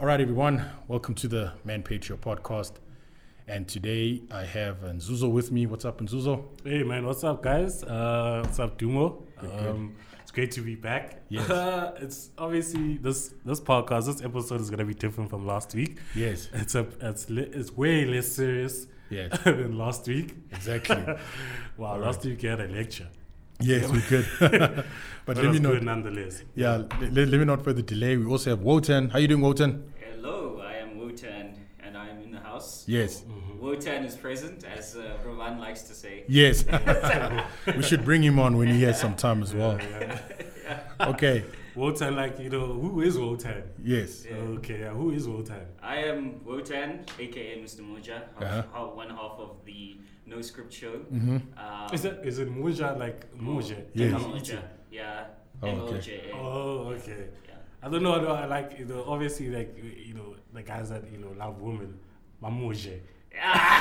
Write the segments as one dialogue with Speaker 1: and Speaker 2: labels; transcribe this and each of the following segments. Speaker 1: All right, everyone. Welcome to the Man Patriot podcast. And today I have Nzuzo with me. What's up, Nzuzo?
Speaker 2: Hey man, what's up, guys? Uh, what's up, Dumo? Um, it's great to be back.
Speaker 1: Yes.
Speaker 2: it's obviously this this podcast, this episode is gonna be different from last week.
Speaker 1: Yes.
Speaker 2: It's a it's le- it's way less serious
Speaker 1: Yes.
Speaker 2: than last week.
Speaker 1: Exactly.
Speaker 2: Wow, last week you had a lecture,
Speaker 1: yes, we could. but
Speaker 2: but
Speaker 1: let me
Speaker 2: it was good
Speaker 1: not.
Speaker 2: nonetheless.
Speaker 1: Yeah, let, let me not further delay. We also have Wotan. How you doing, Wotan?
Speaker 3: Hello, I am Wotan and I am in the house.
Speaker 1: Yes.
Speaker 3: Wotan is present, as uh, Roman likes to say.
Speaker 1: Yes. Mm-hmm. we should bring him on when he has some time as well. Okay.
Speaker 2: Wotan, like you know, who is Wotan?
Speaker 1: Yes.
Speaker 2: Okay, yeah, who is Wotan?
Speaker 3: I am Wotan, aka Mr. Moja, half-
Speaker 1: Uh-huh. Mm-hmm.
Speaker 3: half- one half of the No Script show. Um,
Speaker 2: Is it is it Moja like Moja?
Speaker 1: Yes.
Speaker 3: Moja, yeah.
Speaker 1: Oh, okay.
Speaker 3: M-O-J-A.
Speaker 2: Oh, okay.
Speaker 3: Yeah.
Speaker 2: I don't know. I, don't, I like you know, obviously like you know the guys that you know love women, mamoje.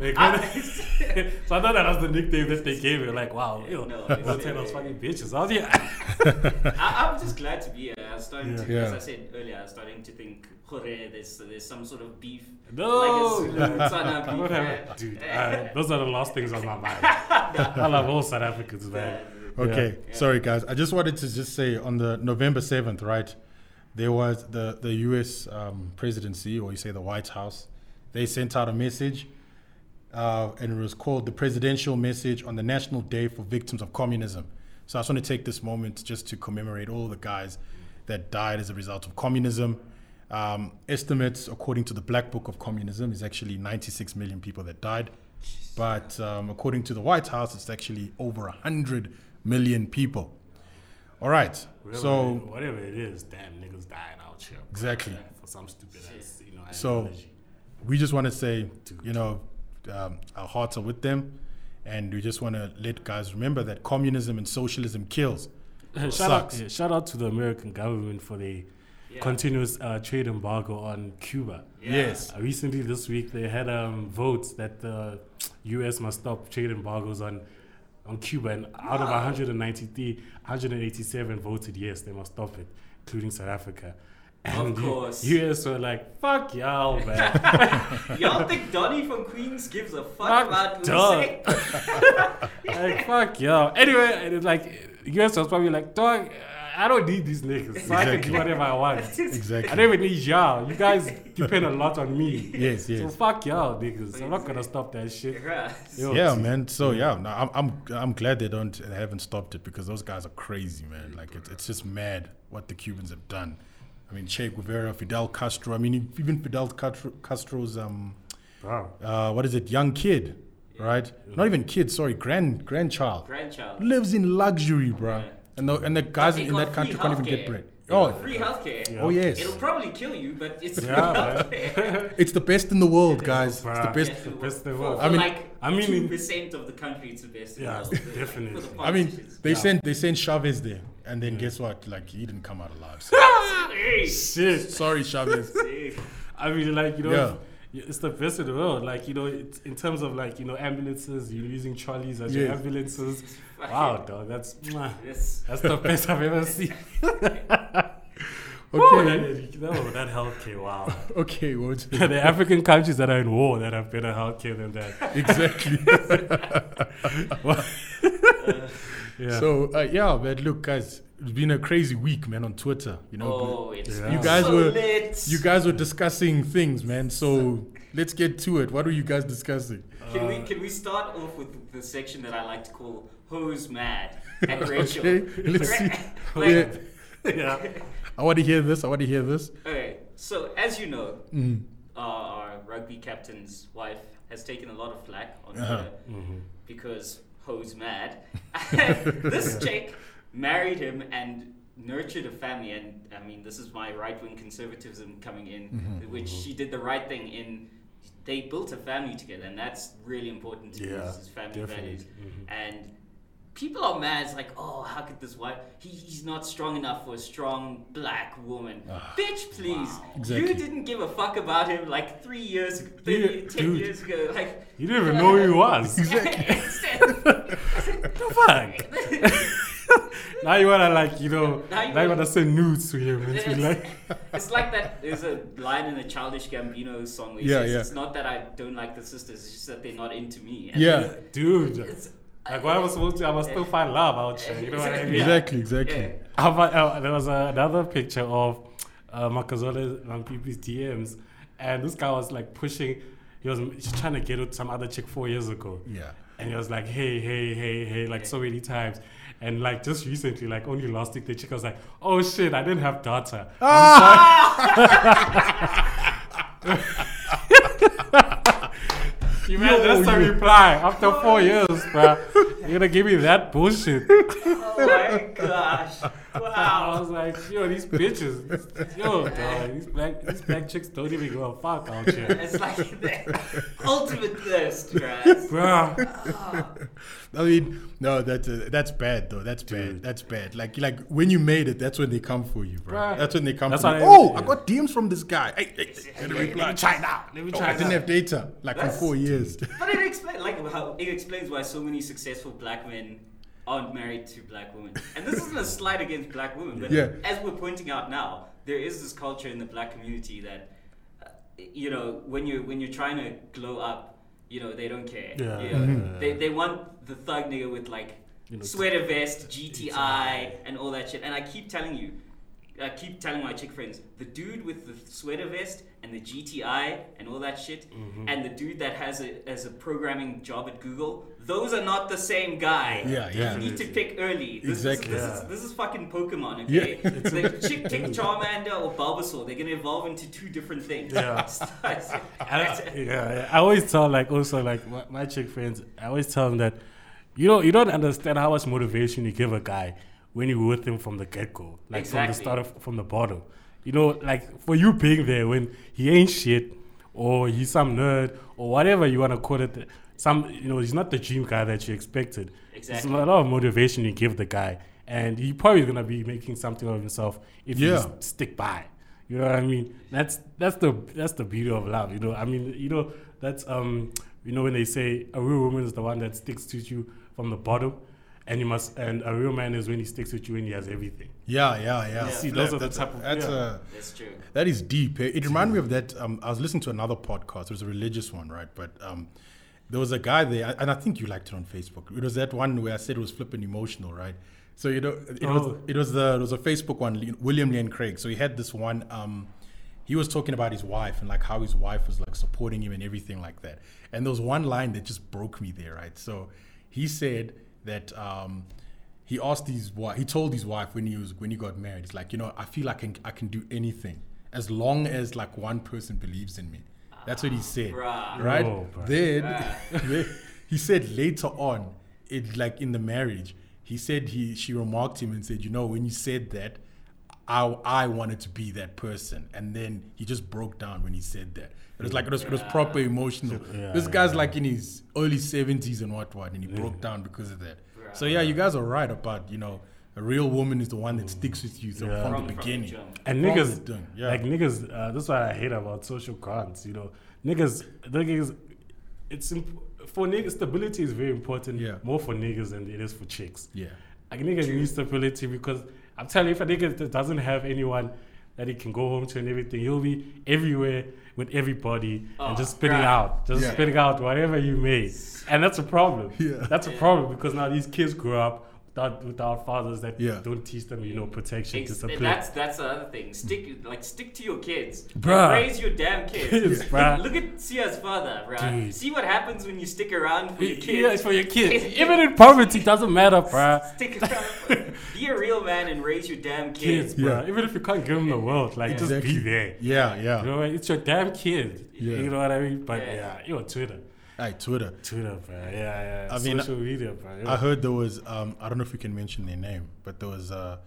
Speaker 2: like,
Speaker 3: Ah.
Speaker 2: when- so I thought that was the nickname that they gave me. Like wow, yo,
Speaker 3: No,
Speaker 2: no,
Speaker 3: it's-
Speaker 2: those was fucking bitches. I was yeah.
Speaker 3: I, I'm just glad to be here. I was starting to,
Speaker 1: Yeah.
Speaker 3: as I said earlier, I was starting to think, "Hore, there's there's some sort of beef.
Speaker 2: No.
Speaker 3: like a Zulu Tswana
Speaker 2: I
Speaker 3: beef.
Speaker 2: don't
Speaker 3: eh?
Speaker 2: have, dude. I, those are the last things on my mind. I love all South Africans, man.
Speaker 1: Okay, sorry guys. I just wanted to just say on the November seventh, right? There was the the U.S. Um, presidency, or you say the White House. They sent out a message, uh, and it was called the Presidential Message on the National Day for Victims of Communism. So I just want to take this moment just to commemorate all the guys that died as a result of communism. Um, estimates, according to the Black Book of Communism, is actually 96 million people that died. But um, according to the White House, it's actually over 100 million people. All right.
Speaker 2: Whatever,
Speaker 1: So,
Speaker 2: it- whatever it is, damn niggas dying out here. bro.
Speaker 1: Exactly.
Speaker 2: Yeah, For some stupid ass, you know.
Speaker 1: so
Speaker 2: ideology.
Speaker 1: we just want to say, you know, um, our hearts are with them. And we just want to let guys remember that communism and socialism kills.
Speaker 2: shout
Speaker 1: Sucks.
Speaker 2: out, yeah, shout out to the American government for the
Speaker 3: Yeah.
Speaker 2: continuous uh, trade embargo on Cuba.
Speaker 3: Yeah.
Speaker 1: Yes.
Speaker 2: Uh, recently, this week they had um, votes that the U.S. must stop trade embargos on on Cuba, and out of 193, 187 voted yes, they must stop it, including South Africa. And the
Speaker 3: course.
Speaker 2: U.S. were like, "Fuck y'all, man."
Speaker 3: Y'all think Donnie from Queens gives a fuck
Speaker 2: Fuck
Speaker 3: about
Speaker 2: Don.
Speaker 3: Usek?
Speaker 2: like fuck yo. Anyway, and it's like US was probably like, dog, I don't need these niggas. So I can do
Speaker 1: Exactly.
Speaker 2: whatever I want.
Speaker 1: Exactly.
Speaker 2: I don't even need y'all. You guys depend a lot on me.
Speaker 1: Yes,
Speaker 2: So
Speaker 1: yes.
Speaker 2: fuck y'all niggas. I'm not gonna stop that shit.
Speaker 3: Grass.
Speaker 2: Yo,
Speaker 1: yeah,
Speaker 2: t-
Speaker 1: man. So yeah, no, I'm, I'm I'm glad they don't they haven't stopped it because those guys are crazy, man. Like it's it's just mad what the Cubans have done. I mean, Che Guevara, Fidel Castro. I mean, e, even Fidel Castro, Castro's um,
Speaker 2: Bro.
Speaker 1: uh, what is it, young kid, right? Not even kid, sorry, grand grandchild
Speaker 3: Grandchild.
Speaker 1: lives in luxury, bruh.
Speaker 3: Yeah.
Speaker 1: And the and the guys
Speaker 3: They
Speaker 1: in
Speaker 3: got
Speaker 1: that country
Speaker 3: free
Speaker 1: can't even get
Speaker 3: healthcare.
Speaker 1: bread.
Speaker 3: They
Speaker 1: Oh,
Speaker 3: got free healthcare.
Speaker 1: oh yes,
Speaker 3: It'll probably kill you, but it's free
Speaker 2: Yeah, man.
Speaker 3: healthcare.
Speaker 1: it's the best in the world, guys. It's the
Speaker 2: Bruh.
Speaker 1: best.
Speaker 2: It's the best in the
Speaker 3: For-
Speaker 2: world.
Speaker 3: For,
Speaker 2: I
Speaker 1: mean-
Speaker 3: like
Speaker 2: I mean-
Speaker 3: two percent of the country, it's the best. in the
Speaker 2: Yeah,
Speaker 3: world. For the
Speaker 2: definitely.
Speaker 1: I mean,
Speaker 3: politicians.
Speaker 1: they sent they sent Chavez there, and then guess what? Like he didn't come out alive. So-
Speaker 3: Hey,
Speaker 2: Shit.
Speaker 1: Sorry, Chavez.
Speaker 3: hey.
Speaker 2: I mean like you know
Speaker 1: Yeah.
Speaker 2: It's the best in the world, like you know, it's, in terms of like you know ambulances, you're using trolleys as your
Speaker 1: Yes.
Speaker 2: ambulances. Wow, dog, that's
Speaker 3: Yes.
Speaker 2: that's the best I've ever seen. Woo,
Speaker 1: Okay,
Speaker 2: that, that, that healthcare, wow.
Speaker 1: okay, what?
Speaker 2: the African countries that are in war that have better healthcare than that.
Speaker 1: exactly.
Speaker 2: Yeah.
Speaker 1: So uh, yeah, but look, guys, it's been a crazy week, man, on Twitter. You know,
Speaker 3: Oh, it's
Speaker 2: Yeah.
Speaker 3: been
Speaker 1: you guys
Speaker 3: so
Speaker 1: were
Speaker 3: lit.
Speaker 1: you guys were discussing things, man. So let's get to it. What were you guys discussing?
Speaker 3: Can
Speaker 2: Uh.
Speaker 3: we can we start off with the section that I like to call "Who's Mad" at Rachel?
Speaker 1: Okay, let's see.
Speaker 3: Like-
Speaker 1: Yeah.
Speaker 2: yeah.
Speaker 1: I want to hear this. I want to hear this.
Speaker 3: Okay, so as you know, uh, our rugby captain's wife has taken a lot of flack on
Speaker 1: Uh-huh.
Speaker 3: Twitter because ho's mad. this chick married him and nurtured a family, and I mean, this is my right wing conservatism coming in, which she did the right thing in. They built a family together, and that's really important to
Speaker 2: Yeah,
Speaker 3: us as family
Speaker 2: definitely.
Speaker 3: values. And people are mad. It's like, oh, how could this wife? He, he's not strong enough for a strong black woman. Bitch, please.
Speaker 1: Exactly.
Speaker 3: You didn't give a fuck about him like three years, ago, three,
Speaker 2: Yeah,
Speaker 3: ten
Speaker 2: dude.
Speaker 3: years ago. Like
Speaker 2: You didn't even know who he was.
Speaker 3: Exactly.
Speaker 2: Fuck. Now you wanna like you know
Speaker 3: Now you
Speaker 2: now you wanna
Speaker 3: wanna-
Speaker 2: send nudes to him and be
Speaker 3: It's-
Speaker 2: like
Speaker 3: It's like that. There's a line in a childish Gambino song where he
Speaker 1: Yeah,
Speaker 3: says,
Speaker 1: yeah.
Speaker 3: "It's not that I don't like the sisters; it's just that they're not into me." And
Speaker 1: yeah,
Speaker 2: dude
Speaker 3: it's-
Speaker 2: like what I was supposed to I must still find love out here. You know what I mean?
Speaker 3: Yeah.
Speaker 1: exactly, exactly.
Speaker 3: Yeah.
Speaker 2: How about, uh, there was another picture of uh, Makazole Lampipi's DMs, and this guy was like pushing. He was he's trying to get with some other chick four years ago,
Speaker 3: Mm.
Speaker 1: Yeah.
Speaker 2: and he was like, "Hey, hey, hey, hey!" like so many times, and like just recently, like only last week, the chick was like, "Oh shit, I didn't have data." You man, that's a reply after four years, bro. You're gonna give me that bullshit.
Speaker 3: Oh my gosh!
Speaker 2: I
Speaker 3: Wow.
Speaker 2: was like, yo, these bitches, yo, dog, these black, these black chicks don't even give a fuck out here,
Speaker 3: It's like the ultimate thirst, guys.
Speaker 2: bro.
Speaker 1: I mean, no, that's uh, that's bad though. That's bad. That's bad. Like like when you made it, that's when they come for you, bro.
Speaker 2: Bruh.
Speaker 1: That's when they come.
Speaker 2: That's
Speaker 1: for
Speaker 2: why
Speaker 1: you.
Speaker 2: I-
Speaker 1: oh, I
Speaker 2: yeah.
Speaker 1: got DMs from this guy. Hey, hey, hey, gotta reply.
Speaker 2: try now. Let me
Speaker 1: Oh, I didn't have data like for
Speaker 3: That's-
Speaker 1: four years.
Speaker 3: But it explains, like, how it explains why so many successful black men aren't married to black women. And this isn't a slight against black women, but
Speaker 1: Yeah.
Speaker 3: as we're pointing out now, there is this culture in the black community that, uh, you know, when you when you're trying to glow up, you know, they don't care.
Speaker 2: Yeah.
Speaker 3: You know,
Speaker 2: Mhm.
Speaker 3: They they want the thug nigga with like
Speaker 2: You know,
Speaker 3: sweater vest, GTI, and all that shit. And I keep telling you. I keep telling my chick friends, the dude with the sweater vest and the GTI and all that shit,
Speaker 2: Mm-hmm.
Speaker 3: and the dude that has a as a programming job at Google, those are not the same guy.
Speaker 1: Yeah, yeah.
Speaker 3: You need to pick early. This
Speaker 1: Exactly.
Speaker 3: Is, this,
Speaker 2: Yeah.
Speaker 3: is, this is fucking Pokemon,
Speaker 1: Yeah.
Speaker 3: okay? the chick pick Charmander or Bulbasaur, they're gonna evolve into two different things.
Speaker 2: Yeah. I,
Speaker 3: That's-
Speaker 2: yeah, yeah. I always tell like also like my, my chick friends. I always tell them that you don't you don't understand how much motivation you give a guy when you're with him from the get go, like from the
Speaker 3: Exactly.
Speaker 2: start of from the bottom. You know, like for you being there when he ain't shit or he's some nerd or whatever you want to call it. Some you know he's not the dream guy that you expected.
Speaker 3: Exactly.
Speaker 2: It's a lot of motivation you give the guy, and he probably gonna be making something of himself if you
Speaker 1: Yeah.
Speaker 2: just stick by. You know what I mean? That's that's the that's the beauty of love. You know, I mean, you know that's um, you know when they say a real woman is the one that sticks to you from the bottom, and you must and a real man is when he sticks with you and he has everything.
Speaker 1: Yeah, yeah, yeah.
Speaker 2: See, those are the
Speaker 1: That's-
Speaker 2: type of-
Speaker 1: That's
Speaker 2: yeah.
Speaker 1: a.
Speaker 3: That's true.
Speaker 1: That is deep. eh? It reminded me of that. Um, I was listening to another podcast. It was a religious one, right? But um, there was a guy there, and I think you liked it on Facebook. It was that one where I said it was flipping emotional, right? So you know, it was
Speaker 2: Oh.
Speaker 1: it was the it was a Facebook one, Le- William Lane Craig. So he had this one. Um, he was talking about his wife and like how his wife was like supporting him and everything like that. And there was one line that just broke me there, right? So he said that um, he asked his wife. He told his wife when he was when he got married, it's like you know, I feel I can I can do anything as long as like one person believes in me. That's what he said,
Speaker 3: Bruh.
Speaker 1: right?
Speaker 2: Oh, bruh.
Speaker 1: then, then he said later on, it like in the marriage, he said he she remarked him and said, you know, when you said that, I I wanted to be that person, and then he just broke down when he said that. It was like it was, it was proper emotional.
Speaker 2: Yeah,
Speaker 1: this guy's
Speaker 2: yeah.
Speaker 1: like in his early seventies and what what, and he broke down because of that. So yeah, you guys are right about you know. A real woman is the one that sticks with you so from,
Speaker 2: Yeah.
Speaker 3: From-
Speaker 1: the
Speaker 3: from the
Speaker 1: beginning.
Speaker 3: jump.
Speaker 2: And
Speaker 1: From
Speaker 2: niggas,
Speaker 1: the jump, yeah.
Speaker 2: like niggas, uh, that's what I hate about social grants. You know, niggas, niggas, it's imp- for niggas stability is very important.
Speaker 1: Yeah.
Speaker 2: more for niggas than it is for chicks.
Speaker 1: Yeah.
Speaker 2: Like niggas need stability because I'm telling you, if a nigga that doesn't have anyone that he can go home to and everything, he'll be everywhere with everybody and
Speaker 3: Oh,
Speaker 2: just spitting
Speaker 3: right.
Speaker 2: out, just
Speaker 1: Yeah.
Speaker 2: spitting out whatever you made, and that's a problem.
Speaker 1: Yeah.
Speaker 2: that's a problem because now these kids grow up without without fathers that
Speaker 1: Yeah.
Speaker 2: don't teach them, you know, protection,
Speaker 3: Ex-
Speaker 2: discipline.
Speaker 3: That's that's the other thing. Stick like stick to your kids.
Speaker 2: Bruh.
Speaker 3: Raise your damn kids.
Speaker 2: Kids, bruh.
Speaker 3: Look at Sia's father, bruh.
Speaker 2: Dude.
Speaker 3: See what happens when you stick around for your kids.
Speaker 2: Yeah, it's for your kids. Even in poverty, doesn't matter, bruh.
Speaker 3: stick around. Be a real man and raise your damn kids.
Speaker 2: Kids, bruh.
Speaker 1: Yeah.
Speaker 2: Even if you can't give them the world, like just be there.
Speaker 1: Yeah, yeah.
Speaker 2: You know, it's your damn kid.
Speaker 1: Yeah.
Speaker 2: You know what I mean? But
Speaker 3: Yeah.
Speaker 2: yeah, you yo, Twitter,
Speaker 1: Hey, Twitter.
Speaker 2: Twitter, bruh. Yeah, yeah.
Speaker 1: I mean,
Speaker 2: social media, bruh.
Speaker 1: I heard there was um, I don't know if you can mention their name, but there was a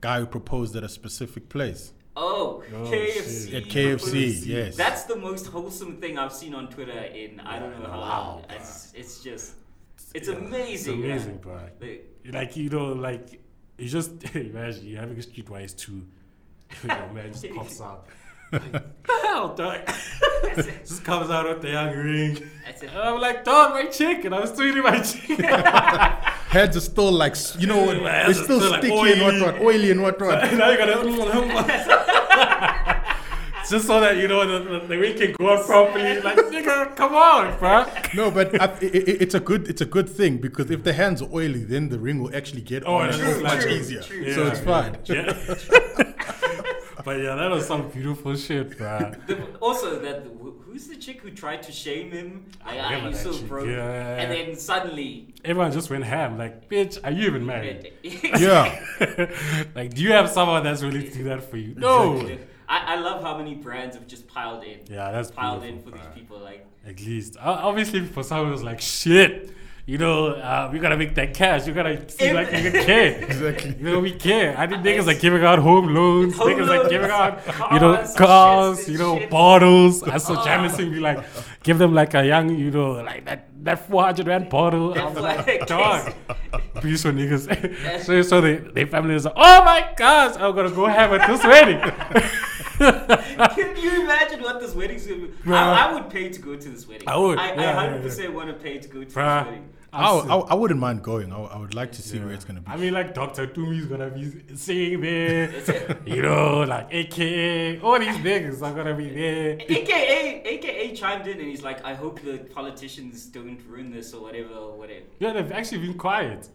Speaker 1: guy who proposed at a specific place.
Speaker 3: Oh,
Speaker 2: Oh,
Speaker 3: KFC.
Speaker 2: shit.
Speaker 1: At KFC,
Speaker 3: That's
Speaker 1: yes.
Speaker 3: That's the most wholesome thing I've seen on Twitter in I don't know how long.
Speaker 2: Wow, bruh.
Speaker 3: It's, it's just, it's
Speaker 2: Yeah,
Speaker 3: amazing.
Speaker 2: It's
Speaker 3: bruh.
Speaker 2: amazing, bruh.
Speaker 3: The-
Speaker 2: Like you know, like you just imagine you having a streetwise too. Your man just pops out. Like, the hell, dog?
Speaker 3: That's it.
Speaker 2: just comes out with the young ring.
Speaker 3: That's it.
Speaker 2: And I'm like, dog, my chick. And I was tweeting my chick.
Speaker 1: Heads are still like, s- you know, what?
Speaker 2: Yeah,
Speaker 1: they're
Speaker 2: heads are
Speaker 1: still,
Speaker 2: still, like,
Speaker 1: sticky and
Speaker 2: oily.
Speaker 1: whatnot, oily and whatnot.
Speaker 2: now you gotta. Just so that you know the, the, the ring can go up properly. Like, nigga, come on, bro.
Speaker 1: No, but I, i i it's a good it's a good thing because if the hands are oily, then the ring will actually get
Speaker 2: Oh,
Speaker 1: on and
Speaker 2: true,
Speaker 1: off much
Speaker 2: true,
Speaker 1: easier.
Speaker 3: true.
Speaker 1: so
Speaker 2: Yeah,
Speaker 1: it's fine.
Speaker 2: Yeah. but yeah, that was some beautiful shit, bro.
Speaker 3: The- also, that wh- who's the chick who tried to shame him? Like,
Speaker 2: remember
Speaker 3: are you
Speaker 2: that
Speaker 3: so
Speaker 2: chick,
Speaker 3: broke?
Speaker 2: yeah.
Speaker 3: And then suddenly,
Speaker 2: Everyone just went ham. Like, bitch, are you even married?
Speaker 1: Yeah,
Speaker 2: like, do you have someone that's willing to do that for you? No.
Speaker 3: I, I love how many brands have just piled in.
Speaker 2: Yeah, that's
Speaker 3: piled in for
Speaker 2: beautiful,
Speaker 3: these
Speaker 2: bruh.
Speaker 3: people. Like,
Speaker 2: At least, O- obviously, for someone who's like, shit, you know, uh, we gotta make that cash. You gotta seem like you care.
Speaker 1: exactly.
Speaker 2: You know, we care. I think niggas are giving out home loans.
Speaker 3: Home
Speaker 2: niggas are
Speaker 3: loans,
Speaker 2: giving out, you know,
Speaker 3: cars,
Speaker 2: cars,
Speaker 3: shits
Speaker 2: you
Speaker 3: and
Speaker 2: know,
Speaker 3: shit.
Speaker 2: bottles. I saw Jamison be like, give them like a young, you know, like that, that 400 rand bottle. I'm like,
Speaker 3: Like,
Speaker 2: dog. Please, so niggas. so, so they, their family is like, oh my gosh, I'm gonna go have it this wedding.
Speaker 3: can you imagine what this wedding's gonna be?
Speaker 2: Bruh.
Speaker 3: I, I would pay to go to this wedding.
Speaker 2: I would,
Speaker 3: I,
Speaker 2: yeah, yeah, yeah.
Speaker 3: 100% want to pay to go to this
Speaker 2: Bruh.
Speaker 3: wedding.
Speaker 1: I, I, I wouldn't mind going. I, I would like to see where it's gonna be.
Speaker 2: I mean, like Doctor Toomey is gonna be singing there,
Speaker 3: That's it.
Speaker 2: you know, like AKA, all these niggas are gonna be there.
Speaker 3: AKA, AKA chimed in and he's like, I hope the politicians don't ruin this or whatever, or whatever.
Speaker 2: Yeah, they've actually been quiet.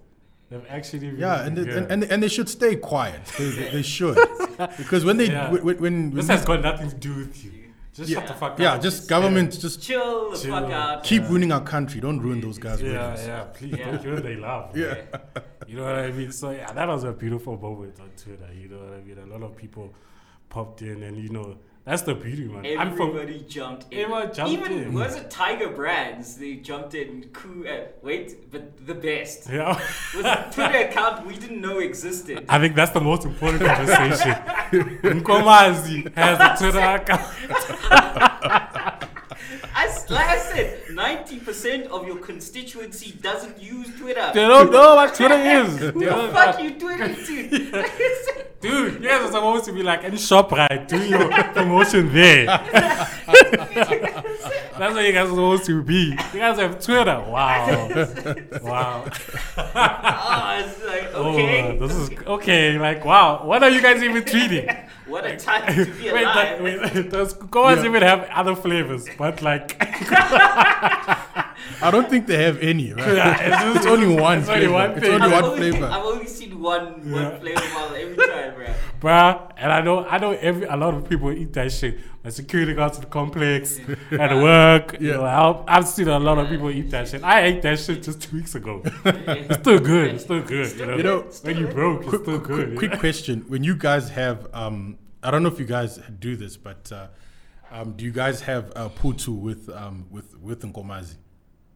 Speaker 2: They've actually been
Speaker 1: yeah, and, they- and, and and they should stay quiet. They, they, they should because when they
Speaker 2: Yeah.
Speaker 1: when when, when
Speaker 2: this has got nothing to do with you. Just
Speaker 1: yeah,
Speaker 2: shut the fuck
Speaker 1: yeah,
Speaker 2: up.
Speaker 1: just government just
Speaker 3: Chill the fuck
Speaker 2: Chill.
Speaker 3: out.
Speaker 1: keep ruining our country. Don't ruin those guys'
Speaker 2: Yeah,
Speaker 1: weddings.
Speaker 2: yeah, please
Speaker 3: Yeah.
Speaker 2: don't kill they love.
Speaker 1: Yeah.
Speaker 2: You know what I mean? So yeah, that was a beautiful moment on Twitter. You know what I mean? A lot of people popped in, and you know that's the beauty, man. I'm from
Speaker 3: Everybody jumped in.
Speaker 2: Everyone jumped
Speaker 3: Even
Speaker 2: in.
Speaker 3: was it Tiger Brands? They jumped in. Cool. Uh, wait, but the best
Speaker 2: yeah.
Speaker 3: was a Twitter account we didn't know existed.
Speaker 2: I think that's the most important conversation. Nkomazi has a Twitter account.
Speaker 3: As like I said, ninety percent of your constituency doesn't use Twitter.
Speaker 2: They don't know what Twitter is. They
Speaker 3: Who
Speaker 2: don't-
Speaker 3: the fuck you Twitter to?
Speaker 2: Dude, you guys are supposed to be like in ShopRite doing your promotion there. That's what you guys are supposed to be. You guys have Twitter. Wow. Wow.
Speaker 3: Ah, it's like
Speaker 2: Oh,
Speaker 3: okay.
Speaker 2: this is okay. Like, wow. What are you guys even tweeting?
Speaker 3: what a time to be
Speaker 2: Wait,
Speaker 3: alive.
Speaker 2: that, wait, does Koas
Speaker 1: Yeah.
Speaker 2: even have other flavors? But like,
Speaker 1: I don't think they have any. Right?
Speaker 2: Yeah,
Speaker 1: it's, only one.
Speaker 2: it's only
Speaker 1: flavor.
Speaker 2: one
Speaker 1: It's
Speaker 2: thing.
Speaker 1: only
Speaker 3: I've
Speaker 1: one
Speaker 3: only,
Speaker 1: flavor.
Speaker 3: I've only seen one
Speaker 2: Yeah.
Speaker 3: one flavor model every time, bro.
Speaker 2: bruh. And I know, I know every a lot of people eat that shit. My security guards at the complex, at work. You
Speaker 1: Yeah.
Speaker 2: know, I've, I've seen a lot of people eat that shit. I ate that shit just two weeks ago. it's still good. It's still good. You know,
Speaker 1: You know,
Speaker 2: when you broke, it's
Speaker 1: quick,
Speaker 2: still
Speaker 1: quick-
Speaker 2: good.
Speaker 1: quick
Speaker 2: yeah.
Speaker 1: question: When you guys have, um, I don't know if you guys do this, but uh, um, do you guys have uh, putu with um, with with nkomazi?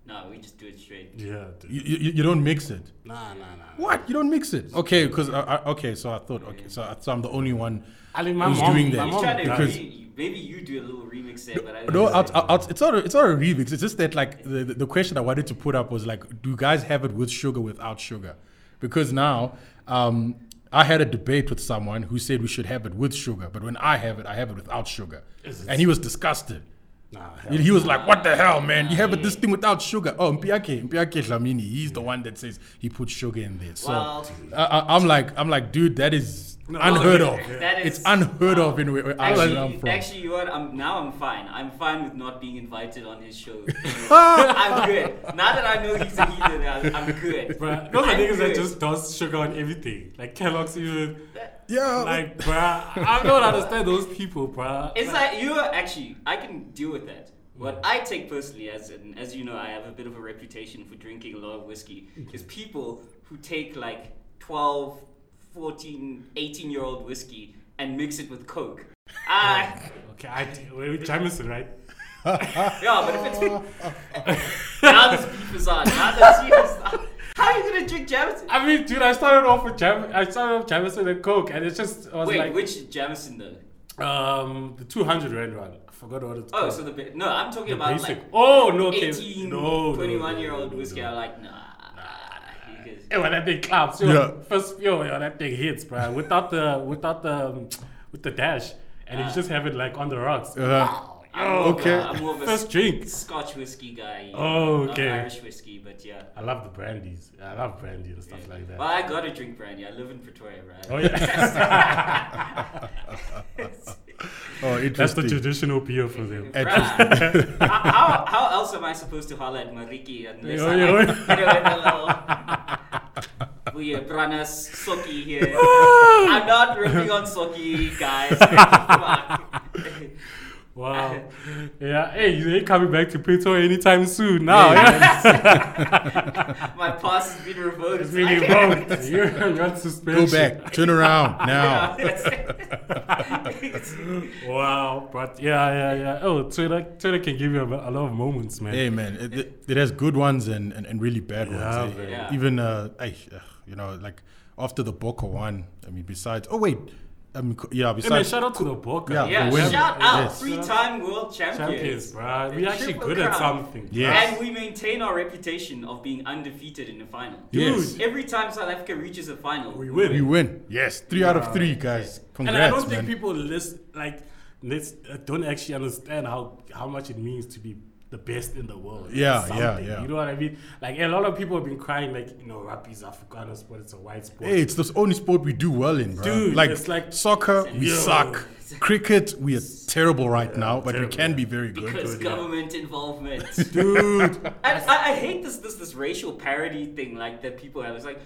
Speaker 3: No, we just do it straight.
Speaker 2: Yeah. dude.
Speaker 1: You, you, you don't mix it.
Speaker 2: Nah, nah, nah.
Speaker 1: What? You don't mix it? Okay, because I, I, okay, so I thought okay, so, I, so I'm the only one.
Speaker 2: I mean, my
Speaker 1: Who's
Speaker 2: mom,
Speaker 1: doing that?
Speaker 2: My
Speaker 3: He's
Speaker 2: mom
Speaker 3: trying to
Speaker 1: because-
Speaker 3: re- maybe you do a little remix there, but I
Speaker 1: No,
Speaker 3: don't
Speaker 1: out, out, out- it's not a, it's not a remix. It's just that like the, the, the question I wanted to put up was like, do you guys have it with sugar without sugar? Because now um, I had a debate with someone who said we should have it with sugar, but when I have it, I have it without sugar,
Speaker 2: Is it-
Speaker 1: and he was disgusted.
Speaker 2: Nah, hell
Speaker 1: He he was like, "What the hell, man? You have it, this thing without sugar." Oh, Mpiake, Mpiake Dlamini, he's the one that says he put sugar in there. So
Speaker 3: Well-
Speaker 1: I, I, I'm like, I'm like, dude, that is
Speaker 2: No,
Speaker 1: unheard
Speaker 2: no,
Speaker 1: of.
Speaker 3: that is-
Speaker 1: it's unheard of in where I
Speaker 3: Actually,
Speaker 1: am from.
Speaker 3: actually, you know what? I'm now. I'm fine. I'm fine with not being invited on his show. I'm good. Now that I know he's a heathen, I'm, I'm good.
Speaker 2: Bruh, those are
Speaker 3: I'm
Speaker 2: niggas that
Speaker 3: good.
Speaker 2: just toss sugar on everything. Like Kellogg's even.
Speaker 1: yeah,
Speaker 2: Like, bruh, I don't understand those people, bruh.
Speaker 3: It's like you are actually. I can deal with that. What I take personally, as and as you know, I have a bit of a reputation for drinking a lot of whiskey. Is people who take like 12, 14, 18 year old whiskey and mix it with Coke. Ah,
Speaker 2: Okay, I we're with Jamison, right?
Speaker 3: yeah, but if it's now this beef is on. Now that she is on. How are you gonna drink Jameson?
Speaker 2: I mean, dude, I started off with Jam. I started off Jamison and Coke, and it's just I was
Speaker 3: Wait,
Speaker 2: like,
Speaker 3: which Jameson though?
Speaker 2: um, the two hundred rand one. I forgot what it's
Speaker 3: Oh,
Speaker 2: called.
Speaker 3: so the ba- no, I'm talking
Speaker 2: the
Speaker 3: about
Speaker 2: basic.
Speaker 3: like
Speaker 2: oh no, okay.
Speaker 3: 18,
Speaker 2: no, no, no,
Speaker 3: 21 year
Speaker 2: no,
Speaker 3: old
Speaker 2: no,
Speaker 3: whiskey.
Speaker 2: No.
Speaker 3: I'm like, nah. you guys-
Speaker 2: Yeah, when that thing claps, yo,
Speaker 1: Yeah.
Speaker 2: first yo, yo, that thing hits, bruh. Without the, without the, um, with the dash, and if you just have it like on the rocks.
Speaker 1: Uh,
Speaker 3: I'm
Speaker 2: Oh,
Speaker 3: more of a-
Speaker 1: okay.
Speaker 3: Ah. I'm more of a
Speaker 2: First drinks.
Speaker 3: Scotch whiskey guy. yeah.
Speaker 2: Oh,
Speaker 3: Not
Speaker 2: okay.
Speaker 3: Irish whiskey, but yeah.
Speaker 2: I love the brandies. I love brandy and stuff like
Speaker 3: Well,
Speaker 2: that.
Speaker 3: I gotta drink brandy. I live in Pretoria, right?
Speaker 1: Oh,
Speaker 2: Oh yeah, that's the
Speaker 1: interesting.
Speaker 2: traditional beer for them.
Speaker 1: At-
Speaker 3: Bruh. how, how, how else am I supposed to holler at Mariki unless
Speaker 2: Yo,
Speaker 3: I
Speaker 2: yo.
Speaker 3: like, you know, in a little we are Branas Soki here. I'm not ripping on Soki, guys. Fuck.
Speaker 2: Wow. Yeah. Hey, you ain't coming back to Pretoria anytime soon. Now. Oh, yeah.
Speaker 3: My pass has been revoked.
Speaker 2: It's really
Speaker 3: I can't-
Speaker 2: wrong. You're not suspension.
Speaker 1: Go back. Turn around now.
Speaker 2: Wow. But yeah, yeah, yeah. Oh, Twitter, Twitter can give you a, a lot of moments, man.
Speaker 1: Hey man, it, it, it has good ones and, and, and really bad
Speaker 2: Yeah,
Speaker 1: ones. eh?
Speaker 2: man.
Speaker 3: Yeah.
Speaker 1: Even uh, ay, ugh, you know, like after the Boko one. I mean, besides. Oh wait, I mean, co- yeah,
Speaker 2: Hey, man,
Speaker 1: besides.
Speaker 2: shout out to the Boca.
Speaker 1: Yeah,
Speaker 3: yeah,
Speaker 1: the win.
Speaker 3: shout out
Speaker 1: Yes.
Speaker 3: three-time world champions.
Speaker 2: Champions, bruh. We're
Speaker 3: The
Speaker 2: actually
Speaker 3: triple
Speaker 2: good at
Speaker 3: crown.
Speaker 2: something.
Speaker 1: Yeah. Yes.
Speaker 3: And we maintain our reputation of being undefeated in the final.
Speaker 1: yes,
Speaker 2: Dude.
Speaker 3: Every time South Africa reaches a final,
Speaker 2: We win.
Speaker 1: you win. Yes, three out of three, guys. Congrats,
Speaker 2: and I don't
Speaker 1: man.
Speaker 2: think people list like let's uh, don't actually understand how how much it means to be the best in the world.
Speaker 1: Yeah,
Speaker 2: It's
Speaker 1: yeah,
Speaker 2: something,
Speaker 1: yeah.
Speaker 2: You know what I mean? Like a lot of people have been crying, like you know, rugby is Afrikaner sport. It's a white sport.
Speaker 1: Hey, it's the only sport we do well in, bro.
Speaker 2: Dude,
Speaker 1: like,
Speaker 2: it's like-
Speaker 1: soccer, we
Speaker 2: Yo.
Speaker 1: suck. Cricket, we are terrible right now, but
Speaker 2: terrible,
Speaker 1: we can
Speaker 2: yeah.
Speaker 1: be very good.
Speaker 3: because
Speaker 2: Good, yeah.
Speaker 3: government involvement.
Speaker 2: Dude,
Speaker 3: I, I, I hate this this this racial parody thing like that people have. It's like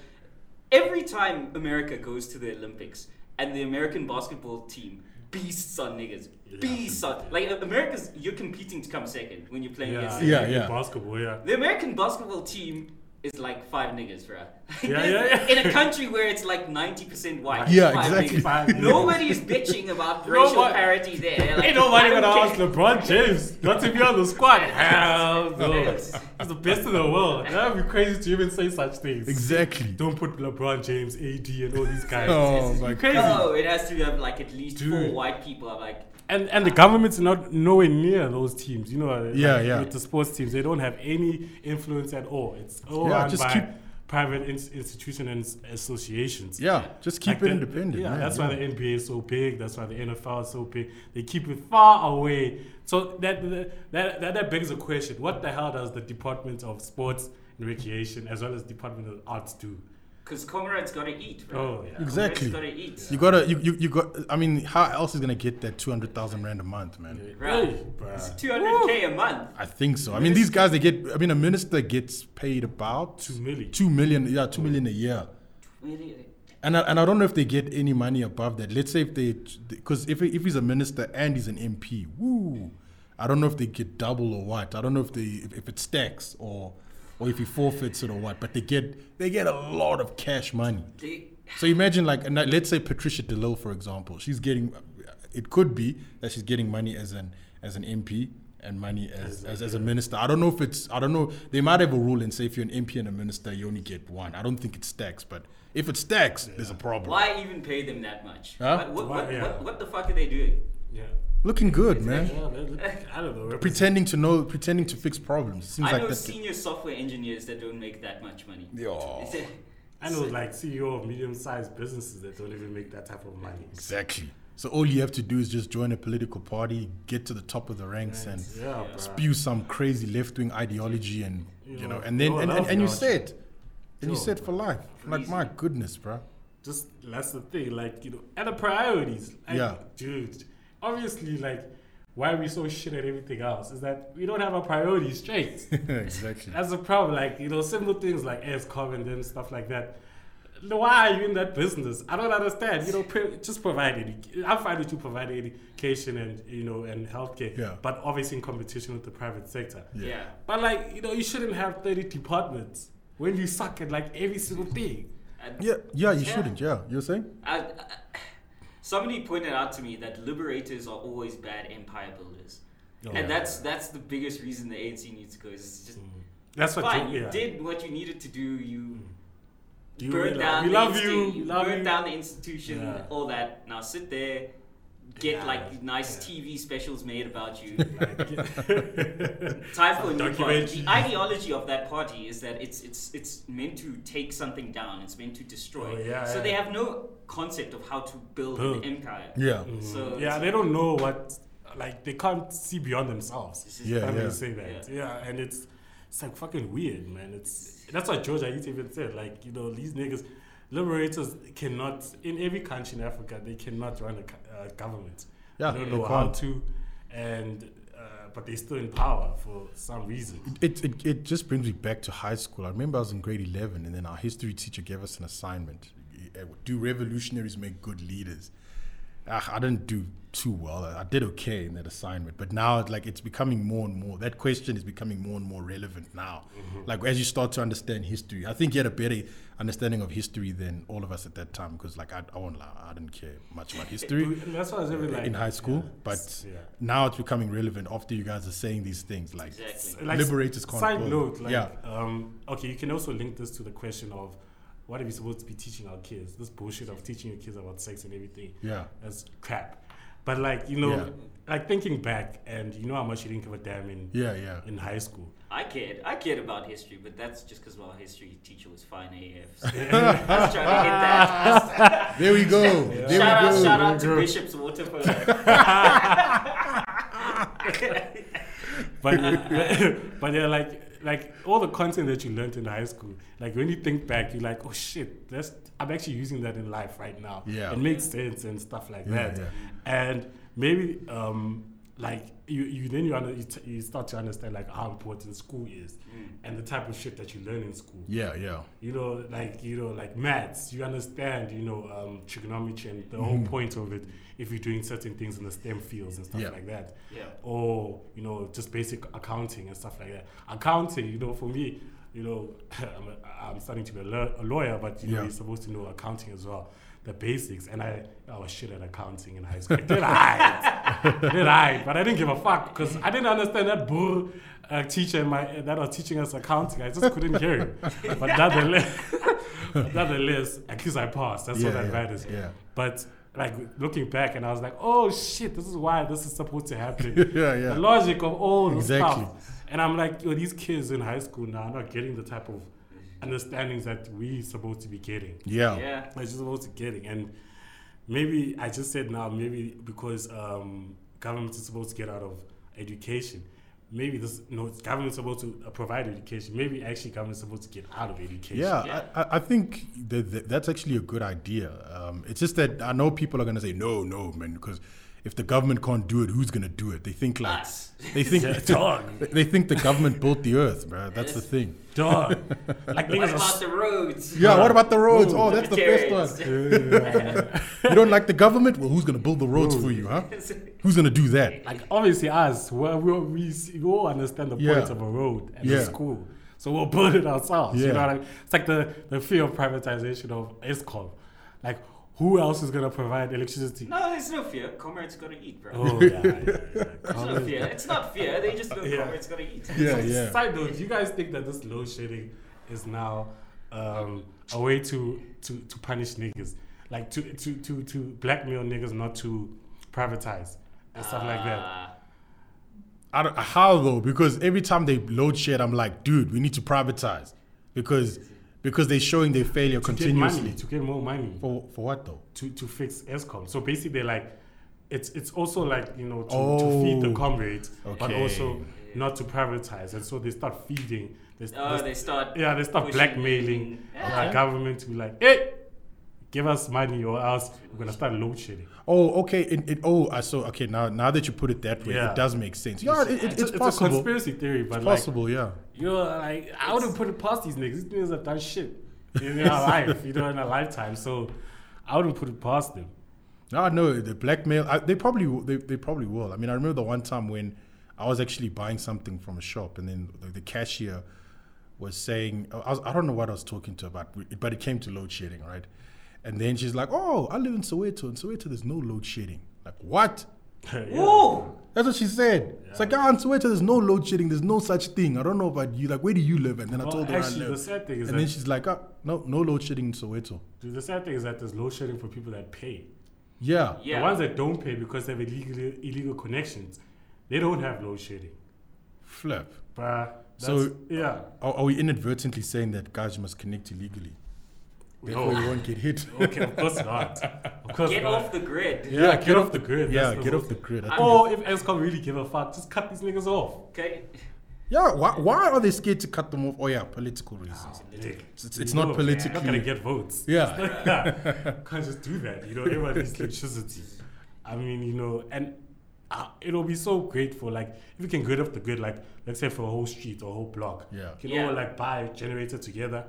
Speaker 3: every time America goes to the Olympics and the American basketball team beasts on niggas, beasts on like America's. You're competing to come second when you're playing
Speaker 2: yeah,
Speaker 3: against.
Speaker 1: Yeah,
Speaker 2: in
Speaker 1: yeah.
Speaker 2: basketball, yeah.
Speaker 3: The American basketball team is like five niggas, bruh.
Speaker 2: Yeah, yeah, yeah.
Speaker 3: In a country where it's like 90% white.
Speaker 1: Yeah,
Speaker 3: five
Speaker 1: exactly.
Speaker 3: niggas.
Speaker 2: Five niggas.
Speaker 3: Nobody is bitching about racial
Speaker 2: Nobody-
Speaker 3: parity there. Like,
Speaker 2: Ain't nobody
Speaker 3: I don't
Speaker 2: gonna ask
Speaker 3: care.
Speaker 2: LeBron James not to be on the squad. Hell no, he's
Speaker 3: Yes.
Speaker 2: the best in the world. That would be crazy to even say such things.
Speaker 1: Exactly.
Speaker 2: Don't put LeBron James, AD, and all these guys.
Speaker 1: Oh
Speaker 2: It's
Speaker 1: my
Speaker 2: crazy.
Speaker 3: No, it has to have like at least four
Speaker 2: Dude.
Speaker 3: white people. I'm like,
Speaker 2: And and the government's not nowhere near those teams. You know, like
Speaker 1: Yeah, yeah.
Speaker 2: With the sports teams, they don't have any influence at all. It's all
Speaker 1: Yeah,
Speaker 2: run
Speaker 1: just
Speaker 2: by
Speaker 1: keep-
Speaker 2: private ins- institutions and s- associations.
Speaker 1: Yeah, just keep
Speaker 2: Like
Speaker 1: it
Speaker 2: the-
Speaker 1: independent.
Speaker 2: Yeah,
Speaker 1: man,
Speaker 2: that's why the NBA is so big. That's why the NFL is so big. They keep it far away. So that that that, that begs a question: What the hell does the Department of Sports and Recreation, as well as Department of Arts, do?
Speaker 3: because comrades gotta eat, bro.
Speaker 2: Oh, yeah.
Speaker 1: Exactly.
Speaker 3: Comrades gotta eat.
Speaker 1: You gotta, you, you, you got. I mean, how else is gonna get that two hundred thousand rand a month, man?
Speaker 3: Right.
Speaker 2: Hey, bruh.
Speaker 3: It's 200k a month.
Speaker 1: I think so. I mean, these guys, they get. I mean, a minister gets paid about
Speaker 2: Two million.
Speaker 1: two million. Yeah, two million a year.
Speaker 3: Really?
Speaker 1: And I, and I don't know if they get any money above that. Let's say if they, because if if he's a minister and he's an MP, woo, I don't know if they get double or what. I don't know if they if, if it stacks or or if he forfeits it or what. But they get they get a lot of cash money.
Speaker 3: They-
Speaker 1: So imagine like and uh, let's say Patricia DeLille, for example, she's getting. It could be that she's getting money as an as an MP and money as as, as a minister. I don't know if it's. I don't know. They might have a rule and say if you're an MP and a minister, you only get one. I don't think it stacks, but if it stacks, there's a problem.
Speaker 3: Why even pay them that much?
Speaker 1: Huh?
Speaker 3: What, what,
Speaker 2: Why-
Speaker 3: what,
Speaker 2: yeah.
Speaker 3: what, what the fuck are they doing?
Speaker 2: Yeah.
Speaker 1: Looking good, man.
Speaker 2: Yeah, man, look, I don't know. represent-
Speaker 1: Pretending to know, pretending to fix problems. Seems
Speaker 3: I
Speaker 1: like
Speaker 3: know
Speaker 1: that's
Speaker 3: senior software engineers that don't make that much money.
Speaker 1: Yeah.
Speaker 2: I know, like CEO of medium-sized businesses that don't even make that type of money.
Speaker 1: exactly. So all you have to do is just join a political party, get to the top of the ranks, and
Speaker 2: Yeah, bruh.
Speaker 1: spew some crazy left-wing ideology and you
Speaker 2: Yeah.
Speaker 1: know and then
Speaker 2: No,
Speaker 1: and, and,
Speaker 2: that's
Speaker 1: and you
Speaker 2: not-
Speaker 1: said and you
Speaker 2: Sure,
Speaker 1: said for life like
Speaker 3: Crazy.
Speaker 1: my goodness bro
Speaker 2: just that's the thing, like you know, and the priorities. Like,
Speaker 1: Yeah.
Speaker 2: dude. Obviously, like why we so shit at everything else is that we don't have our priorities straight.
Speaker 1: exactly
Speaker 2: that's the problem. Like you know, simple things like ASCOM and then stuff like that. Why are you in that business? I don't understand. You know, pre- just provide edu- I'm fine with you providing education and you know and healthcare,
Speaker 1: Yeah.
Speaker 2: but obviously in competition with the private sector.
Speaker 1: Yeah.
Speaker 3: yeah.
Speaker 2: But like you know, you shouldn't have 30 departments when you suck at like every single thing.
Speaker 3: And-
Speaker 1: yeah yeah you
Speaker 3: Yeah.
Speaker 1: shouldn't yeah you're saying
Speaker 3: I, I, somebody pointed out to me that liberators are always bad empire builders,
Speaker 2: Oh,
Speaker 3: and
Speaker 2: yeah. Hmm.
Speaker 3: that's that's the biggest reason the ANC needs to go. Is it's just
Speaker 2: That's what
Speaker 3: fine.
Speaker 2: you,
Speaker 3: You
Speaker 2: yeah.
Speaker 3: did what you needed to do. You
Speaker 2: Do you
Speaker 3: burned
Speaker 2: realize-
Speaker 3: down.
Speaker 2: we
Speaker 3: the
Speaker 2: love
Speaker 3: insti-
Speaker 2: you. We love
Speaker 3: burned
Speaker 2: you.
Speaker 3: down the institution.
Speaker 2: Yeah.
Speaker 3: All that. Now sit there. Get
Speaker 2: Yeah.
Speaker 3: like nice
Speaker 2: Yeah.
Speaker 3: TV specials made about you.
Speaker 2: Like-
Speaker 3: Time for a new party.
Speaker 2: Documentary.
Speaker 3: The ideology of that party is that it's it's it's meant to take something down. It's meant to destroy.
Speaker 2: Oh, yeah,
Speaker 3: so
Speaker 2: yeah.
Speaker 3: they have no concept of how to build
Speaker 2: Build.
Speaker 3: an empire.
Speaker 1: yeah
Speaker 3: So
Speaker 2: yeah,
Speaker 3: it's-
Speaker 2: they don't know what like they can't see beyond themselves.
Speaker 3: This is-
Speaker 1: Yeah,
Speaker 2: I'm
Speaker 1: yeah.
Speaker 2: gonna say that. Yeah. and it's it's like fucking weird, man. It's that's what George Ayiti even said. Like you know, these niggas, liberators cannot in every country in Africa they cannot run a co- uh, government.
Speaker 1: Yeah,
Speaker 2: they don't
Speaker 1: they
Speaker 2: know how
Speaker 1: can't.
Speaker 2: to, and uh, but they're still in power for some reason.
Speaker 1: It, it, it just brings me back to high school. I remember I was in grade 11, and then our history teacher gave us an assignment Eh, Do revolutionaries make good leaders? Ah, I didn't do too well. I I did okay in that assignment, but now it's like it's becoming more and more. That question is becoming more and more relevant now.
Speaker 2: Mm-hmm.
Speaker 1: Like as you start to understand history, I think you had a better understanding of history than all of us at that time. Because like I, I won't lie, I didn't care much about history.
Speaker 2: And that's why I was even like
Speaker 1: in high school,
Speaker 2: yeah.
Speaker 1: but
Speaker 2: Yeah.
Speaker 1: now it's becoming relevant after you guys are saying these things. Like,
Speaker 3: Exactly.
Speaker 1: Liberators can't
Speaker 2: Side
Speaker 1: vote.
Speaker 2: note, like,
Speaker 1: Yeah.
Speaker 2: um, okay, you can also link this to the question of what are we supposed to be teaching our kids? This bullshit of teaching your kids about sex and everything.
Speaker 1: Yeah.
Speaker 2: That's crap. But like, you know,
Speaker 1: Yeah.
Speaker 2: like thinking back and you know how much you didn't give a damn in
Speaker 1: yeah, yeah,
Speaker 2: in high school.
Speaker 3: I cared. I cared about history, but that's just because my history teacher was fine AF. So I was trying to hit that.
Speaker 1: There we go. There
Speaker 3: shout out,
Speaker 1: we go.
Speaker 3: shout out to Bishop's Water for
Speaker 2: But but, but yeah, like like all the content that you learned in high school, like when you think back, you're like, oh shit, that's I'm actually using that in life right now.
Speaker 1: Yeah.
Speaker 2: it makes sense and stuff like
Speaker 1: Yeah,
Speaker 2: that.
Speaker 1: yeah.
Speaker 2: And maybe um, like you, you then you, under, you, t- you start to understand like how important school is and the type of shit that you learn in school.
Speaker 1: Mm. Yeah, yeah.
Speaker 2: You know, like you know, like maths. You understand, you know, um, trigonometry and the
Speaker 1: Mm-hmm.
Speaker 2: whole point of it. If you're doing certain things in the STEM fields and stuff
Speaker 1: Yeah.
Speaker 2: like that
Speaker 3: Yeah.
Speaker 2: or Oh, you know just basic accounting and stuff like that accounting you know for me you know i'm, a, I'm starting to be a, law- a lawyer but you know
Speaker 1: Yeah.
Speaker 2: you're supposed to know accounting as well the basics and i i was shit at accounting in high school I did i did i but i didn't give a fuck because i didn't understand that bull uh, teacher in my that was teaching us accounting i just couldn't hear him but nonetheless but nonetheless at least i passed that's what
Speaker 1: Yeah,
Speaker 2: that
Speaker 1: yeah,
Speaker 2: matters
Speaker 1: yeah.
Speaker 2: but like looking back and i was like oh shit this is why this is supposed to happen
Speaker 1: Yeah, yeah.
Speaker 2: the logic of all the
Speaker 1: Exactly.
Speaker 2: stuff. And I'm like, yo, these kids in high school now are not getting the type of understandings that we supposed to be getting.
Speaker 1: Yeah.
Speaker 3: Yeah.
Speaker 2: That you're supposed to getting. And maybe I just said now, maybe because um, government is supposed to get out of education. Maybe this no, it's government's supposed to uh, provide education. Maybe actually government's supposed to get out of education.
Speaker 1: Yeah,
Speaker 3: Yeah.
Speaker 1: I, I- I think that, that that's actually a good idea. Um, it's just that I know people are going to say, no, no, man, because if the government can't do it, who's going to do it? They think like,
Speaker 3: Us.
Speaker 1: they think,
Speaker 2: Yeah, dog.
Speaker 1: they they think the government built the earth, bro. That's the thing.
Speaker 2: Dog. like
Speaker 3: What
Speaker 2: niggas are
Speaker 3: about
Speaker 2: s-
Speaker 3: the roads?
Speaker 1: Yeah, what about the roads?
Speaker 2: No.
Speaker 1: Oh, that's the first one. You don't like the government? Well, who's going to build the roads for you, huh? Who's going to do that?
Speaker 2: like obviously us we we, we, s- we all understand the
Speaker 1: Yeah.
Speaker 2: point of a road and
Speaker 1: Yeah.
Speaker 2: a school so we'll build it ourselves you
Speaker 1: Yeah.
Speaker 2: know what I mean? it's like the, the fear of privatization of escom like who else is going to provide electricity
Speaker 3: No, there's no fear. Comrades gotta eat, bro.
Speaker 2: oh yeah, yeah, yeah.
Speaker 3: There's no fear. It's not fear. They just know
Speaker 2: Yeah.
Speaker 3: comrades gotta eat.
Speaker 1: Yeah, yeah.
Speaker 2: side note do you guys think that this load shedding is now um, a way to, to to punish niggas like to to to, to blackmail niggas not to privatize and stuff like that
Speaker 3: Ah.
Speaker 1: I don't, how though? Because every time they load shit, I'm like, dude, we need to privatize, because because they're showing their failure
Speaker 2: get money
Speaker 1: continuously.
Speaker 2: to get more money
Speaker 1: For for what though?
Speaker 2: to, to fix ESCOM. So basically, they're like, it's it's also like you know to, to
Speaker 1: Oh.
Speaker 2: feed the comrades, but
Speaker 1: Okay.
Speaker 2: also not to privatize, and so they start feeding. They, s-
Speaker 3: Oh,
Speaker 2: they
Speaker 3: they
Speaker 2: s-
Speaker 3: start.
Speaker 2: yeah, they start
Speaker 3: pushing- Uh-huh.
Speaker 2: blackmailing
Speaker 3: Yeah.
Speaker 2: the government to be like, hey, give us money or else we're gonna start load shedding.
Speaker 1: Oh, okay. It, it, oh, I saw. Okay, now now that you put it that way,
Speaker 2: Yeah.
Speaker 1: it does make sense. Yeah, it, it- it's,
Speaker 2: a
Speaker 1: possible.
Speaker 2: conspiracy theory, but like,
Speaker 1: possible, yeah.
Speaker 2: you know, like I wouldn't put it past these niggas. These niggas have done shit in our life, you know, in our lifetime. So I wouldn't put it past them.
Speaker 1: No, no, the blackmail. I, they probably w- they, they probably will. I mean, I remember the one time when I was actually buying something from a shop, and then the, the cashier was saying, I, was, I don't know what I was talking to about, but it came to load shedding, right? And then she's like, "Oh, I live in Soweto, and Soweto there's no load shedding." Like what?
Speaker 2: Yeah.
Speaker 3: Whoa!
Speaker 1: That's what she said. It's like, ah, in Soweto, there's no load shedding. There's no such thing. I don't know about you. Like, where do you live? And then I
Speaker 2: Well,
Speaker 1: told her I
Speaker 2: actually, the
Speaker 1: live.
Speaker 2: sad thing is
Speaker 1: and
Speaker 2: that
Speaker 1: then she's like, ah, no, no load shedding in Soweto.
Speaker 2: Dude, the sad thing is that there's load shedding for people that pay.
Speaker 1: Yeah.
Speaker 3: Yeah.
Speaker 2: The ones that don't pay because they have illegal illegal connections, they don't have load shedding.
Speaker 1: Flip.
Speaker 2: Bruh. That's,
Speaker 1: So-
Speaker 2: yeah,
Speaker 1: Are, are we inadvertently saying that guys you must connect illegally? Therefore,
Speaker 2: No.
Speaker 1: you won't get hit.
Speaker 2: Okay, of course not. Of course
Speaker 3: Get
Speaker 2: not.
Speaker 3: off the grid.
Speaker 2: Yeah, get off the grid.
Speaker 1: Yeah,
Speaker 2: That's the
Speaker 1: get
Speaker 2: whole
Speaker 1: off the
Speaker 2: thing.
Speaker 1: grid. Oh, I think
Speaker 2: Or if ESCOM really give a fuck, just cut these niggas off.
Speaker 3: Okay.
Speaker 1: Yeah, why, why are they scared to cut them off? Oh yeah, political reasons.
Speaker 2: Nick,
Speaker 1: It's-
Speaker 2: you
Speaker 1: it's
Speaker 2: know,
Speaker 1: not
Speaker 2: You're not gonna
Speaker 1: politically-
Speaker 2: get votes.
Speaker 1: Yeah,
Speaker 2: Can't just do that. You know, everyone needs electricity. I mean, you know, and uh, it'll be so great for like if you can get off the grid, like let's say for a whole street or a whole block.
Speaker 1: Yeah.
Speaker 2: You can all
Speaker 3: Yeah.
Speaker 2: like buy a generator together,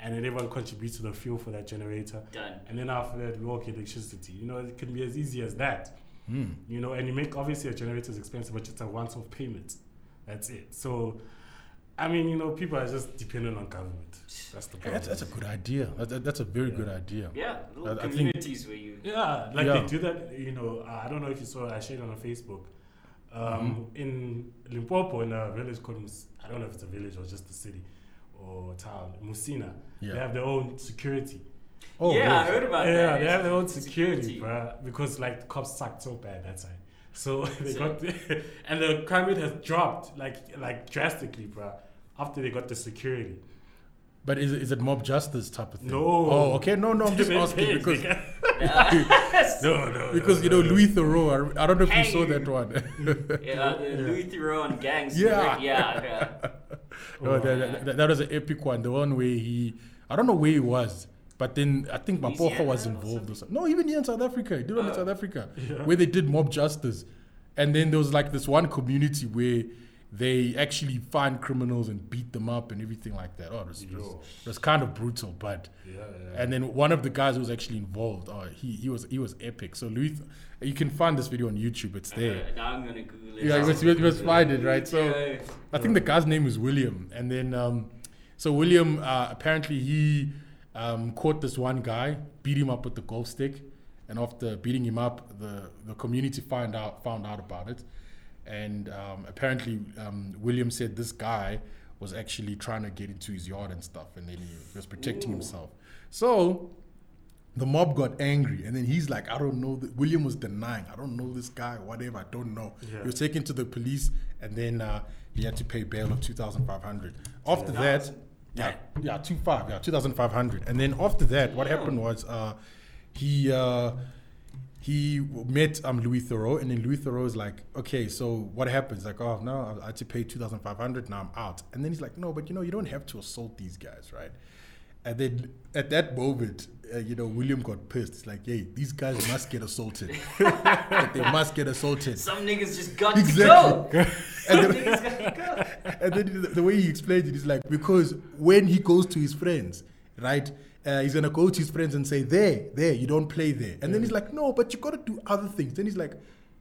Speaker 2: and then everyone contributes to the fuel for that generator.
Speaker 3: Done.
Speaker 2: And then after that, we all get electricity. You know, it can be as easy as that.
Speaker 1: Hmm.
Speaker 2: You know, and you make obviously a generator is expensive, but it's a once-off payment. That's it. So, I mean, you know, people are just dependent on government. That's the problem.
Speaker 1: that's, that's a good idea. That, that- that's a very good idea.
Speaker 3: Yeah, little
Speaker 1: I- I think-
Speaker 3: communities where you.
Speaker 2: Yeah, like
Speaker 1: Yeah.
Speaker 2: they do that. You know, uh, I don't know if you saw. I shared on Facebook. Um,
Speaker 1: Mm-hmm.
Speaker 2: In Limpopo, in a village called Mus- I don't know if it's a village or just a city or town, Musina. They
Speaker 1: Yeah.
Speaker 2: have their own security.
Speaker 1: Oh,
Speaker 3: yeah, I
Speaker 1: yes.
Speaker 3: heard about that.
Speaker 2: yeah, they
Speaker 3: It's-
Speaker 2: have their own
Speaker 3: it's
Speaker 2: security, bruh, because like the cops sucked so bad that time. So they
Speaker 3: So-
Speaker 2: got and the crime rate has dropped like like drastically, bruh, after they got the security.
Speaker 1: But is, it- is it mob justice type of thing?
Speaker 2: No.
Speaker 1: Oh, okay. No, no. I'm just
Speaker 2: They
Speaker 1: asking
Speaker 2: paid,
Speaker 1: because
Speaker 2: nigga. no, no,
Speaker 1: because
Speaker 2: no,
Speaker 1: you know
Speaker 2: no, no.
Speaker 1: Louis Thoreau. I, I don't know if you saw
Speaker 3: Hey.
Speaker 1: that one.
Speaker 3: Yeah, uh, the Louis Theroux and gangs.
Speaker 1: Yeah.
Speaker 3: Yeah, yeah.
Speaker 1: no, Oh, that, that, that was an epic one. The one where he, I don't know where he was, but then I think Mapocha
Speaker 3: Louisiana
Speaker 1: was
Speaker 3: or
Speaker 1: involved or something. No, even here in South Africa, he did one in
Speaker 3: Oh.
Speaker 1: South Africa where they did mob justice, and then there was like this one community where they actually find criminals and beat them up and everything like that. Oh, it was, it was,
Speaker 2: Yo.
Speaker 1: it was kind of brutal, but.
Speaker 2: Yeah, yeah.
Speaker 1: And then one of the guys who was actually involved, oh, he, he was he was epic. So Louis, you can find this video on YouTube. It's there.
Speaker 3: Uh, now I'm gonna Google it.
Speaker 1: Yeah, you must, you must find it, right? So
Speaker 3: Yeah.
Speaker 1: I think the guy's name is William. And then, um, so William, uh, apparently he um, caught this one guy, beat him up with the golf stick. And after beating him up, the, the community find out, found out about it. And um, apparently um, William said this guy was actually trying to get into his yard and stuff. And then he was protecting himself. So the mob got angry and then he's like i don't know th- william was denying i don't know this guy whatever i don't know
Speaker 2: Yeah.
Speaker 1: he was taken to the police and then uh, he had to pay bail of 2500 after that yeah yeah 25 yeah 2500 and then after that what happened was uh, he uh, he w- met um, Louis Thoreau, and then Louis Thoreau is like, okay, so what happens? Like, oh no, I had to pay two thousand five hundred. Now I'm out. And then he's like, no, but you know, you don't have to assault these guys, right? And then at that moment, uh, you know, William got pissed. It's like, hey, these guys must get assaulted. Like, they must get assaulted.
Speaker 3: Some niggas just got
Speaker 1: Exactly.
Speaker 3: to go. Some
Speaker 1: And
Speaker 3: niggas got to go.
Speaker 1: and then the- the way he explained it is like because when he goes to his friends, right, uh, he's gonna go to his friends and say, "There, there, you don't play there." And then he's like, "No, but you gotta do other things." Then he's like,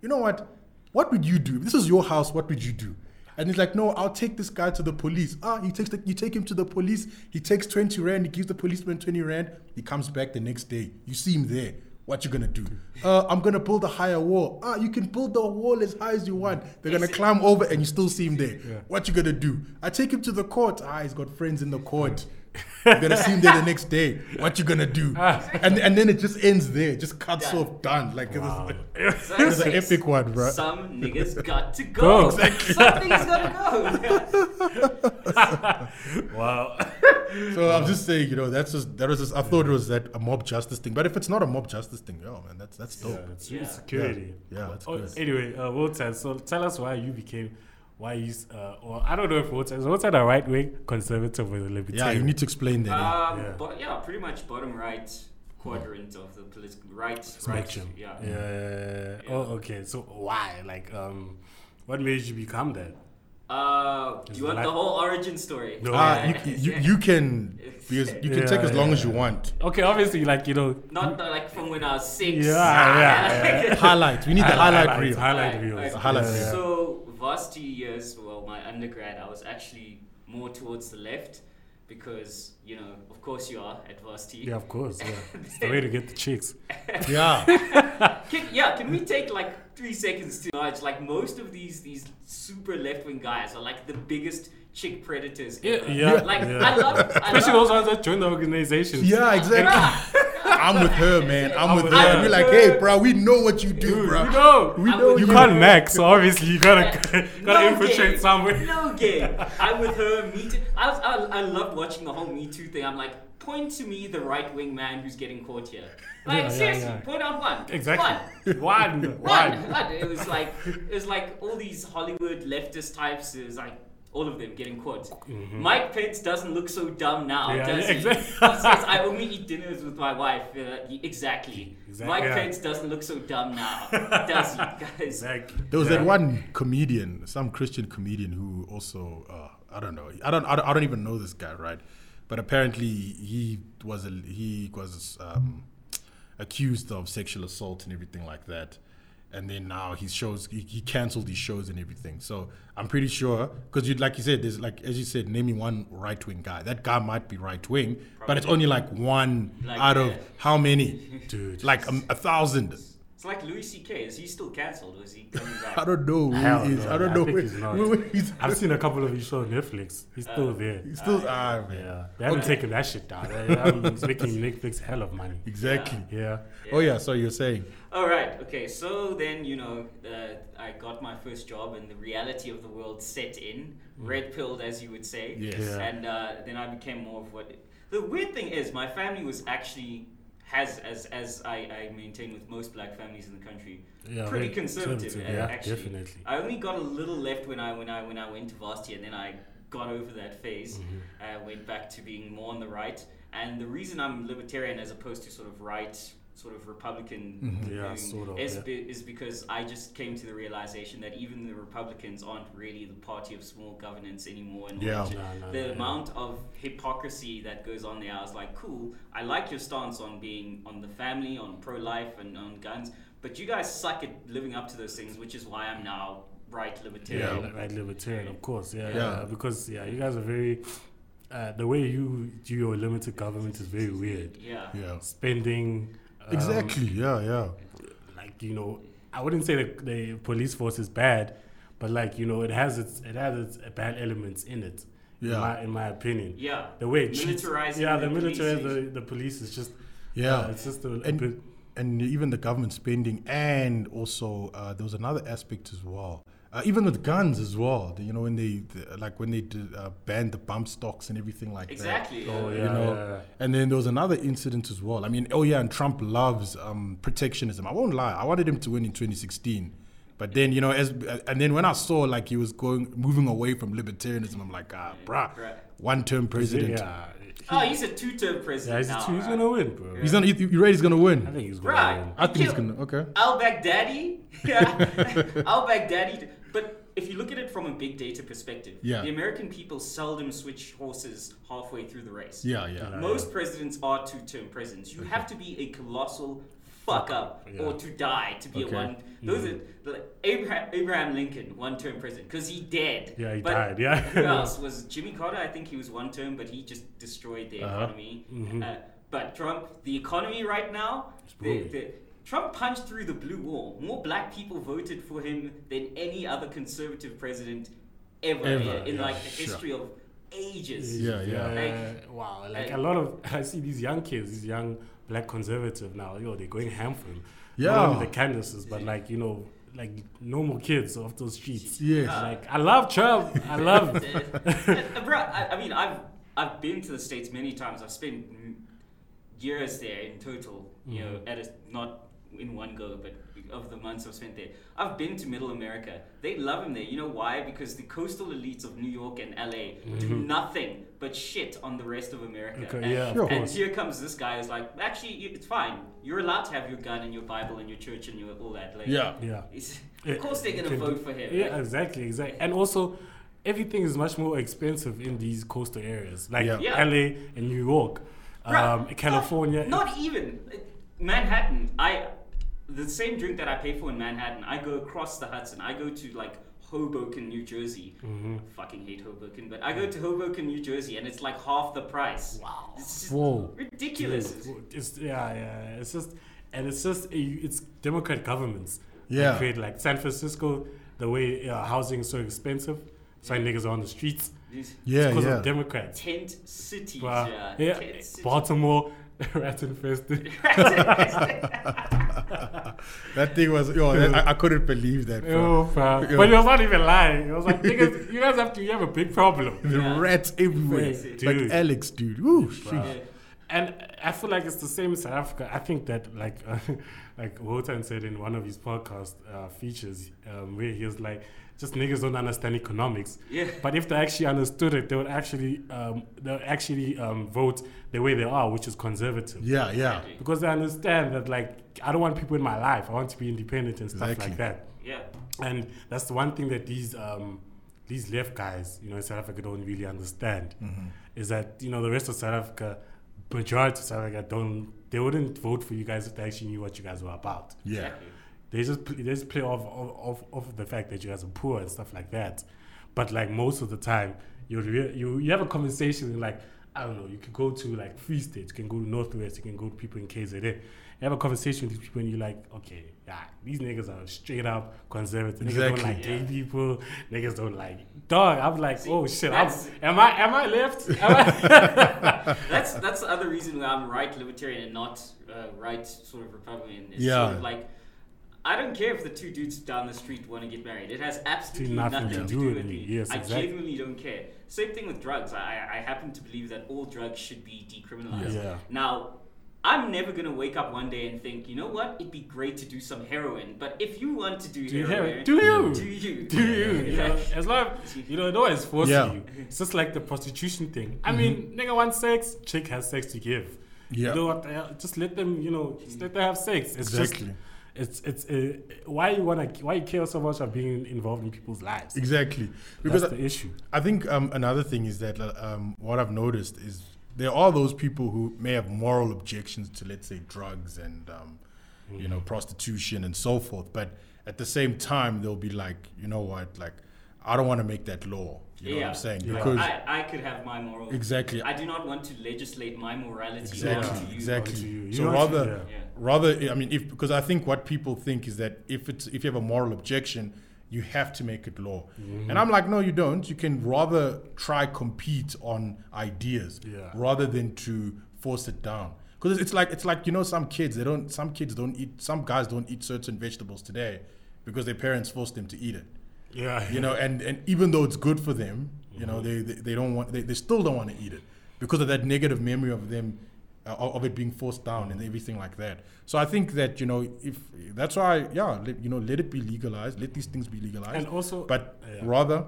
Speaker 1: "You know what? What would you do? If this was your house. What would you do?" And he's like, "No, I'll take this guy to the police." Ah, he takes the, you take him to the police. He takes twenty rand. He gives the policeman twenty rand. He comes back the next day. You see him there. What you gonna do? Uh, I'm gonna build a higher wall. Ah, you can build the wall as high as you want. They're gonna climb over, and you still see him there. What you gonna do? I take him to the court. Ah, he's got friends in the court. You're gonna see him there the next day. What you gonna do?
Speaker 2: Ah.
Speaker 1: and and then it just ends there. It Just cuts
Speaker 3: Done.
Speaker 1: off. Done. Like it was,
Speaker 3: So
Speaker 1: it was
Speaker 3: it's-
Speaker 1: an epic one, bro.
Speaker 3: Some niggas got to go. Some niggas got to go. Um,
Speaker 2: Wow.
Speaker 1: So I'm just saying, you know, that's just that was just. I thought it was that a mob justice thing, but if it's not a mob justice thing, yo, man, that's that's dope.
Speaker 2: Yeah, Oh, it's really
Speaker 3: Yeah.
Speaker 2: security.
Speaker 1: Yeah, yeah, that's
Speaker 2: oh,
Speaker 1: good.
Speaker 2: Anyway, uh, Wotan, so tell us why you became, why you, s- uh, or I don't know if Wotan, is Wotan a right wing, conservative, or a libertarian?
Speaker 1: Yeah, you need to explain that. yeah.
Speaker 3: Um,
Speaker 2: Yeah.
Speaker 3: But yeah, pretty much bottom right quadrant of the political right.
Speaker 2: spectrum.
Speaker 3: Right, yeah.
Speaker 2: Yeah. Oh, okay. So why? Like, um, what made you become that?
Speaker 3: Uh, do
Speaker 2: Is
Speaker 3: you want
Speaker 2: like-
Speaker 3: the whole origin story?
Speaker 2: No.
Speaker 1: Ah,
Speaker 2: Uh,
Speaker 1: you, you, you can because you can
Speaker 2: Yeah,
Speaker 1: take as long
Speaker 2: yeah.
Speaker 1: as you want.
Speaker 2: Okay, obviously, like you know.
Speaker 3: Not the, like from when I was six.
Speaker 2: Yeah, yeah,
Speaker 3: Like-
Speaker 1: Highlight. We need the highlight
Speaker 2: highlights,
Speaker 1: reel.
Speaker 2: Highlight
Speaker 3: Right,
Speaker 2: reels.
Speaker 3: right.
Speaker 1: The highlight
Speaker 2: Yeah.
Speaker 1: reel.
Speaker 3: So varsity years, well, my undergrad, I was actually more towards the left because you know, of course, you are at varsity.
Speaker 2: Yeah, of course. Yeah. it's the way to get the chicks.
Speaker 1: Yeah,
Speaker 3: Can, yeah, can we take like three seconds to acknowledge like most of these these super left wing guys are like the biggest chick predators. ever.
Speaker 2: yeah,
Speaker 3: Like
Speaker 2: yeah.
Speaker 3: I love, I
Speaker 2: Especially
Speaker 3: love
Speaker 2: those ones that join the organization.
Speaker 1: yeah, exactly. I'm with her, man. I'm, with, her.
Speaker 2: her.
Speaker 1: We're like, hey, bro, we know what you do,
Speaker 2: Dude,
Speaker 1: bro.
Speaker 2: we know.
Speaker 1: We
Speaker 3: I'm
Speaker 1: know
Speaker 3: with
Speaker 2: You
Speaker 1: you.
Speaker 3: her.
Speaker 2: can't max, so obviously you gotta gotta
Speaker 3: No
Speaker 2: infiltrate
Speaker 3: game.
Speaker 2: somewhere.
Speaker 3: No game. I with her. Me too. I, was, I I loved watching the whole Me Too thing. I'm like, point to me the right wing man who's getting caught here.
Speaker 2: Yeah,
Speaker 3: Like
Speaker 2: yeah,
Speaker 3: seriously,
Speaker 2: yeah.
Speaker 3: point out one. One.
Speaker 2: Exactly. One.
Speaker 3: One,
Speaker 2: One.
Speaker 3: one. It was like it was like all these Hollywood leftist types. It was like all of them getting caught. Mike Pence doesn't look so dumb now,
Speaker 2: Mm-hmm. Yeah,
Speaker 3: does
Speaker 2: yeah,
Speaker 3: he?
Speaker 2: exact-
Speaker 3: he says, "I only eat dinners with my wife." Uh, he- exactly.
Speaker 2: Exact-
Speaker 3: Mike
Speaker 2: yeah.
Speaker 3: Pence doesn't look so dumb now, does he, guys?
Speaker 2: Exactly.
Speaker 1: There was
Speaker 2: Yeah.
Speaker 1: that one comedian, some Christian comedian who also uh, I don't know. I don't, I don't I don't even know this guy, right? But apparently he was a, he was um, accused of sexual assault and everything like that. And then now his shows he, he canceled his shows and everything. So I'm pretty sure because you like you said there's like as you said name me one right wing guy. That guy might be right wing, but it's only like one
Speaker 3: Like,
Speaker 1: out of
Speaker 3: yeah.
Speaker 1: how many?
Speaker 2: Dude.
Speaker 1: Like um, a thousand.
Speaker 3: It's like Louis C.K. Is he still cancelled? Was he coming back?
Speaker 1: I don't know. who
Speaker 2: Hell
Speaker 1: he is.
Speaker 2: no,
Speaker 1: I don't
Speaker 2: I
Speaker 1: know.
Speaker 2: think
Speaker 1: where-
Speaker 2: he's not.
Speaker 1: where- where he's-
Speaker 2: I've seen a couple of his shows on Netflix. Uh, He's still there.
Speaker 1: It's still ah man.
Speaker 2: Yeah. They haven't taken that shit down. They- I mean, It's making Netflix hell of money.
Speaker 1: Exactly.
Speaker 2: Yeah.
Speaker 1: Oh yeah, so you're saying
Speaker 3: All right. Okay. So then, you know, uh, I got my first job, and the reality of the world set in,
Speaker 2: Mm.
Speaker 3: red pilled, as you would say.
Speaker 1: Yes.
Speaker 2: Yeah.
Speaker 3: And uh, then I became more of what. The weird thing is, my family was actually has as as I, I maintain with most black families in the country,
Speaker 2: Yeah,
Speaker 3: pretty
Speaker 2: very
Speaker 3: conservative.
Speaker 2: conservative,
Speaker 3: uh,
Speaker 2: yeah,
Speaker 3: actually,
Speaker 2: definitely.
Speaker 3: I only got a little left when I when I when I went to varsity, and then I got over that phase.
Speaker 2: Mm-hmm.
Speaker 3: I went back to being more on the right. And the reason I'm libertarian as opposed to sort of right, sort of Republican,
Speaker 2: Mm-hmm. Yeah,
Speaker 3: voting
Speaker 2: sort of,
Speaker 3: is,
Speaker 2: yeah.
Speaker 3: be- is because I just came to the realization that even the Republicans aren't really the party of small governance anymore. And all
Speaker 1: Yeah.
Speaker 3: that shit.
Speaker 2: No, no,
Speaker 3: the
Speaker 2: no,
Speaker 3: amount of hypocrisy that goes on there, I was like, cool. I like your stance on being on the family, on pro-life, and on guns, but you guys suck at living up to those things, which is why I'm now right libertarian.
Speaker 2: Yeah, right, libertarian, of course. Yeah,
Speaker 1: Yeah.
Speaker 2: yeah. Because yeah, you guys are very. Uh, the way you do your limited government is very weird.
Speaker 3: Yeah.
Speaker 2: Um,
Speaker 1: yeah.
Speaker 2: Spending. um,
Speaker 1: Exactly. Yeah, yeah.
Speaker 2: like you know, I wouldn't say the, the police force is bad, but like you know, it has its it has its bad elements in it.
Speaker 1: Yeah.
Speaker 2: In my, in my opinion.
Speaker 3: Yeah.
Speaker 2: The way it treats-
Speaker 3: Militarizing
Speaker 2: Yeah, the
Speaker 3: the police
Speaker 2: military,
Speaker 3: is-
Speaker 2: the, the police is just.
Speaker 1: Yeah.
Speaker 2: uh, it's just a, a
Speaker 1: And-
Speaker 2: bit.
Speaker 1: And even the government spending, and also uh, there was another aspect as well. Uh, even with guns as well, you know, when they the, like when they did, uh, banned the bump stocks and everything like that.
Speaker 3: Exactly.
Speaker 2: Oh
Speaker 3: yeah.
Speaker 2: yeah.
Speaker 1: You know,
Speaker 2: yeah.
Speaker 1: and then there was another incident as well. I mean, oh yeah, and Trump loves um, protectionism. I won't lie, I wanted him to win in 2016, but then you know, as and then when I saw like he was going moving away from libertarianism, I'm like, ah, bruh,
Speaker 3: Right.
Speaker 1: one-term president.
Speaker 2: Yeah.
Speaker 3: Oh, he's a two-term
Speaker 2: Yeah,
Speaker 3: president
Speaker 2: he's,
Speaker 3: now. Uh,
Speaker 2: he's
Speaker 3: right?
Speaker 2: gonna win, bro.
Speaker 1: He's gonna. You, you ready? He's gonna win.
Speaker 2: I think he's gonna
Speaker 3: Right.
Speaker 2: win.
Speaker 1: I think he's
Speaker 3: Kill-
Speaker 1: gonna. Okay.
Speaker 3: Al Baghdadi, yeah, Al Baghdadi. But if you look at it from a big data perspective,
Speaker 1: Yeah.
Speaker 3: the American people seldom switch horses halfway through the race.
Speaker 1: Yeah, yeah.
Speaker 3: Most presidents are two-term presidents. You have to be a colossal fuck up
Speaker 2: Yeah.
Speaker 3: or to die to be
Speaker 1: Okay. Mm-hmm.
Speaker 3: a one. Those are like Abraham, Abraham Lincoln, one-term president, because he dead.
Speaker 2: Yeah, he
Speaker 3: But
Speaker 2: died, yeah.
Speaker 3: who else was Jimmy Carter? I think he was one term, but he just destroyed the
Speaker 1: Uh-huh.
Speaker 3: economy. Uh, but Trump, the economy right now, the,
Speaker 2: booming.
Speaker 3: the, Trump punched through the blue wall. More black people voted for him than any other conservative president ever,
Speaker 1: Ever,
Speaker 3: in- in
Speaker 1: yeah,
Speaker 3: like the
Speaker 1: sure.
Speaker 3: history of ages.
Speaker 1: Yeah, yeah.
Speaker 3: Like-
Speaker 2: wow, like
Speaker 3: like-
Speaker 2: a lot of I see these young kids, these young black conservative now. Yo, they're going ham for him.
Speaker 1: Yeah.
Speaker 2: not only the Candaces, but like you know, like normal kids off those streets.
Speaker 1: Yes.
Speaker 2: like I love Trump. I love.
Speaker 3: Uh, bro, I, I mean, I've I've been to the states many times. I've spent mm, years there in total. You know,
Speaker 2: Mm.
Speaker 3: at a, not in one go, but of the months I've spent there, I've been to Middle America. They love him there. You know why? Because the coastal elites of New York and LA do nothing but shit on the rest of America.
Speaker 2: Mm-hmm. Okay,
Speaker 3: and,
Speaker 2: yeah, of
Speaker 1: Sure.
Speaker 3: and
Speaker 2: course.
Speaker 3: here comes this guy is like, actually, you- it's fine. You're allowed to have your gun and your Bible and your church and your all that. Like,
Speaker 1: Yeah.
Speaker 2: yeah.
Speaker 3: it's-
Speaker 2: Yeah,
Speaker 3: of course they're gonna
Speaker 2: can do-
Speaker 3: vote for him.
Speaker 2: Yeah, exactly, exactly. And also, everything is much more expensive in these coastal areas, like
Speaker 1: Yeah.
Speaker 3: Yeah.
Speaker 2: LA and New York,
Speaker 3: Bruh,
Speaker 2: um, California.
Speaker 3: Not, not even uh, Manhattan. I the same drink that I pay for in Manhattan. I go across the Hudson. I go to like Hoboken, New Jersey.
Speaker 2: Mm-hmm.
Speaker 3: I fucking hate Hoboken, but I go to Hoboken, New Jersey, and it's like half the price. Wow, it's just
Speaker 2: Whoa.
Speaker 3: ridiculous.
Speaker 2: It's, yeah, yeah. It's just, and it's just, eh, it's Democrat governments. that
Speaker 1: Yeah.
Speaker 2: Create like San Francisco, the way uh, housing is so expensive, so niggas are on the streets.
Speaker 3: These
Speaker 1: Yeah,
Speaker 2: because
Speaker 1: yeah.
Speaker 2: of Democrats.
Speaker 3: tent cities,
Speaker 2: Bruh.
Speaker 3: yeah,
Speaker 2: yeah.
Speaker 3: tent cities.
Speaker 2: Baltimore, rat infested.
Speaker 1: that thing was. Yo, that- I, I couldn't believe that. bro.
Speaker 2: Yo, bruh.
Speaker 1: Yo.
Speaker 2: But he was not even lying. It was like, niggas, you guys have to, you have a big problem.
Speaker 1: The rats everywhere,
Speaker 2: Dude.
Speaker 1: like Alex, dude. Woo, shit.
Speaker 3: Yeah.
Speaker 2: and I feel like it's the same in South Africa. I think that, like, like Wotan said in one of his podcast uh, features, um, where he was like, just niggas don't understand economics.
Speaker 3: Yeah.
Speaker 2: But if they actually understood it, they would actually, um, they would actually um, vote the way they are, which is conservative.
Speaker 1: Yeah, yeah.
Speaker 2: Because they understand that, like, I don't want people in my life. I want to be independent and stuff
Speaker 1: Exactly.
Speaker 2: like that.
Speaker 3: Yeah.
Speaker 2: And that's the one thing that these um, these left guys, you know, in South Africa don't really understand is that you know the rest of South Africa, majority of South Africa don't they wouldn't vote for you guys if they actually knew what you guys were about.
Speaker 1: Yeah.
Speaker 3: Exactly.
Speaker 2: They just pl- they just play off off, off off the fact that you guys are poor and stuff like that. But like most of the time, you rea- you you have a conversation and like I don't know, you could go to like Free State, you can go to Northwest, you can go to people in KZN. You have a conversation with these people and you're like, okay, yeah, these niggas are straight up conservative. Niggas
Speaker 1: Exactly.
Speaker 2: don't like gay
Speaker 3: Yeah.
Speaker 2: people. Niggas don't like dog. I'm like,
Speaker 3: See,
Speaker 2: oh shit, I'm,
Speaker 3: that's-
Speaker 2: am I am I left? Am I?
Speaker 3: That's that's the other reason why I'm right libertarian and not uh, right sort of Republican. It's
Speaker 1: Yeah.
Speaker 3: sort of like I don't care if the two dudes down the street want to get married. It has absolutely
Speaker 2: nothing
Speaker 3: nothing,
Speaker 2: to
Speaker 3: to
Speaker 2: do with
Speaker 3: with
Speaker 2: me.
Speaker 3: me.
Speaker 2: Yes,
Speaker 3: I
Speaker 2: exactly.
Speaker 3: genuinely don't care. Same thing with drugs. I, I happen to believe that all drugs should be decriminalized.
Speaker 2: Yeah.
Speaker 3: Now, I'm never gonna wake up one day and think, you know what? It'd be great to do some heroin. But if you want to do,
Speaker 2: Do you hear
Speaker 3: heroin,
Speaker 2: it? Do you?
Speaker 3: Do you?
Speaker 2: Do you? you know,
Speaker 3: Yeah.
Speaker 2: as long you know, no one's forcing
Speaker 1: Yeah. Mm-hmm.
Speaker 2: you. It's just like the prostitution thing. I mean, nigga wants sex, chick has sex to give.
Speaker 1: Yeah.
Speaker 2: You know what? the hell, Just let them. You know, just let them have sex. It's
Speaker 1: Exactly.
Speaker 2: just, it's it's uh, why you wanna why you care so much of being involved in people's lives.
Speaker 1: Exactly.
Speaker 2: That's
Speaker 1: Because I-
Speaker 2: the issue.
Speaker 1: I think um, another thing is that uh, um, what I've noticed is there are those people who may have moral objections to, let's say, drugs and um, you
Speaker 3: Mm.
Speaker 1: know prostitution and so forth. But at the same time, they'll be like, you know what, like I don't want to make that law. You know what
Speaker 3: Yeah.
Speaker 1: I'm saying?
Speaker 2: Yeah.
Speaker 1: Because
Speaker 3: I, I could have my moral.
Speaker 1: exactly,
Speaker 3: I do not want to legislate my morality onto
Speaker 1: exactly,
Speaker 3: you.
Speaker 1: exactly.
Speaker 2: Onto you. You
Speaker 1: So
Speaker 2: know what you-
Speaker 1: rather,
Speaker 3: yeah. Yeah.
Speaker 1: rather, I mean, if because I think what people think is that if it's if you have a moral objection, you have to make it law. And I'm like, no, you don't. You can rather try compete on ideas
Speaker 2: Yeah.
Speaker 1: rather than to force it down. Because it's like it's like you know some kids they don't some kids don't eat some guys don't eat certain vegetables today because their parents forced them to eat it.
Speaker 2: Yeah.
Speaker 1: You know, and and even though it's good for them, you know, they they, they don't want they, they still don't want to eat it because of that negative memory of them uh, of of it being forced down and everything like that. So I think that you know if that's why yeah let, you know let it be legalized, let these things be legalized,
Speaker 2: And also-
Speaker 1: but
Speaker 2: yeah.
Speaker 1: rather.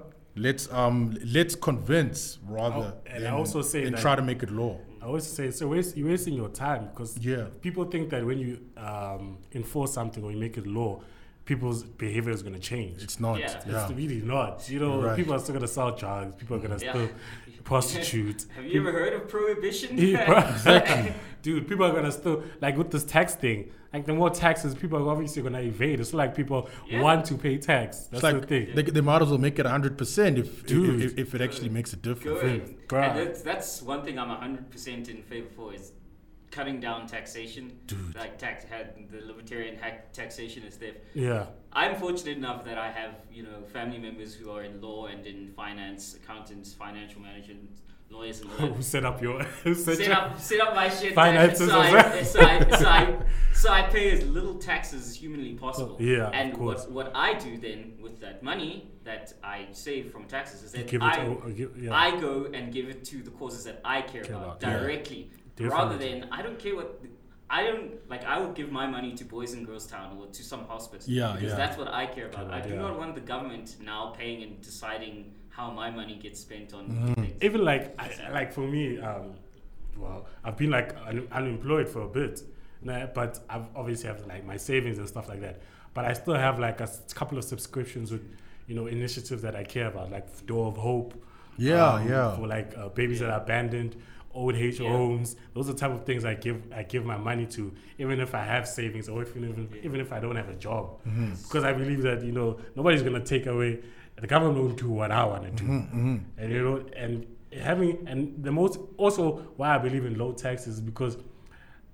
Speaker 1: Let's um let's convince rather
Speaker 2: Oh, and I
Speaker 1: than-
Speaker 2: also say
Speaker 1: than
Speaker 2: that-
Speaker 1: try to make it law.
Speaker 2: I always say so. Waste, you're wasting your time because
Speaker 1: Yeah.
Speaker 2: people think that when you um, enforce something or you make it law, people's behavior is gonna change.
Speaker 1: It's not.
Speaker 3: Yeah.
Speaker 1: yeah.
Speaker 2: It's really not. You know,
Speaker 1: Right.
Speaker 2: people are still gonna sell drugs. People are gonna
Speaker 3: Yeah.
Speaker 2: still prostitute.
Speaker 3: Have you ever heard of prohibition?
Speaker 2: Yeah, bro. Dude, people are gonna still like with this tax thing. Like the more taxes, people are obviously gonna evade. It's like people
Speaker 3: Yeah.
Speaker 2: want to pay tax. That's
Speaker 1: It's like
Speaker 2: the thing.
Speaker 1: They, they might as well make it hundred percent if
Speaker 2: Dude.
Speaker 1: if, if it actually makes a difference.
Speaker 3: Good.
Speaker 2: Bruh.
Speaker 3: And that's, that's one thing I'm 100% in favor for is cutting down taxation. Dude. Like tax, had the libertarian hack taxation is theft.
Speaker 2: yeah.
Speaker 3: I'm fortunate enough that I have, you know, family members who are in law and in finance, accountants, financial managers, lawyers and lawyers.
Speaker 2: Who set up your who set
Speaker 3: set
Speaker 2: your-
Speaker 3: up set up my shit
Speaker 2: Finances
Speaker 3: so,
Speaker 2: as
Speaker 3: I,
Speaker 2: well.
Speaker 3: so, I, so, I, so I pay as little taxes as humanly possible.
Speaker 2: Yeah, of
Speaker 3: and
Speaker 2: course.
Speaker 3: what what I do then with that money that I save from taxes is
Speaker 2: You
Speaker 3: that
Speaker 2: give it
Speaker 3: I
Speaker 2: o- uh, give- yeah.
Speaker 3: I go and give it to the causes that I care,
Speaker 2: Care about,
Speaker 3: about,
Speaker 2: yeah.
Speaker 3: directly,
Speaker 2: Definitely.
Speaker 3: rather than I don't care what. I don't like. I would give my money to Boys and Girls Town or to some hospice.
Speaker 1: Yeah,
Speaker 3: because
Speaker 1: yeah.
Speaker 3: that's what I care about. I do
Speaker 2: yeah.
Speaker 3: not want the government now paying and deciding how my money gets spent on
Speaker 2: Mm.
Speaker 3: things.
Speaker 2: even like I, like for me um well i've been like un- unemployed for a bit nah, but i've obviously have like my savings and stuff like that but i still have like a s- couple of subscriptions with you know initiatives that i care about like door of hope
Speaker 1: Yeah, yeah.
Speaker 2: for like uh, babies that are abandoned old age
Speaker 3: Yeah.
Speaker 2: homes those are the type of things i give i give my money to even if i have savings or if, even, even if i don't have a job because i believe that you know nobody's going to take away the government won't do what i want to do and you know and having and the most also why i believe in low taxes is because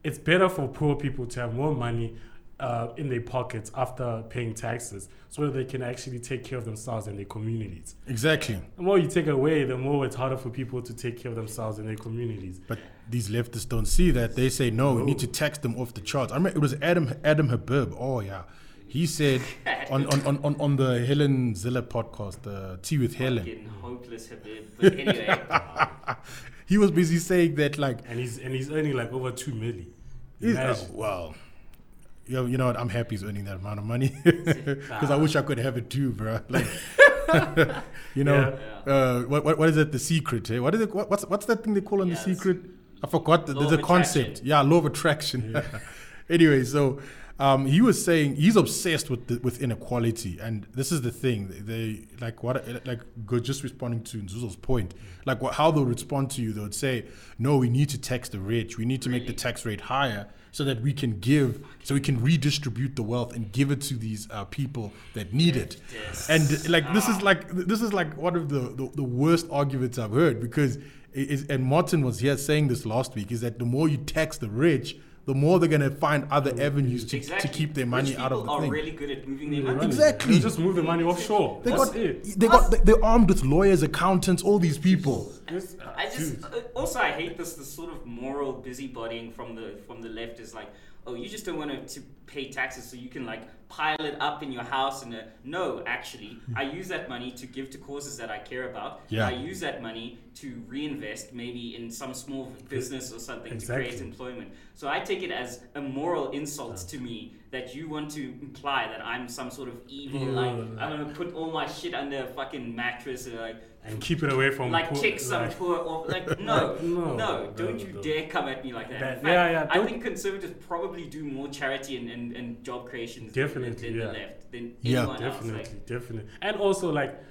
Speaker 2: it's better for poor people to have more money uh, in their pockets after paying taxes so that they can actually take care of themselves and their communities
Speaker 1: Exactly.
Speaker 2: the more you take away the more it's harder for people to take care of themselves and their communities
Speaker 1: But these leftists don't see that. They say no, we need to tax them off the charts. I remember it was Adam Adam Habib. Oh yeah, he said on on, on, on, on the Helen Ziller podcast, the Tea with Helen.
Speaker 3: Fucking hopeless Habib. But anyway,
Speaker 1: he was busy saying that like
Speaker 2: and he's and he's earning like over two million.
Speaker 1: He's, uh,
Speaker 2: Imagine.
Speaker 1: well, you know, you know what? I'm happy he's earning that amount of money because I wish I could have it too, bro. Like, you know, uh, what, what what is it? The secret? Eh? What is it? What, what's what's that thing they call on
Speaker 3: Yeah,
Speaker 1: the
Speaker 3: it's-
Speaker 1: secret? I forgot. The,
Speaker 3: Law
Speaker 1: there's
Speaker 3: of
Speaker 1: a concept.
Speaker 3: attraction.
Speaker 1: Yeah, law of attraction. anyway, so um, he was saying he's obsessed with the, with inequality, and this is the thing. They like what like go just responding to Nzuzo's point, like what, how they'll respond to you. They would say, "No, we need to tax the rich. We need to make the tax rate higher." So that we can give, so we can redistribute the wealth and give it to these uh, people that need it.
Speaker 3: Yes.
Speaker 1: And like this is like this is like one of the, the, the worst arguments I've heard because it is and Martin was here saying this last week is that the more you tax the rich, the more they're gonna find other avenues to,
Speaker 3: exactly.
Speaker 1: to keep their
Speaker 3: Rich
Speaker 1: money out of
Speaker 3: people
Speaker 1: the
Speaker 3: are
Speaker 1: thing.
Speaker 3: really good at moving their money.
Speaker 2: Running.
Speaker 1: Exactly.
Speaker 2: They just move the money offshore.
Speaker 1: they
Speaker 2: That's
Speaker 1: got
Speaker 2: it.
Speaker 1: they got they- they're armed with lawyers, accountants, all these people.
Speaker 2: Yes.
Speaker 3: I just
Speaker 2: Ah, Dude.
Speaker 3: uh, also I hate this this sort of moral busybodying from the from the left is like oh you just don't want to pay taxes so you can like pile it up in your house and uh, no actually
Speaker 2: Hmm.
Speaker 3: I use that money to give to causes that I care about
Speaker 1: Yeah.
Speaker 3: I use that money to reinvest maybe in some small business or something to create
Speaker 2: Exactly.
Speaker 3: employment so I take it as a moral insult to me that you want to imply that I'm some sort of evil
Speaker 2: Yeah.
Speaker 3: like I'm gonna put all my shit under a fucking mattress and like
Speaker 2: and keep it away from
Speaker 3: like
Speaker 2: poor-
Speaker 3: kick some
Speaker 2: like-
Speaker 3: poor or like no,
Speaker 2: Like, no,
Speaker 3: no no
Speaker 2: no,
Speaker 3: don't
Speaker 2: no,
Speaker 3: you
Speaker 2: no.
Speaker 3: dare come at me like that, In
Speaker 2: That-
Speaker 3: fact,
Speaker 2: yeah, yeah,
Speaker 3: i
Speaker 2: don't-
Speaker 3: think conservatives probably do more charity and, and, and job creation than-
Speaker 2: Definitely,
Speaker 3: than
Speaker 2: yeah.
Speaker 3: the left than
Speaker 1: Yeah.
Speaker 3: anyone else
Speaker 2: definitely,
Speaker 3: like,
Speaker 2: definitely, and also like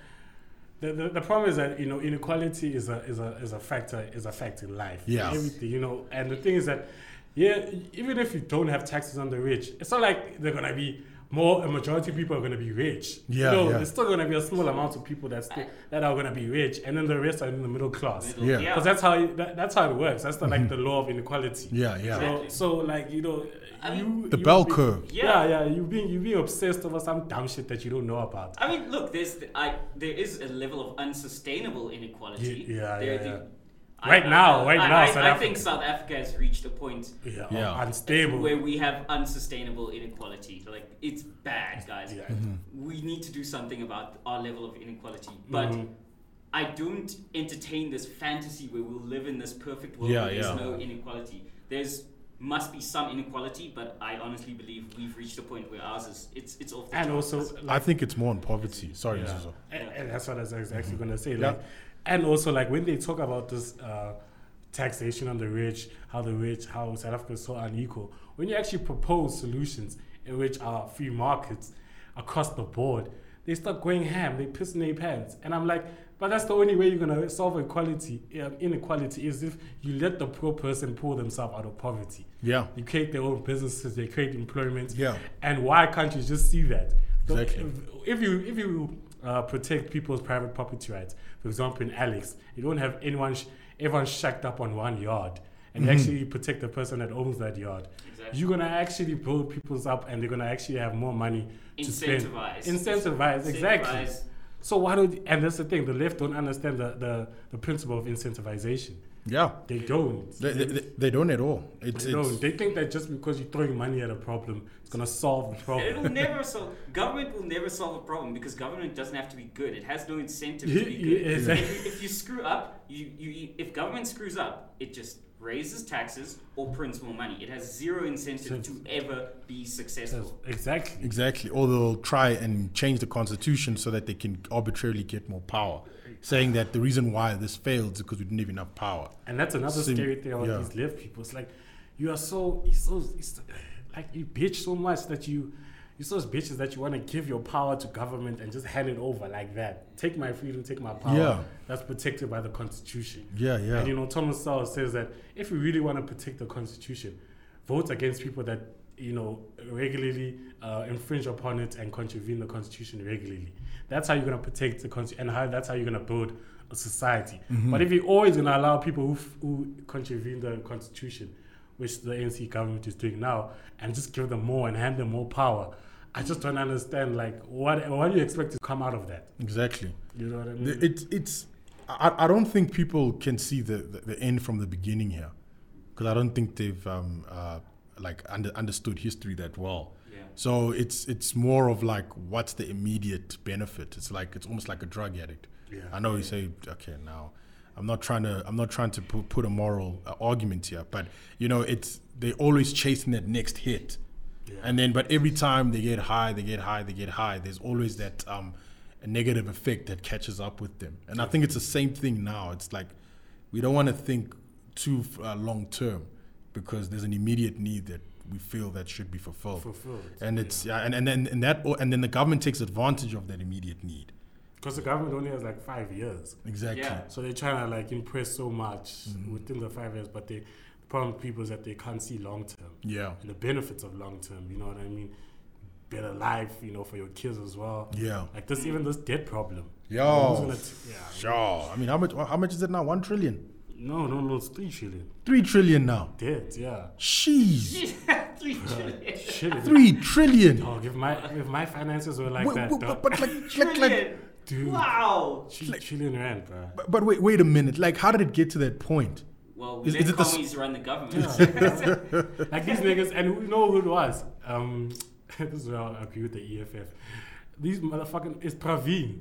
Speaker 2: the, the, the problem is that you know inequality is a is a is a factor is a fact in life.
Speaker 1: Yeah.
Speaker 2: everything you know, and the thing is that yeah, even if you don't have taxes on the rich, it's not like they're gonna be more. A majority of people are gonna be rich.
Speaker 1: Yeah,
Speaker 2: you know,
Speaker 1: yeah.
Speaker 2: there's still gonna be a small amount of people that still, that are gonna be rich, and then the rest are in the middle class.
Speaker 3: middle-
Speaker 1: Yeah.
Speaker 2: Because that's how it, that, that's how it works. That's the, like the law of inequality.
Speaker 1: Mm-hmm. Yeah, yeah.
Speaker 2: So, so like you know,
Speaker 3: I
Speaker 2: you,
Speaker 3: mean-
Speaker 1: The
Speaker 2: you
Speaker 1: bell
Speaker 2: be-
Speaker 1: curve.
Speaker 3: Yeah.
Speaker 2: Yeah, yeah. You being you being obsessed over some dumb shit that you don't know about.
Speaker 3: I mean, look, there's the, I there is a level of unsustainable inequality.
Speaker 2: Ye- yeah,
Speaker 3: There-
Speaker 2: yeah,
Speaker 3: the-
Speaker 2: yeah.
Speaker 3: I-
Speaker 2: Right
Speaker 3: I-
Speaker 2: now, right
Speaker 3: I-
Speaker 2: now,
Speaker 3: I,
Speaker 2: South
Speaker 3: I think
Speaker 2: Africa.
Speaker 3: South Africa has reached a point
Speaker 2: Yeah,
Speaker 1: Yeah.
Speaker 2: or unstable.
Speaker 3: where we have unsustainable inequality. Like it's bad, guys.
Speaker 2: Yeah.
Speaker 1: Mm-hmm.
Speaker 3: We need to do something about our level of inequality. But
Speaker 2: Mhm.
Speaker 3: I don't entertain this fantasy where we'll live in this perfect world
Speaker 1: Yeah,
Speaker 3: where there's
Speaker 1: yeah.
Speaker 3: no inequality. There's must be some inequality, but I honestly believe we've reached a point where ours is it's it's off the
Speaker 2: and
Speaker 3: charts.
Speaker 2: also
Speaker 1: I
Speaker 2: like,
Speaker 1: think it's more on poverty. Sorry,
Speaker 2: yeah.
Speaker 1: Nzuzo.
Speaker 2: and, and that's what I was exactly gonna say.
Speaker 1: Yeah.
Speaker 2: Like, and also like when they talk about this uh, taxation on the rich, how the rich, how South Africa is so unequal. When you actually propose solutions in which are free markets across the board, they start going ham. They piss in their pants, and I'm like. But that's the only way you're gonna solve equality, um, inequality, is if you let the poor person pull themselves out of poverty.
Speaker 1: Yeah.
Speaker 2: You create their own businesses, they create employment.
Speaker 1: Yeah.
Speaker 2: And why can't you just see that? The-
Speaker 1: Exactly.
Speaker 2: If you if you uh, protect people's private property rights, for example, in Alex, you don't have anyone sh- everyone shacked up on one yard, and you actually protect the person that owns that yard.
Speaker 3: Exactly.
Speaker 2: You're gonna actually build people's up, and they're gonna actually have more money to spend.
Speaker 3: Incentivize.
Speaker 2: Incentivize, exactly.
Speaker 3: Incentivize.
Speaker 2: So why don't? And that's the thing. The left don't understand the the, the principle of incentivization.
Speaker 1: Yeah.
Speaker 2: They don't.
Speaker 1: They, they, they- they don't at all. It's,
Speaker 2: They don't.
Speaker 1: it's
Speaker 2: They think that just because you're throwing money at a problem, it's gonna solve
Speaker 1: Oh.
Speaker 2: the
Speaker 3: And It'll
Speaker 2: problem.
Speaker 3: never solve. Government will never solve a problem because government doesn't have to be good. It has no incentive
Speaker 2: Yeah,
Speaker 3: to be
Speaker 2: yeah,
Speaker 3: good.
Speaker 2: exactly.
Speaker 3: if, you- if you screw up, you, you if government screws up, it just raises taxes or prints more money. It has zero incentive to ever be successful.
Speaker 2: exactly.
Speaker 1: Exactly. Or they'll try and change the constitution so that they can arbitrarily get more power, saying that the reason why this failed is because we didn't have enough power.
Speaker 2: And that's another
Speaker 1: Sim-
Speaker 2: scary thing about
Speaker 1: yeah.
Speaker 2: these left people. It's like you are so you so it's, like you bitch so much that you you're so bitches that you want to give your power to government and just hand it over like that. Take my freedom, take my power.
Speaker 1: Yeah.
Speaker 2: That's protected by the constitution.
Speaker 1: Yeah, yeah.
Speaker 2: And you know, Thomas Sowell says that if you really want to protect the constitution, vote against people that you know regularly uh, infringe upon it and contravene the constitution regularly. That's how you're gonna protect the constitution, and how that's how you're gonna build a society.
Speaker 1: Mm-hmm.
Speaker 2: But if you're always gonna allow people who, f- who contravene the constitution, which the NC government is doing now, and just give them more and hand them more power. I just don't understand, like, what what do you expect to come out of that?
Speaker 1: Exactly.
Speaker 2: You know what I mean?
Speaker 1: The- It's it's. I, I don't think people can see the, the, the end from the beginning here, because I don't think they've um, uh, like under, understood history that well.
Speaker 3: Yeah.
Speaker 1: So it's it's more of like what's the immediate benefit? It's like it's almost like a drug addict.
Speaker 2: Yeah.
Speaker 1: I know you say okay now. I'm not trying to I'm not trying to put, put a moral uh, argument here, but you know it's they always chasing that next hit, and then but every time they get high, they get high, they get high. There's always that um, negative effect that catches up with them, and I think it's the same thing now. It's like we don't want to think too uh, long term because there's an immediate need that we feel that should be fulfilled.
Speaker 2: Fulfilled,
Speaker 1: And it's yeah, and, and then and that and then the government takes advantage of that immediate need.
Speaker 2: Because the government only has like five years.
Speaker 1: Exactly.
Speaker 3: Yeah.
Speaker 2: So they're trying to like impress so much
Speaker 1: Mm-hmm.
Speaker 2: within the five years, but they, the problem with people is that they can't see long term
Speaker 1: Yeah.
Speaker 2: and the benefits of long term. You know what I mean? Better life, you know, for your kids as well.
Speaker 1: Yeah. Oh.
Speaker 2: Like this, even this debt problem. Who's
Speaker 1: Yo.
Speaker 2: gonna t- yeah.
Speaker 1: Sure. I mean, how much? How much is it now? One trillion.
Speaker 2: No, no, no, it's three trillion
Speaker 1: Three trillion now.
Speaker 2: debt. Yeah.
Speaker 1: Jeez.
Speaker 3: Three trillion.
Speaker 2: Shit. if-
Speaker 1: Three trillion.
Speaker 2: Dog, if my if my finances were like
Speaker 1: Wait,
Speaker 2: that,
Speaker 1: wait,
Speaker 2: dog,
Speaker 1: but, but like, like, like,
Speaker 3: Trillion.
Speaker 2: dude,
Speaker 3: Wow.
Speaker 2: three trillion rand, bro.
Speaker 1: but, but wait, wait a minute. Like, how did it get to that point?
Speaker 3: Well,
Speaker 1: Is-
Speaker 3: let
Speaker 1: is it the s-
Speaker 3: commies run the government.
Speaker 2: like these niggas, and you know who it was? Um, this is where I agree with the EFF. These motherfucking it's Praveen,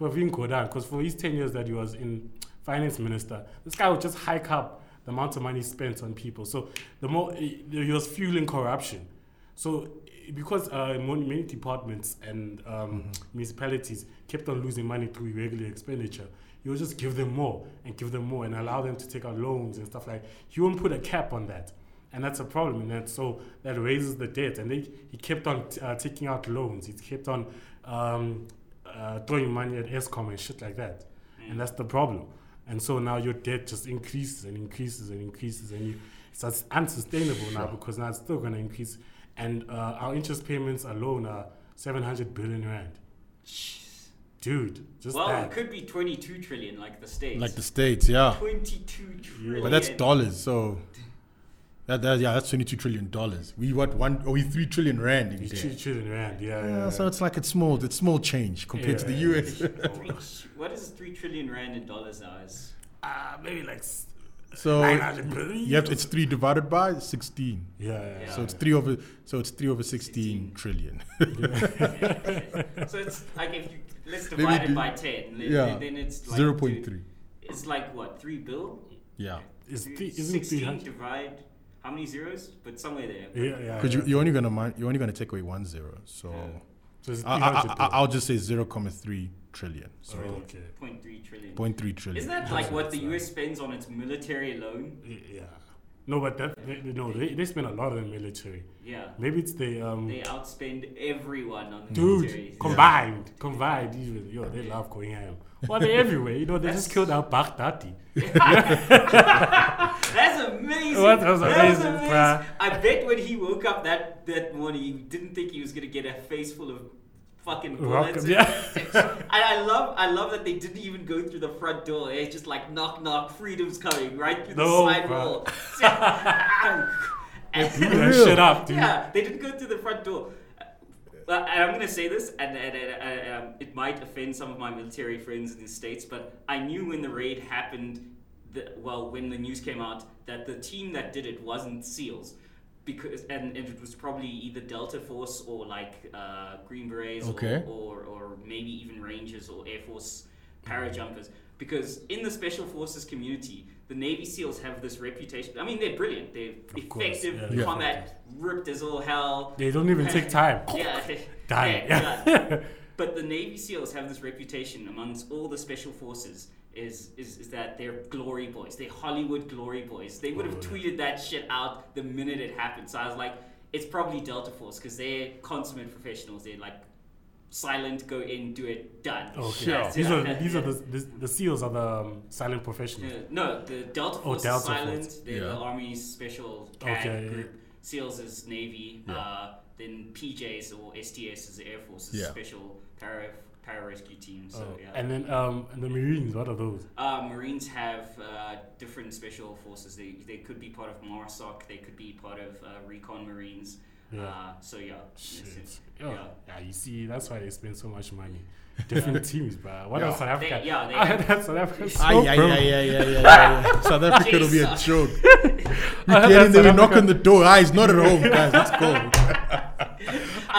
Speaker 2: Praveen Gordhan, because for his ten years that he was in finance minister, this guy would just hike up the amount of money spent on people. So the more he, he was fueling corruption. So eh, because uh, mon- many departments and um, municipalities kept on losing money through irregular expenditure, he would just give them more and give them more and allow them to take out loans and stuff like. He won't put a cap on that and that's a problem. And that, so that raises the debt. And they, he kept on uh, taking out loans. He kept on um, uh, throwing money at ESCOM and shit like that.
Speaker 3: Mm.
Speaker 2: And that's the problem. And so now your debt just increases and increases and increases, and you, so it's unsustainable now because now it's still going to increase. And uh, our interest payments alone are 700 billion rand. Dude, just
Speaker 3: well,
Speaker 2: that.
Speaker 3: it could be 22 trillion, like the states.
Speaker 1: Like the states, yeah.
Speaker 3: 22 trillion.
Speaker 1: But that's dollars, so that, that yeah, that's twenty-two trillion dollars. We what one? Or we three trillion rand in
Speaker 2: You
Speaker 1: debt.
Speaker 2: tr- trillion rand, yeah. yeah,
Speaker 1: Yeah,
Speaker 2: yeah.
Speaker 1: so it's like it's small. It's small change compared to the
Speaker 2: Yeah.
Speaker 1: US.
Speaker 3: Three tr- what is 3 trillion rand in dollars now? Is
Speaker 2: Ah, maybe like s-
Speaker 1: so
Speaker 2: 900 billion.
Speaker 1: Oh, you have to, it's three divided by sixteen.
Speaker 2: yeah, yeah, yeah.
Speaker 1: So it's three over. So it's three over sixteen trillion.
Speaker 3: so it's like if you let's
Speaker 1: Maybe
Speaker 3: divide
Speaker 1: do-
Speaker 3: it by 10, then,
Speaker 1: yeah,
Speaker 3: then it's like
Speaker 1: Zero point three.
Speaker 3: It's like what, 3 bill?
Speaker 1: Yeah.
Speaker 2: It's
Speaker 3: Three-
Speaker 2: th- isn't
Speaker 3: 16
Speaker 2: 300?
Speaker 3: divide how many zeros? But somewhere there.
Speaker 2: Yeah, yeah.
Speaker 1: Because
Speaker 2: Oh, yeah.
Speaker 1: you, you're only gonna mind, you're only gonna take away one zero, so
Speaker 2: so it's
Speaker 1: I, I,
Speaker 2: 300
Speaker 1: I, I'll just say zero comma three trillion.
Speaker 2: though.
Speaker 1: So
Speaker 2: Oh, okay.
Speaker 3: 0.3 trillion.
Speaker 1: point three trillion.
Speaker 3: Isn't that like what the US spends on its military alone?
Speaker 2: Y- Yeah. No, but that they, they- no, they, they spend a lot on the military.
Speaker 3: Yeah.
Speaker 2: Maybe it's the um,
Speaker 3: They outspend everyone on the
Speaker 2: dude
Speaker 3: military.
Speaker 2: combined, combined. Even yo, they love going ham. Well, they're everywhere. You know, they just killed out Baghdadi.
Speaker 3: That's amazing.
Speaker 2: What was
Speaker 3: that was
Speaker 2: amazing,
Speaker 3: amazing.
Speaker 2: bruh.
Speaker 3: I bet when he woke up that, that morning, he didn't think he was gonna get a face full of fucking
Speaker 2: Rock-
Speaker 3: bullets. and-
Speaker 2: yeah.
Speaker 3: and I love, I love that they didn't even go through the front door. It's just like knock knock, freedom's coming right through
Speaker 2: No,
Speaker 3: the side
Speaker 2: bruh.
Speaker 3: wall. And-
Speaker 2: Blew that shit up, dude.
Speaker 3: yeah, they didn't go through the front door. Uh, Well, and I'm gonna say this, and, and, and, and, um, it might offend some of my military friends in the states, but I knew when the raid happened, the, well, when the news came out, that the team that did it wasn't SEALs, because and, and it was probably either Delta Force or like uh, Green Berets,
Speaker 1: Okay.
Speaker 3: or, or or maybe even Rangers or Air Force parajumpers. Because in the special forces community, the Navy SEALs have this reputation. I mean, they're brilliant. They're
Speaker 2: Of course,
Speaker 3: effective
Speaker 2: yeah. Yeah.
Speaker 3: combat, ripped as all hell.
Speaker 2: They don't even take time.
Speaker 3: Yeah,
Speaker 2: Die.
Speaker 3: yeah, yeah. But the Navy SEALs have this reputation amongst all the special forces is, is, is that they're glory boys. They're Hollywood glory boys. They would have
Speaker 2: Oh,
Speaker 3: tweeted that shit out the minute it happened. So I was like, it's probably Delta Force because they're consummate professionals. They're like silent, go in, do it, done.
Speaker 2: Oh,
Speaker 3: That's-
Speaker 2: These
Speaker 3: yeah,
Speaker 2: are
Speaker 3: that's
Speaker 2: these are
Speaker 3: it.
Speaker 2: the the, the seals are the um, silent professionals.
Speaker 3: Uh, no, the Delta
Speaker 2: Oh,
Speaker 3: Force
Speaker 2: Delta
Speaker 3: is silent.
Speaker 2: Force.
Speaker 3: They're the
Speaker 1: Yeah.
Speaker 3: Army's special CAD
Speaker 2: Okay, yeah.
Speaker 3: group. SEALs is Navy. Uh, then PJs or STS is the Air Force's
Speaker 1: Yeah.
Speaker 3: special para para rescue team. So
Speaker 2: Oh,
Speaker 3: yeah.
Speaker 2: And then um, and the Marines. What are those?
Speaker 3: uh, Marines have uh, different special forces. They, they could be part of MARSOC. They could be part of uh, Recon Marines.
Speaker 2: Yeah.
Speaker 3: Uh, so yeah.
Speaker 2: Shit. Oh.
Speaker 3: Yes,
Speaker 2: Yeah.
Speaker 3: Yeah.
Speaker 2: yeah, you see, that's why they spend so much money. Different teams, bro. What
Speaker 1: Yeah.
Speaker 2: else South Africa?
Speaker 3: They- yeah, they-
Speaker 2: I had that South Africa. So
Speaker 1: Ay, ay,
Speaker 2: broke.
Speaker 1: ay, ay, ay, ay, ay. South Africa will be a
Speaker 3: Jesus.
Speaker 1: joke.
Speaker 2: I
Speaker 1: You
Speaker 2: heard
Speaker 1: get in
Speaker 2: that
Speaker 1: there, we
Speaker 2: South
Speaker 1: knock
Speaker 2: Africa-
Speaker 1: on the door. Ah, he's not at home, guys. Let's go.
Speaker 3: I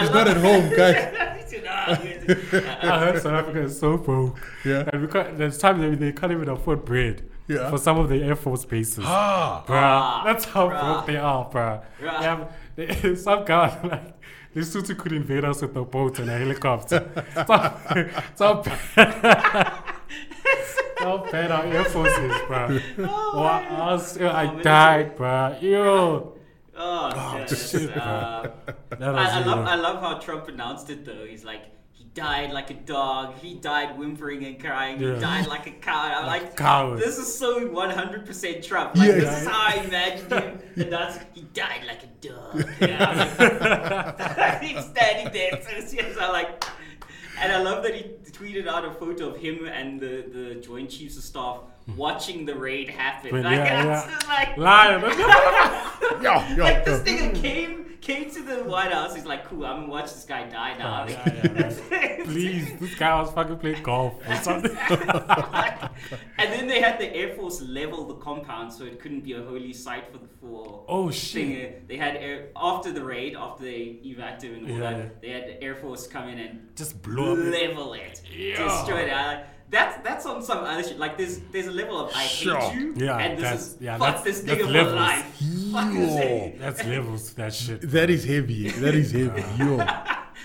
Speaker 1: He's
Speaker 3: love
Speaker 1: not at home, guys.
Speaker 3: He said, "Ah, yes,
Speaker 2: I heard South Africa is so broke.
Speaker 1: Yeah.
Speaker 2: And we can't, there's times that they can't even afford bread
Speaker 1: Yeah.
Speaker 2: for some of the Air Force bases.
Speaker 1: Ah,
Speaker 2: bruh. That's how
Speaker 3: Bruh.
Speaker 2: broke they are, bruh. They
Speaker 3: Bruh.
Speaker 2: have, they, some guy, like, Lesotho could invade us with a boat and a helicopter. It's how, it's how, bad, how bad our Air Force is, bruh.
Speaker 3: Oh,
Speaker 2: Or
Speaker 3: man.
Speaker 2: us,
Speaker 3: Oh,
Speaker 2: I
Speaker 3: man.
Speaker 2: died, bruh. Ew.
Speaker 3: Oh, yes,
Speaker 2: shit, bro.
Speaker 3: uh,
Speaker 2: That was
Speaker 3: I, I love
Speaker 2: ew.
Speaker 3: I love how Trump announced it though. He's like, he died like a dog. He died whimpering and crying.
Speaker 2: Yeah.
Speaker 3: He died like a coward. I'm like,
Speaker 2: coward.
Speaker 3: this is so 100% Trump. Like,
Speaker 1: Yeah.
Speaker 3: this is how I imagined him. And that's he died like a dog. Yeah, I'm like, he's standing there. So serious. I'm like. And I love that he tweeted out a photo of him and the, the Joint Chiefs of Staff watching the raid happen.
Speaker 2: But
Speaker 3: like,
Speaker 2: yeah,
Speaker 3: that's
Speaker 2: yeah.
Speaker 3: just like,
Speaker 2: Lion.
Speaker 1: yeah, yeah.
Speaker 3: like this
Speaker 1: yeah.
Speaker 3: nigga came came to the White House. He's like, cool. I'm gonna watch this guy die now.
Speaker 2: Oh, Yeah, yeah, yeah. Please, this guy was fucking playing golf or something.
Speaker 3: and then they had the Air Force level the compound so it couldn't be a holy site for the for
Speaker 2: Oh
Speaker 3: thing.
Speaker 2: shit!
Speaker 3: Uh, They had air, after the raid, after they evac him and all
Speaker 2: Yeah,
Speaker 3: that,
Speaker 2: yeah.
Speaker 3: they had the Air Force come in and
Speaker 2: Just blow up. it.
Speaker 3: level it,
Speaker 2: Yeah.
Speaker 3: destroy it. I- that's that's on some other shit. Like there's there's a level of I
Speaker 1: Sure.
Speaker 3: hate you,
Speaker 2: Yeah,
Speaker 3: and this
Speaker 2: that's-
Speaker 3: is
Speaker 2: yeah,
Speaker 3: fuck
Speaker 2: that's-
Speaker 3: this
Speaker 2: that's
Speaker 3: nigga for
Speaker 2: levels.
Speaker 3: life. Fuck this
Speaker 1: Yo.
Speaker 3: nigga.
Speaker 2: That's levels. That shit.
Speaker 1: That is heavy. That is heavy. Yo.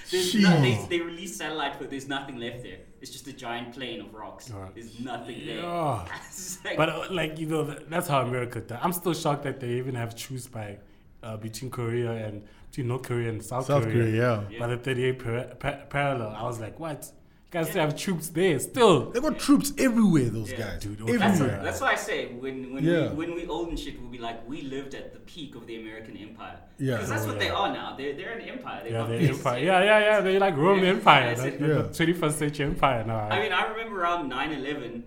Speaker 3: There's no,
Speaker 1: Jeez.
Speaker 3: they, they released satellite, but there's nothing left there. It's just a giant plain of rocks.
Speaker 2: Alright.
Speaker 3: There's nothing
Speaker 2: Yeah.
Speaker 3: there. It's like-
Speaker 2: But uh, like you know, th- that's how America. Does. I'm still shocked that they even have truce by uh, between Korea and between North Korea and South,
Speaker 1: South Korea, yeah.
Speaker 2: By the 38 par- par- parallel, I was like, what? You guys still have troops there still?
Speaker 1: They got troops everywhere, those
Speaker 3: Yeah.
Speaker 1: guys.
Speaker 2: Dude, okay.
Speaker 3: that's,
Speaker 1: everywhere.
Speaker 2: Yeah.
Speaker 3: that's why I say when when
Speaker 1: Yeah.
Speaker 3: we, when we old and shit, we'll be like we lived at the peak of the American Empire.
Speaker 1: Yeah.
Speaker 3: because that's
Speaker 1: Oh,
Speaker 3: what they
Speaker 2: yeah.
Speaker 3: are now. They're they're an empire. They're
Speaker 2: Yeah,
Speaker 3: not
Speaker 2: the
Speaker 3: pieces
Speaker 2: empire.
Speaker 3: yet.
Speaker 2: Yeah, yeah, yeah. They like Roman Empire,
Speaker 3: That's
Speaker 2: the,
Speaker 3: it.
Speaker 2: the- the 21st century empire now.
Speaker 3: I mean, I remember around 9/11,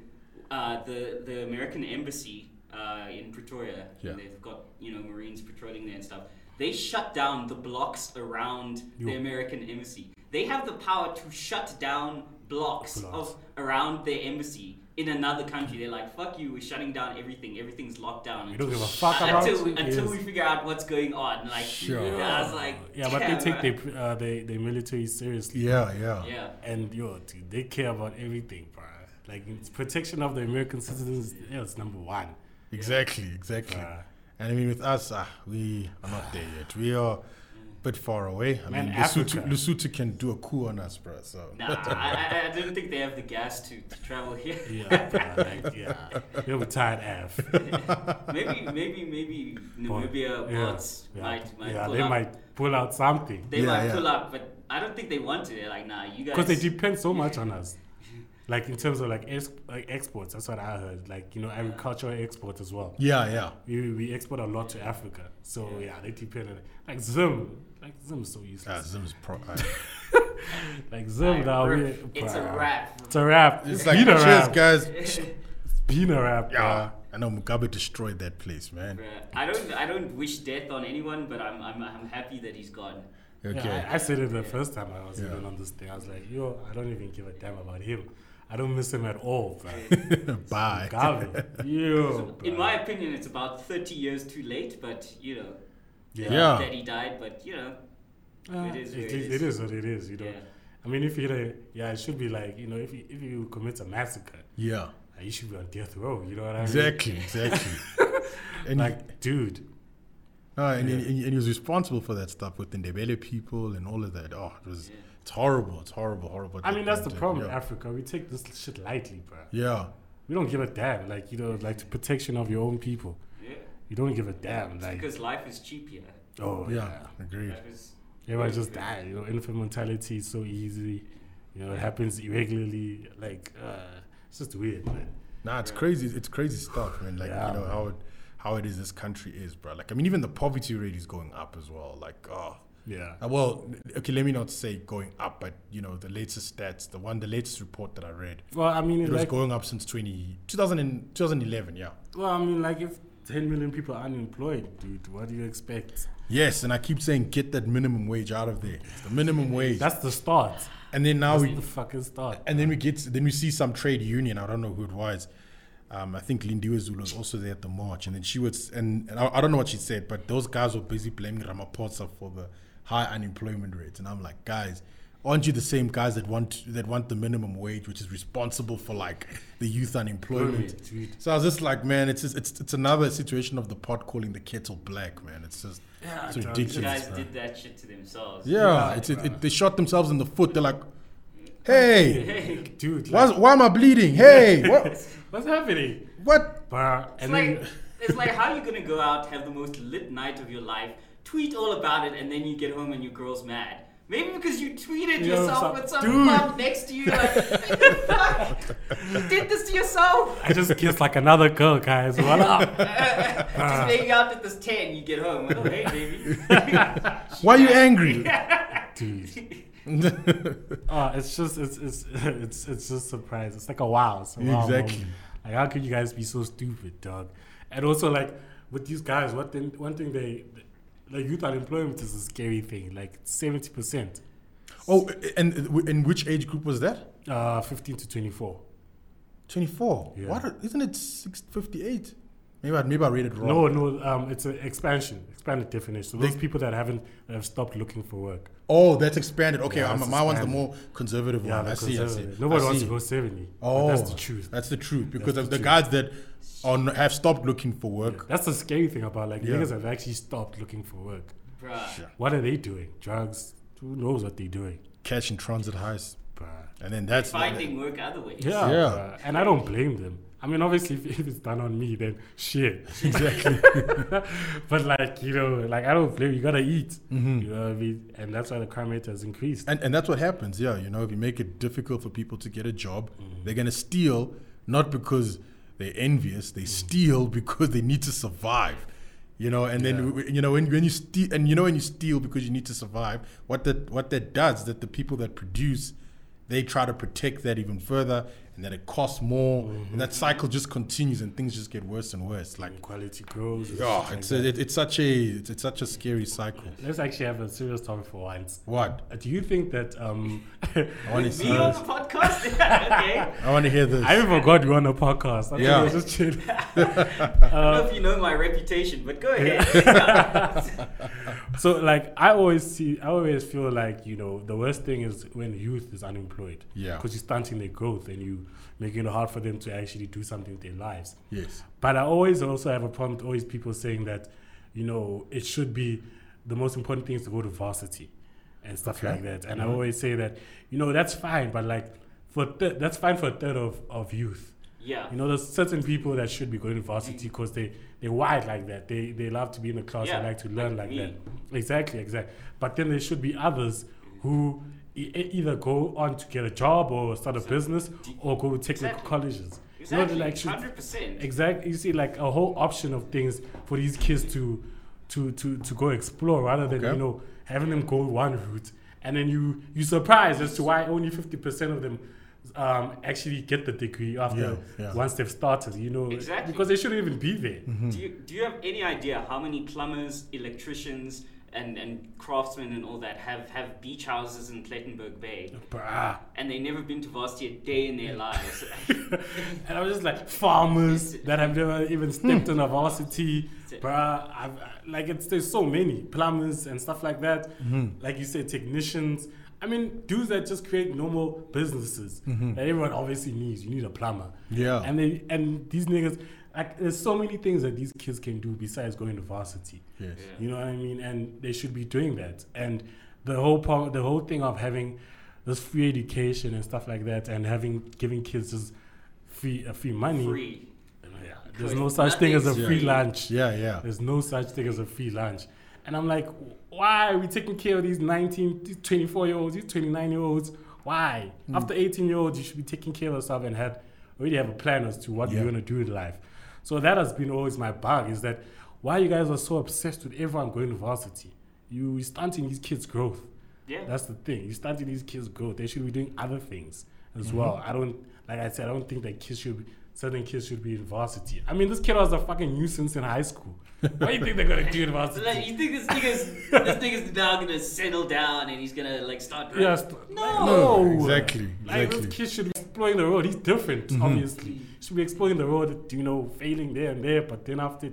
Speaker 3: uh, the the American embassy uh, in Pretoria.
Speaker 1: Yeah.
Speaker 3: They've got you know Marines patrolling there and stuff. They shut down the blocks around the
Speaker 2: Yo.
Speaker 3: American embassy. They have the power to shut down blocks,
Speaker 2: Blocks.
Speaker 3: of around their embassy in another country. They're like, "Fuck you! We're shutting down everything. Everything's locked down."
Speaker 2: we don't give a
Speaker 3: Uh,
Speaker 2: fuck about
Speaker 3: until,
Speaker 2: it.
Speaker 3: until
Speaker 2: Yes.
Speaker 3: we figure out what's going on, like
Speaker 1: Sure.
Speaker 3: yeah, I was like,
Speaker 2: yeah, but they
Speaker 3: "Damn,
Speaker 2: take
Speaker 3: bruh."
Speaker 2: their uh, they, their military seriously.
Speaker 1: Yeah, yeah.
Speaker 3: yeah.
Speaker 2: And yo, dude, they care about everything, bro. Like it's protection of the American citizens. Yeah, it's number one.
Speaker 1: Exactly, exactly.
Speaker 2: Yeah.
Speaker 1: And I mean, with us, ah, we are not there yet. We are a bit far away. I
Speaker 2: Man,
Speaker 1: mean, Lesotho,
Speaker 2: Africa.
Speaker 1: Lesotho can do a coup on us, bro. So
Speaker 3: Nah, I, I, I didn't think they have the gas to, to travel here.
Speaker 2: Yeah, bro, like yeah, you're retired F.
Speaker 3: maybe, maybe, maybe Namibia bots might might
Speaker 2: yeah,
Speaker 3: pull
Speaker 2: they
Speaker 3: up.
Speaker 2: might pull out something
Speaker 3: They
Speaker 1: Yeah,
Speaker 3: might
Speaker 1: yeah.
Speaker 3: pull up, but I don't think they want to. They're like, nah, you guys.
Speaker 2: because they depend so much on us. Like in terms of like, ex- like exports, that's what I heard. Like you know, agricultural exports as well.
Speaker 1: yeah, yeah.
Speaker 2: We, we export a lot to Africa, so yeah, they depend on it. Like Zim, like Zim is so
Speaker 1: Ah,
Speaker 2: useless.
Speaker 1: Zim's pro. I-
Speaker 2: Like
Speaker 3: I
Speaker 2: Zim, now we,
Speaker 3: rip. It's a
Speaker 2: bruh.
Speaker 3: wrap.
Speaker 2: It's a wrap.
Speaker 1: It's
Speaker 2: It's
Speaker 1: like,
Speaker 2: been a
Speaker 1: cheers,
Speaker 2: wrap.
Speaker 1: guys.
Speaker 2: It's been a wrap.
Speaker 1: Yeah.
Speaker 2: bruh.
Speaker 1: I know Mugabe destroyed that place, man.
Speaker 3: Bruh, I don't, I don't wish death on anyone, but I'm, I'm, I'm happy that he's gone.
Speaker 1: Okay.
Speaker 2: Yeah, I, I said it the first time I was
Speaker 1: Yeah.
Speaker 2: even on this thing. I was like, yo, I don't even give a damn about him. I don't miss him at all, bro.
Speaker 1: Bye.
Speaker 2: Gavin. Yo,
Speaker 3: In
Speaker 2: bruh.
Speaker 3: my opinion, it's about 30 years too late, but you know,
Speaker 1: Yeah.
Speaker 3: that he died, but you know,
Speaker 2: Uh,
Speaker 3: it is what
Speaker 2: it,
Speaker 3: it
Speaker 2: is-
Speaker 3: is.
Speaker 2: it is what it is, you know.
Speaker 3: Yeah.
Speaker 2: I mean, if you are a, yeah, it should be like, you know, if you, if you commit a massacre,
Speaker 1: Yeah.
Speaker 2: uh, you should be on death row, you know what I mean?
Speaker 1: Exactly, exactly. and he-
Speaker 2: Like, dude,
Speaker 1: No, and, he, and he- and he was responsible for that stuff with the Ndebele people and all of that. Oh, it was,
Speaker 3: Yeah.
Speaker 1: it's horrible. It's horrible, horrible.
Speaker 2: I mean, that's the problem with
Speaker 1: Yeah.
Speaker 2: Africa. We take this shit lightly, bro.
Speaker 1: yeah.
Speaker 2: We don't give a damn. Like, you know, like the protection of your own people.
Speaker 3: yeah,
Speaker 2: You don't give a damn.
Speaker 3: it's
Speaker 2: Like,
Speaker 3: because life is cheap here.
Speaker 2: oh,
Speaker 1: Yeah,
Speaker 2: yeah.
Speaker 1: agreed.
Speaker 3: Life is-
Speaker 2: Everybody just die. You know, infant mortality is so easy. You know, it happens irregularly. Like, uh, it's just weird, man.
Speaker 1: Nah, it's crazy. It's crazy stuff, man. Like
Speaker 2: Yeah,
Speaker 1: you know
Speaker 2: man.
Speaker 1: how it, how it is. This country is, bro. Like I mean, even the poverty rate is going up as well. Like oh,
Speaker 2: Yeah.
Speaker 1: Uh, well, okay. Let me not say going up, but you know the latest stats, the one, the latest report that I read,
Speaker 2: Well, I mean,
Speaker 1: it
Speaker 2: it
Speaker 1: was
Speaker 2: like,
Speaker 1: going up since 20, 2000 and, 2011, Yeah.
Speaker 2: well, I mean, like, if 10 million people are unemployed, dude, what do you expect?
Speaker 1: Yes, and I keep saying get that minimum wage out of there. It's the minimum wage,
Speaker 2: That's the start.
Speaker 1: and then now
Speaker 2: That's
Speaker 1: we
Speaker 2: the fucking start.
Speaker 1: And then we get then we see some trade union. I don't know who it was. Um, I think Lindiwe Zulu was also there at the march, and then she was and, and I, I don't know what she said, but those guys were busy blaming Ramaphosa for the high unemployment rates, and I'm like, guys, aren't you the same guys that want that want the minimum wage, which is responsible for like the youth unemployment?
Speaker 2: Employment, dude.
Speaker 1: So I was just like, man, it's just, it's it's another situation of the pot calling the kettle black, man. It's just
Speaker 2: Yeah,
Speaker 1: it's
Speaker 2: dog, you
Speaker 1: ridiculous.
Speaker 3: You guys
Speaker 1: bro.
Speaker 3: did that shit to themselves.
Speaker 1: Yeah,
Speaker 2: Yeah,
Speaker 1: it's, it,
Speaker 2: bruh.
Speaker 1: it, they shot themselves in the foot. They're like, hey,
Speaker 3: Hey,
Speaker 2: dude.
Speaker 1: why,
Speaker 2: Like,
Speaker 1: why am I bleeding? Hey, what?
Speaker 2: what's happening?
Speaker 1: what?
Speaker 2: Bruh,
Speaker 3: It's
Speaker 2: and
Speaker 3: like
Speaker 2: then
Speaker 3: it's like how you gonna go out, have the most lit night of your life, tweet all about it, and then you get home and your girl's mad. Maybe because you tweeted
Speaker 2: Yo,
Speaker 3: yourself
Speaker 2: some-
Speaker 3: with some
Speaker 2: dude.
Speaker 3: fuck next to you. Like, what the fuck? You did this to yourself.
Speaker 2: I just kissed like another girl, guys. What up? Ah.
Speaker 3: Just maybe out at this ten, you get home. Oh hey, baby.
Speaker 1: Why are you angry?
Speaker 2: Dude. Uh, it's just it's it's it's it's just surprise. It's like a wow. It's a wow
Speaker 1: Exactly.
Speaker 2: moment. Like how could you guys be so stupid, dog? And also like with these guys, what thing one thing they like youth unemployment is a scary thing. Like seventy percent,
Speaker 1: Oh, and in which age group was that?
Speaker 2: uh, fifteen to twenty four.
Speaker 1: 24.
Speaker 2: Yeah.
Speaker 1: What? are- Isn't it 658? Maybe I, maybe I read it wrong.
Speaker 2: No, no, um, it's an expansion, expanded definition. So those
Speaker 1: They-
Speaker 2: people that haven't that have stopped looking for work.
Speaker 1: Oh, that's expanded. Okay,
Speaker 2: Yeah,
Speaker 1: I'm-
Speaker 2: that's
Speaker 1: my one's the
Speaker 2: expanded.
Speaker 1: more conservative
Speaker 2: Yeah,
Speaker 1: one. I
Speaker 2: because
Speaker 1: see, I see.
Speaker 2: everybody- nobody
Speaker 1: I
Speaker 2: wants
Speaker 1: see.
Speaker 2: to go seventy.
Speaker 1: Oh,
Speaker 2: Oh, that's the truth.
Speaker 1: That's the truth. Because
Speaker 2: the
Speaker 1: of the
Speaker 2: truth.
Speaker 1: guys that are, n- have stopped looking for work.
Speaker 2: That's the scary thing about like
Speaker 1: Yeah.
Speaker 2: niggas have actually stopped looking for work.
Speaker 3: Bruh.
Speaker 1: Sure.
Speaker 2: What are they doing? Drugs? Who knows what they're doing?
Speaker 1: Cash and transit heist.
Speaker 2: Bruh.
Speaker 1: And then that's.
Speaker 3: Finding work other ways.
Speaker 2: Yeah,
Speaker 1: Yeah.
Speaker 2: bruh. and I don't blame them. I mean, obviously, if, if it's done on me, then shit.
Speaker 1: Exactly.
Speaker 2: but like you know, like I don't blame you. Gotta eat.
Speaker 1: Mm-hmm.
Speaker 2: You know what I mean? And that's why the crime rate has increased.
Speaker 1: And, and that's what happens, yeah. You know, if you make it difficult for people to get a job, they're going to steal, not because they're envious, they steal because they need to survive. You know, and then,
Speaker 2: Yeah.
Speaker 1: w- w- you know, when, when you steal, and you know, when you steal because you need to survive, what that, what that does is that the people that produce, they try to protect that even further and that it costs more. And that cycle just continues and things just get worse and worse. Like,
Speaker 2: Inequality grows. and
Speaker 1: oh,
Speaker 2: shit like
Speaker 1: it's,
Speaker 2: that.
Speaker 1: a, it, it's such a, it's, it's such a scary cycle.
Speaker 2: Let's actually have a serious topic for once.
Speaker 1: What?
Speaker 2: Uh, Do you think that um?
Speaker 1: I want to
Speaker 3: Me
Speaker 1: see
Speaker 3: on
Speaker 1: this.
Speaker 3: the podcast? okay.
Speaker 1: I want to hear this.
Speaker 2: I even forgot you on a podcast. I
Speaker 1: Yeah.
Speaker 2: yeah. just chilling.
Speaker 3: I don't know if you know my reputation, but go ahead.
Speaker 2: So like I always see, I always feel like you know the worst thing is when youth is unemployed.
Speaker 1: Yeah.
Speaker 2: Because you're stunting their growth and you making it hard for them to actually do something with their lives.
Speaker 1: yes.
Speaker 2: But I always also have a problem with always people saying that, you know, it should be the most important thing is to go to varsity and stuff
Speaker 1: Okay. Mm-hmm.
Speaker 2: like that. And I always say that, you know, that's fine, but like for th- that's fine for a third of, of youth.
Speaker 3: Yeah.
Speaker 2: You know, there's certain people that should be going to varsity because they they wired like that. They they love to be in the class.
Speaker 3: Yeah,
Speaker 2: They like to learn
Speaker 3: like
Speaker 2: like,
Speaker 3: me.
Speaker 2: that. Exactly, exactly. But then there should be others who e- e- either go on to get a job or start a business or go to technical
Speaker 3: Exactly.
Speaker 2: colleges. You know, they,
Speaker 3: Exactly.
Speaker 2: like should-
Speaker 3: Hundred percent.
Speaker 2: exact you see like a whole option of things for these kids to to to to go explore rather than
Speaker 1: Okay.
Speaker 2: you know having them go one route and then you you surprised as to why only 50% of them um, actually get the degree after
Speaker 1: Yeah, Mm-hmm. yeah.
Speaker 2: once they've started you know
Speaker 3: Exactly.
Speaker 2: because they shouldn't even be there
Speaker 3: Do you, do you have any idea how many plumbers, electricians, and, and craftsmen and all that have, have beach houses in Plettenberg Bay?
Speaker 2: Bruh.
Speaker 3: And they've never been to varsity a day in their lives.
Speaker 2: and I was just like farmers that have never even stepped on a varsity,
Speaker 3: it.
Speaker 2: bruh. I've, I- like it's there's so many plumbers and stuff like that.
Speaker 1: Mm-hmm.
Speaker 2: Like you said, technicians. I mean, dudes that just create normal businesses that everyone obviously needs. You need a plumber.
Speaker 1: Mm-hmm. Yeah.
Speaker 2: And they and these niggas, like there's so many things that these kids can do besides going to varsity.
Speaker 1: Yes.
Speaker 3: Yeah.
Speaker 2: You know what I mean? And they should be doing that. And the whole part, the whole thing of having this free education and stuff like that, and having giving kids just free uh, free money. uh,
Speaker 3: Free.
Speaker 2: Yeah, there's no such thing as a
Speaker 3: Nothing's
Speaker 2: free
Speaker 3: free.
Speaker 2: lunch.
Speaker 1: Yeah, yeah.
Speaker 2: There's no such thing as a free lunch. And I'm like, why are we taking care of these 19, 24 year olds, these 29 year olds? Why?
Speaker 1: Hmm.
Speaker 2: After 18 year olds, you should be taking care of yourself and had already have a plan as to what
Speaker 1: Yeah.
Speaker 2: you're going to do in life. So that has been always my bug is that why you guys are so obsessed with everyone going to varsity? You stunting these kids' growth.
Speaker 3: Yeah.
Speaker 2: That's the thing. You stunting these kids' growth. They should be doing other things as well. I don't, like I said, I don't think that kids should be, certain kids should be in varsity. I mean, this kid was a fucking nuisance in high school. What do you think they're gonna do in
Speaker 3: So,
Speaker 2: varsity?
Speaker 3: like, you think this nigga's this nigga's now gonna settle down and he's gonna like start drinking?
Speaker 2: Yes.
Speaker 1: No,
Speaker 2: No.
Speaker 1: exactly,
Speaker 2: Like
Speaker 1: exactly. Mm-hmm.
Speaker 2: this kid should be exploring the road. He's different, obviously. Should be exploring the road, you know, failing there and there, but then after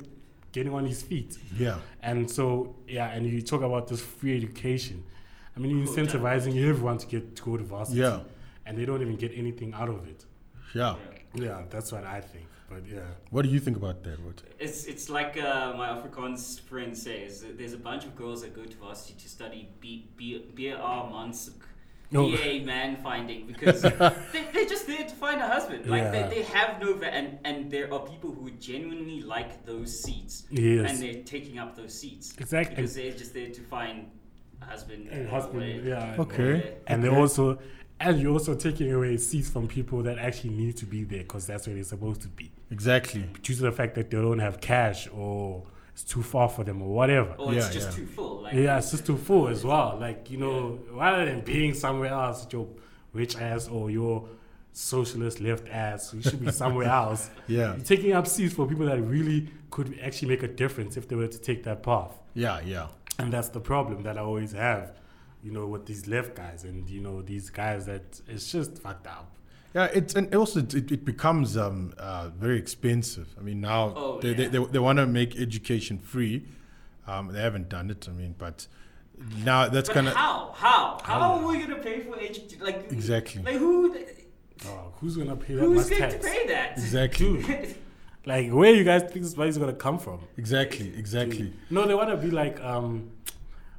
Speaker 2: getting on his feet.
Speaker 1: Yeah.
Speaker 2: And so, yeah, and you talk about this free education. I mean, you're
Speaker 3: Quota.
Speaker 2: incentivizing everyone to get to go to varsity,
Speaker 1: Yeah.
Speaker 2: and they don't even get anything out of it.
Speaker 1: Yeah.
Speaker 2: Yeah, that's what I think. But yeah,
Speaker 1: What do you think about that, Wood?
Speaker 3: It's it's like uh, my Afrikaans friend says. There's a bunch of girls that go to varsity to study B B B R Mansuk.
Speaker 2: No.
Speaker 3: BA man finding because they, they're just there to find a husband. Like
Speaker 2: Yeah.
Speaker 3: they, they have no va- and and there are people who genuinely like those seats.
Speaker 2: Yes.
Speaker 3: And they're taking up those seats.
Speaker 2: Exactly.
Speaker 3: Because they're just there to find a husband.
Speaker 2: and
Speaker 3: or
Speaker 2: husband,
Speaker 3: whatever.
Speaker 2: yeah,
Speaker 1: Okay.
Speaker 2: and they also, and you're also taking away seats from people that actually need to be there because that's where they're supposed to be,
Speaker 1: Exactly.
Speaker 2: due to the fact that they don't have cash or it's too far for them or whatever.
Speaker 3: Or it's
Speaker 1: Yeah,
Speaker 3: just
Speaker 1: yeah.
Speaker 3: too full. Like
Speaker 2: Yeah, it's just too full as well. Like, you know, rather than being somewhere else with your rich ass or your socialist left ass, you should be somewhere else.
Speaker 1: Yeah.
Speaker 2: You're taking up seats for people that really could actually make a difference if they were to take that path.
Speaker 1: Yeah, yeah.
Speaker 2: And that's the problem that I always have, you know, with these left guys and, you know, these guys that it's just fucked up.
Speaker 1: Yeah, it's and also it, it becomes um, uh, very expensive. I mean, now
Speaker 3: Oh,
Speaker 1: they, they,
Speaker 3: yeah.
Speaker 1: they, they want to make education free. Um, they haven't done it. I mean, but now that's
Speaker 3: But
Speaker 1: kind of
Speaker 3: how? How? How, are we gonna pay for edu- like
Speaker 1: Exactly.
Speaker 3: Like who?
Speaker 2: Oh, who's going to pay that
Speaker 3: Who's
Speaker 2: much
Speaker 3: going to
Speaker 2: tax?
Speaker 3: pay that?
Speaker 1: exactly,
Speaker 2: Like, where you guys think this money's going to come from?
Speaker 1: exactly, exactly.
Speaker 2: No, they want to be like um,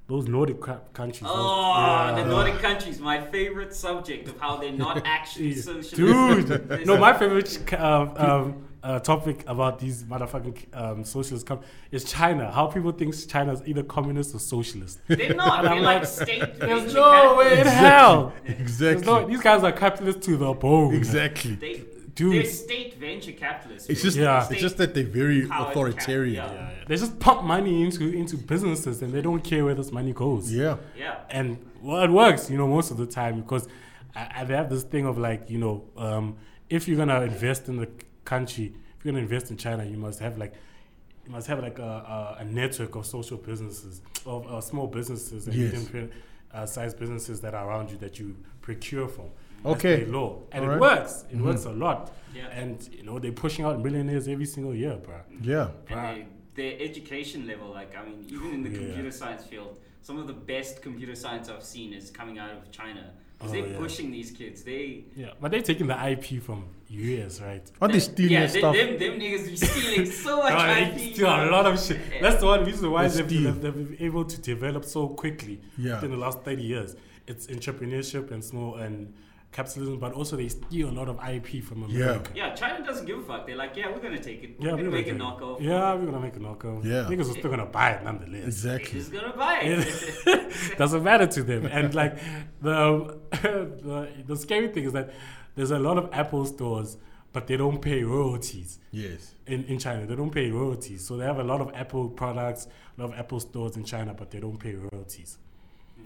Speaker 2: those Nordic cra- countries. those-
Speaker 3: Oh,
Speaker 2: Yeah.
Speaker 3: the Nordic countries, my favorite subject of how they're not actually socialist.
Speaker 2: Dude,
Speaker 3: There's-
Speaker 2: no, my favorite um, um, uh, topic about these motherfucking um, socialist com- is China. How people think China is either communist or socialist.
Speaker 3: They're not.
Speaker 2: And
Speaker 3: They're
Speaker 2: I'm
Speaker 3: like,
Speaker 2: like,
Speaker 3: state.
Speaker 2: There's
Speaker 3: major
Speaker 2: no way in
Speaker 3: capitalists.
Speaker 2: hell. There's
Speaker 1: Exactly,
Speaker 2: no, these guys are capitalists to the bone.
Speaker 1: exactly.
Speaker 3: They,
Speaker 2: Dude.
Speaker 3: They're state venture capitalists.
Speaker 1: It's
Speaker 3: bro.
Speaker 1: just
Speaker 2: Yeah.
Speaker 1: it's just that they're very
Speaker 3: Powered
Speaker 1: authoritarian.
Speaker 3: cap-
Speaker 2: Yeah, They just pump money into into businesses and they don't care where this money goes.
Speaker 1: Yeah,
Speaker 3: yeah.
Speaker 2: and well, it works, you know, most of the time because I, I, they have this thing of like, you know, um, if you're gonna invest in the c- country, if you're gonna invest in China, you must have like, you must have like a, a, a network of social businesses, of uh, small businesses and
Speaker 1: Yes.
Speaker 2: medium uh, sized businesses that are around you that you procure from.
Speaker 1: Okay. Mm-hmm.
Speaker 2: That's their law, and
Speaker 1: Alright.
Speaker 2: it works. It works a lot.
Speaker 3: Yeah.
Speaker 2: And you know they're pushing out millionaires every single year, bro.
Speaker 1: yeah,
Speaker 3: And they, their education level, like, I mean, even in the
Speaker 2: Yeah.
Speaker 3: computer science field, some of the best computer science I've seen is coming out of China. Because
Speaker 2: Oh,
Speaker 3: they're
Speaker 2: yeah.
Speaker 3: pushing these kids. They.
Speaker 2: Yeah, but they're taking the IP from US, right?
Speaker 1: aren't
Speaker 3: they-
Speaker 1: they stealing
Speaker 3: yeah,
Speaker 1: their
Speaker 3: they-
Speaker 1: stuff?
Speaker 3: Them, them niggas be stealing so much
Speaker 2: Oh, they
Speaker 3: IP.
Speaker 2: steal a lot of shit. That's the one reason why
Speaker 1: They
Speaker 2: they've,
Speaker 1: steal.
Speaker 2: they've, they've been able to develop so quickly
Speaker 1: Yeah.
Speaker 2: within the last 30 years. It's entrepreneurship and small and capitalism, but also they steal a lot of IP from
Speaker 1: Yeah.
Speaker 2: America.
Speaker 3: Yeah, China doesn't give a fuck. They're like, yeah, we're gonna take it. We're
Speaker 2: Yeah,
Speaker 3: gonna
Speaker 2: we're
Speaker 3: make a
Speaker 2: gonna take
Speaker 3: knockoff.
Speaker 2: it. Yeah, we're gonna make a knockoff.
Speaker 1: Yeah.
Speaker 2: Niggas are still gonna buy it nonetheless.
Speaker 1: exactly.
Speaker 3: Who's gonna buy it?
Speaker 2: It doesn't matter to them. And like the, the the scary thing is that there's a lot of Apple stores, but they don't pay royalties.
Speaker 1: Yes.
Speaker 2: in, in China. They don't pay royalties. So they have a lot of Apple products, a lot of Apple stores in China, but they don't pay royalties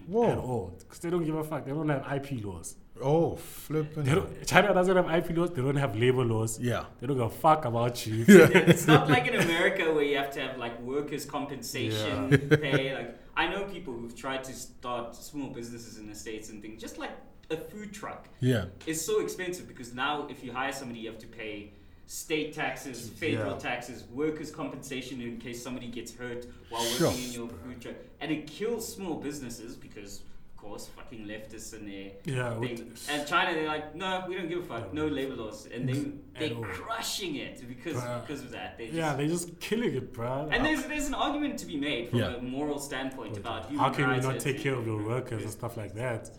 Speaker 2: at
Speaker 1: Whoa.
Speaker 2: all because they don't give a fuck. They don't have IP laws.
Speaker 1: Oh,
Speaker 2: They
Speaker 1: flipping.
Speaker 2: don't, China doesn't have IP laws. They don't have labor laws.
Speaker 1: Yeah.
Speaker 2: They don't give a fuck about you.
Speaker 3: it's not like in America where you have to have like workers' compensation pay. Like I know people who've tried to start small businesses in the states and things, just like a food truck
Speaker 1: Yeah.
Speaker 3: is so expensive because now if you hire somebody, you have to pay state taxes, federal
Speaker 2: Yeah.
Speaker 3: taxes, workers' compensation in case somebody gets hurt while working
Speaker 1: Sure.
Speaker 3: in your food truck, and it kills small businesses because. Of course, fucking leftists and their
Speaker 2: Yeah,
Speaker 3: thing.
Speaker 2: what-
Speaker 3: and China, they're like, no, we don't give a fuck, no labor laws, and they
Speaker 2: At
Speaker 3: they're
Speaker 2: all.
Speaker 3: crushing it because
Speaker 2: Bruh.
Speaker 3: because of that. They just,
Speaker 2: yeah, they're just killing it, bruh.
Speaker 3: and there's, there's an argument to be made from
Speaker 1: Yeah.
Speaker 3: a moral standpoint about human
Speaker 2: How can you
Speaker 3: rights
Speaker 2: not
Speaker 3: as
Speaker 2: take
Speaker 3: in-
Speaker 2: care of your workers and stuff like that?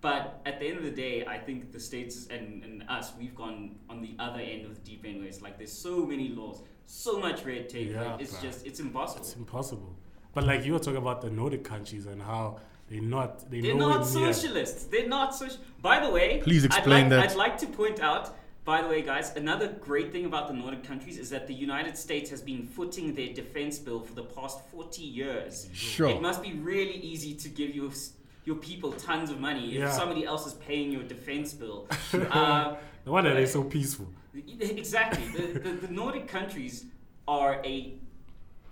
Speaker 3: But at the end of the day, I think the states and, and us, we've gone on the other end of the deep end where it's like there's so many laws, so much red tape.
Speaker 2: Yeah,
Speaker 3: like, it's
Speaker 2: bruh.
Speaker 3: just, it's impossible.
Speaker 2: It's impossible. But like you were talking about the Nordic countries and how they're not they
Speaker 3: They're
Speaker 2: know
Speaker 3: not socialists. They're not social. By the way,
Speaker 1: Please explain
Speaker 3: I'd like,
Speaker 1: that.
Speaker 3: I'd like to point out. By the way, guys, another great thing about the Nordic countries is that the United States has been footing their defense bill for the past 40 years.
Speaker 1: Sure.
Speaker 3: It must be really easy to give your s- your people tons of money if
Speaker 2: Yeah.
Speaker 3: somebody else is paying your defense bill. uh,
Speaker 2: The one that is so peaceful.
Speaker 3: Exactly. The, the, the Nordic countries are a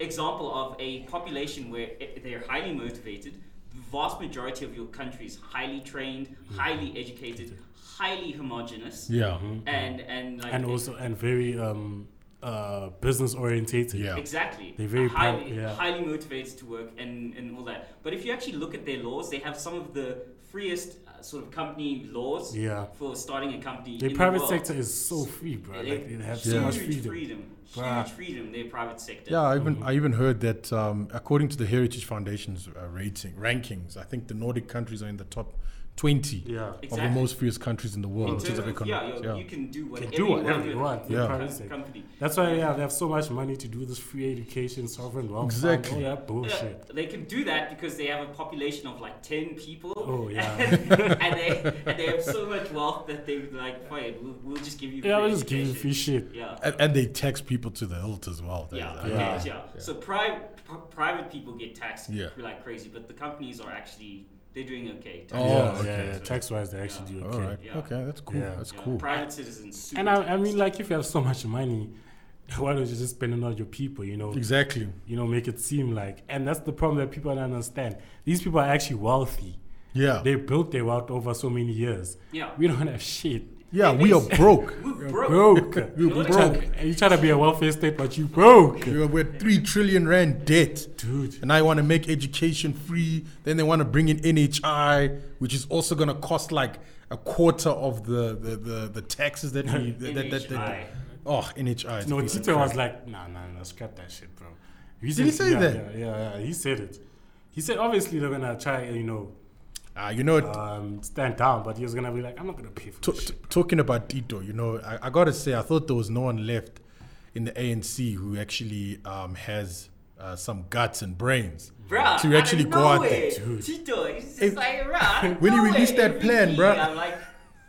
Speaker 3: example of a population where i- they're highly motivated. The vast majority of your country is highly trained,
Speaker 2: Mm-hmm.
Speaker 3: highly educated, highly homogenous,
Speaker 1: Yeah.
Speaker 3: and and like
Speaker 2: and also and very um uh, business orientated.
Speaker 1: Yeah.
Speaker 3: Exactly.
Speaker 2: They're very proud-
Speaker 3: highly,
Speaker 2: yeah.
Speaker 3: highly motivated to work and, and all that. But if you actually look at their laws, they have some of the freest uh, sort of company laws
Speaker 2: Yeah.
Speaker 3: for starting a company.
Speaker 2: The
Speaker 3: in
Speaker 2: private
Speaker 3: world.
Speaker 2: sector is so free, bro.
Speaker 3: They-
Speaker 2: Like, they have
Speaker 1: Yeah.
Speaker 2: so much
Speaker 3: huge
Speaker 2: freedom. Bruh.
Speaker 3: Huge freedom, their private sector.
Speaker 1: Yeah, I
Speaker 3: Mm-hmm.
Speaker 1: even I even heard that um, according to the Heritage Foundation's uh, rating rankings, I think the Nordic countries are in the top twenty
Speaker 2: Yeah.
Speaker 1: of the
Speaker 3: Exactly.
Speaker 1: most freest countries in the world
Speaker 3: In
Speaker 1: in terms
Speaker 3: terms
Speaker 1: of
Speaker 3: of, yeah,
Speaker 1: economics.
Speaker 3: you
Speaker 1: Yeah,
Speaker 3: you can do whatever,
Speaker 2: do whatever you want,
Speaker 3: with
Speaker 1: yeah.
Speaker 3: a
Speaker 1: private
Speaker 3: com-
Speaker 2: sector.
Speaker 3: company.
Speaker 2: That's why, yeah, they have so much money to do this free education, sovereign wealth, fund,
Speaker 1: Exactly.
Speaker 2: all that bullshit.
Speaker 3: Yeah, they can do that because they have a population of like ten people.
Speaker 2: Oh, yeah.
Speaker 3: and, and they and they have so much wealth that they like, fine, we'll, we'll just give you.
Speaker 2: Yeah,
Speaker 3: free
Speaker 2: we'll just give you
Speaker 3: education."
Speaker 2: free shit.
Speaker 3: Yeah.
Speaker 1: and, and they tax people to the hilt as well. That is-
Speaker 3: Yeah, okay,
Speaker 1: I-
Speaker 3: yeah.
Speaker 2: Yeah.
Speaker 3: So private private people get taxed
Speaker 1: Yeah.
Speaker 3: like crazy, but the companies are actually they're doing okay.
Speaker 1: Oh,
Speaker 2: yeah,
Speaker 1: okay.
Speaker 2: yeah, yeah. Tax wise, they actually do okay.
Speaker 1: All right.
Speaker 3: Yeah.
Speaker 1: Okay, that's cool.
Speaker 2: Yeah.
Speaker 1: That's
Speaker 3: Yeah,
Speaker 1: cool.
Speaker 3: Private citizens. Super
Speaker 2: And I, I
Speaker 3: taxed.
Speaker 2: mean, like, if you have so much money, why don't you just spend it on your people, you know?
Speaker 1: Exactly.
Speaker 2: You know, make it seem like. And that's the problem that people don't understand. These people are actually wealthy.
Speaker 1: Yeah.
Speaker 2: They built their wealth over so many years.
Speaker 3: yeah,
Speaker 2: We don't have shit.
Speaker 1: yeah,
Speaker 3: It
Speaker 1: we are
Speaker 3: is-
Speaker 1: broke.
Speaker 3: we're broke.
Speaker 2: Broke.
Speaker 1: We
Speaker 3: know
Speaker 1: are
Speaker 3: what
Speaker 1: broke.
Speaker 2: And you try to be a welfare state, but you broke.
Speaker 1: We are- We're three trillion rand debt.
Speaker 2: Dude.
Speaker 1: And I want to make education free. Then they want to bring in NHI, which is also going to cost like a quarter of the the, the, the taxes that we that, that, that, that
Speaker 3: NHI.
Speaker 1: oh NHI. it's a
Speaker 2: No,
Speaker 1: piece of
Speaker 2: Tito
Speaker 1: crap.
Speaker 2: was like, nah, nah, nah, scrap that shit, bro.
Speaker 1: Did he say
Speaker 2: yeah,
Speaker 1: that?
Speaker 2: Yeah, yeah, yeah, he said it. He said, obviously, they're going to try, you know,
Speaker 1: ah, you know,
Speaker 2: um, stand down, but he was going to be like, I'm not going to pay for
Speaker 1: t-
Speaker 2: this shit.
Speaker 1: t- talking about Tito, you know, I, I gotta say, I thought there was no one left in the ANC who actually um, has uh, some guts and brains
Speaker 3: Bruh,
Speaker 1: to actually go out there.
Speaker 2: Dude.
Speaker 3: Tito, he's just
Speaker 1: If-
Speaker 3: like, bruh, out of
Speaker 1: When he
Speaker 3: nowhere,
Speaker 1: released that plan,
Speaker 3: MVP,
Speaker 1: bruh.
Speaker 3: I'm like,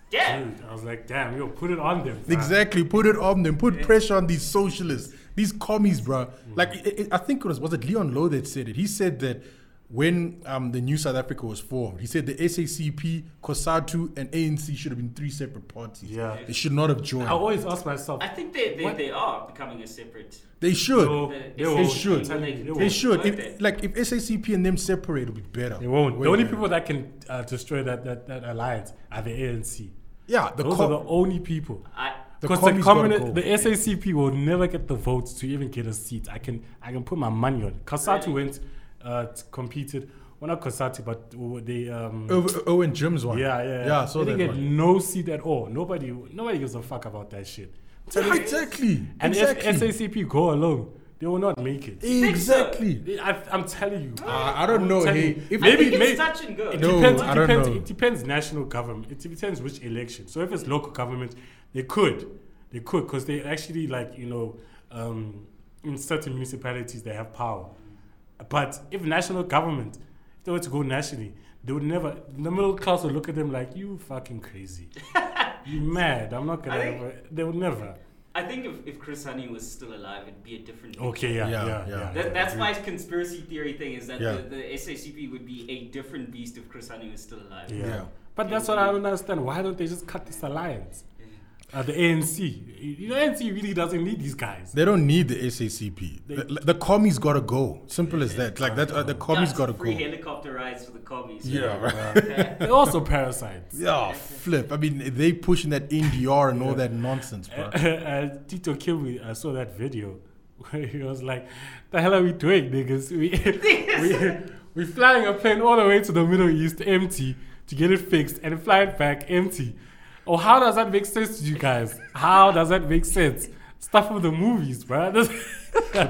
Speaker 3: damn.
Speaker 2: Dude, I was like, damn, yo, put it on them. fam.
Speaker 1: Exactly. Put it on them. Put pressure on these socialists, these commies, bro. Like i i I think it was was it Leon Lowe that said it. He said that when um, the new South Africa was formed, he said the SACP, COSATU, and ANC should have been three separate parties.
Speaker 2: Yeah.
Speaker 1: they should not have joined.
Speaker 2: I always ask myself,
Speaker 3: I think they, they,
Speaker 2: What?
Speaker 3: they are becoming a separate.
Speaker 1: they should.
Speaker 2: no,
Speaker 3: They
Speaker 2: they won't.
Speaker 1: should.
Speaker 2: I'm telling you, They
Speaker 1: They
Speaker 2: won't.
Speaker 1: should.
Speaker 3: Won't
Speaker 1: If,
Speaker 3: they?
Speaker 1: like if SACP and them separate, it'll be better.
Speaker 2: They won't.
Speaker 1: Way
Speaker 2: The only
Speaker 1: better.
Speaker 2: people that can uh, destroy that, that, that alliance are the ANC.
Speaker 1: Yeah, the
Speaker 2: Those
Speaker 1: co-
Speaker 2: are the only people.
Speaker 3: I,
Speaker 1: The
Speaker 2: Because the,
Speaker 1: commies gotta
Speaker 2: communi-
Speaker 1: go.
Speaker 2: the SACP will never get the votes to even get a seat. I can I can put my money on. it. Kasatu
Speaker 3: Really?
Speaker 2: went uh, t- competed. Well, not Kasatu, but w- they um,
Speaker 1: Ow- Owen Jim's one.
Speaker 2: yeah yeah
Speaker 1: yeah. So
Speaker 2: they
Speaker 1: that
Speaker 2: didn't get
Speaker 1: one.
Speaker 2: no seat at all. Nobody nobody gives a fuck about that shit.
Speaker 1: Yeah, exactly.
Speaker 2: And
Speaker 1: exactly.
Speaker 2: if SACP go alone, they will not make it.
Speaker 1: exactly.
Speaker 2: I, I'm telling you.
Speaker 1: Uh, I don't
Speaker 2: I'm
Speaker 1: know.
Speaker 2: telling
Speaker 1: Hey,
Speaker 2: you.
Speaker 1: if
Speaker 3: I
Speaker 2: Maybe-
Speaker 3: think it's
Speaker 2: maybe-
Speaker 3: touch and go.
Speaker 2: It
Speaker 1: No,
Speaker 2: depends. It
Speaker 1: I don't
Speaker 2: depends.
Speaker 1: know.
Speaker 2: It depends. National government. It depends which election. So if it's local government, they could, they could, because they actually like you know, um, in certain municipalities they have power. But if national government, if they were to go nationally, they would never. The middle class would look at them like you fucking crazy, you mad. I'm not gonna.
Speaker 3: I think-
Speaker 2: Ever, they would never.
Speaker 3: I think if, if Chris Honey was still alive, it'd be a different.
Speaker 2: Okay. Yeah.
Speaker 1: Yeah,
Speaker 2: Yeah.
Speaker 1: yeah.
Speaker 2: Yeah. yeah,
Speaker 3: That, that's my conspiracy theory thing is that
Speaker 1: Yeah.
Speaker 3: the, the SACP would be a different beast if Chris Honey was still alive.
Speaker 2: Yeah.
Speaker 1: Yeah.
Speaker 2: But that's what I don't understand. Why don't they just cut this alliance? Uh, the ANC. You know, ANC really doesn't need these guys.
Speaker 1: They don't need the SACP.
Speaker 2: They-
Speaker 1: the, the commies gotta go. Simple as that. Like that, uh, the commies
Speaker 3: Yeah,
Speaker 1: gotta
Speaker 3: free
Speaker 1: go.
Speaker 3: helicopter rides for the commies.
Speaker 1: Yeah,
Speaker 3: right.
Speaker 2: They're also parasites.
Speaker 1: Yeah, flip. I mean, they pushing that NDR and all that nonsense, bro.
Speaker 2: Uh, Tito Kilby, I saw that video where he was like, the hell are we doing, niggas? We, we, we flying a plane all the way to the Middle East empty to get it fixed and fly it back empty. Oh, how does that make sense to you guys? How does that make sense? Stuff from the movies, bro.
Speaker 1: Best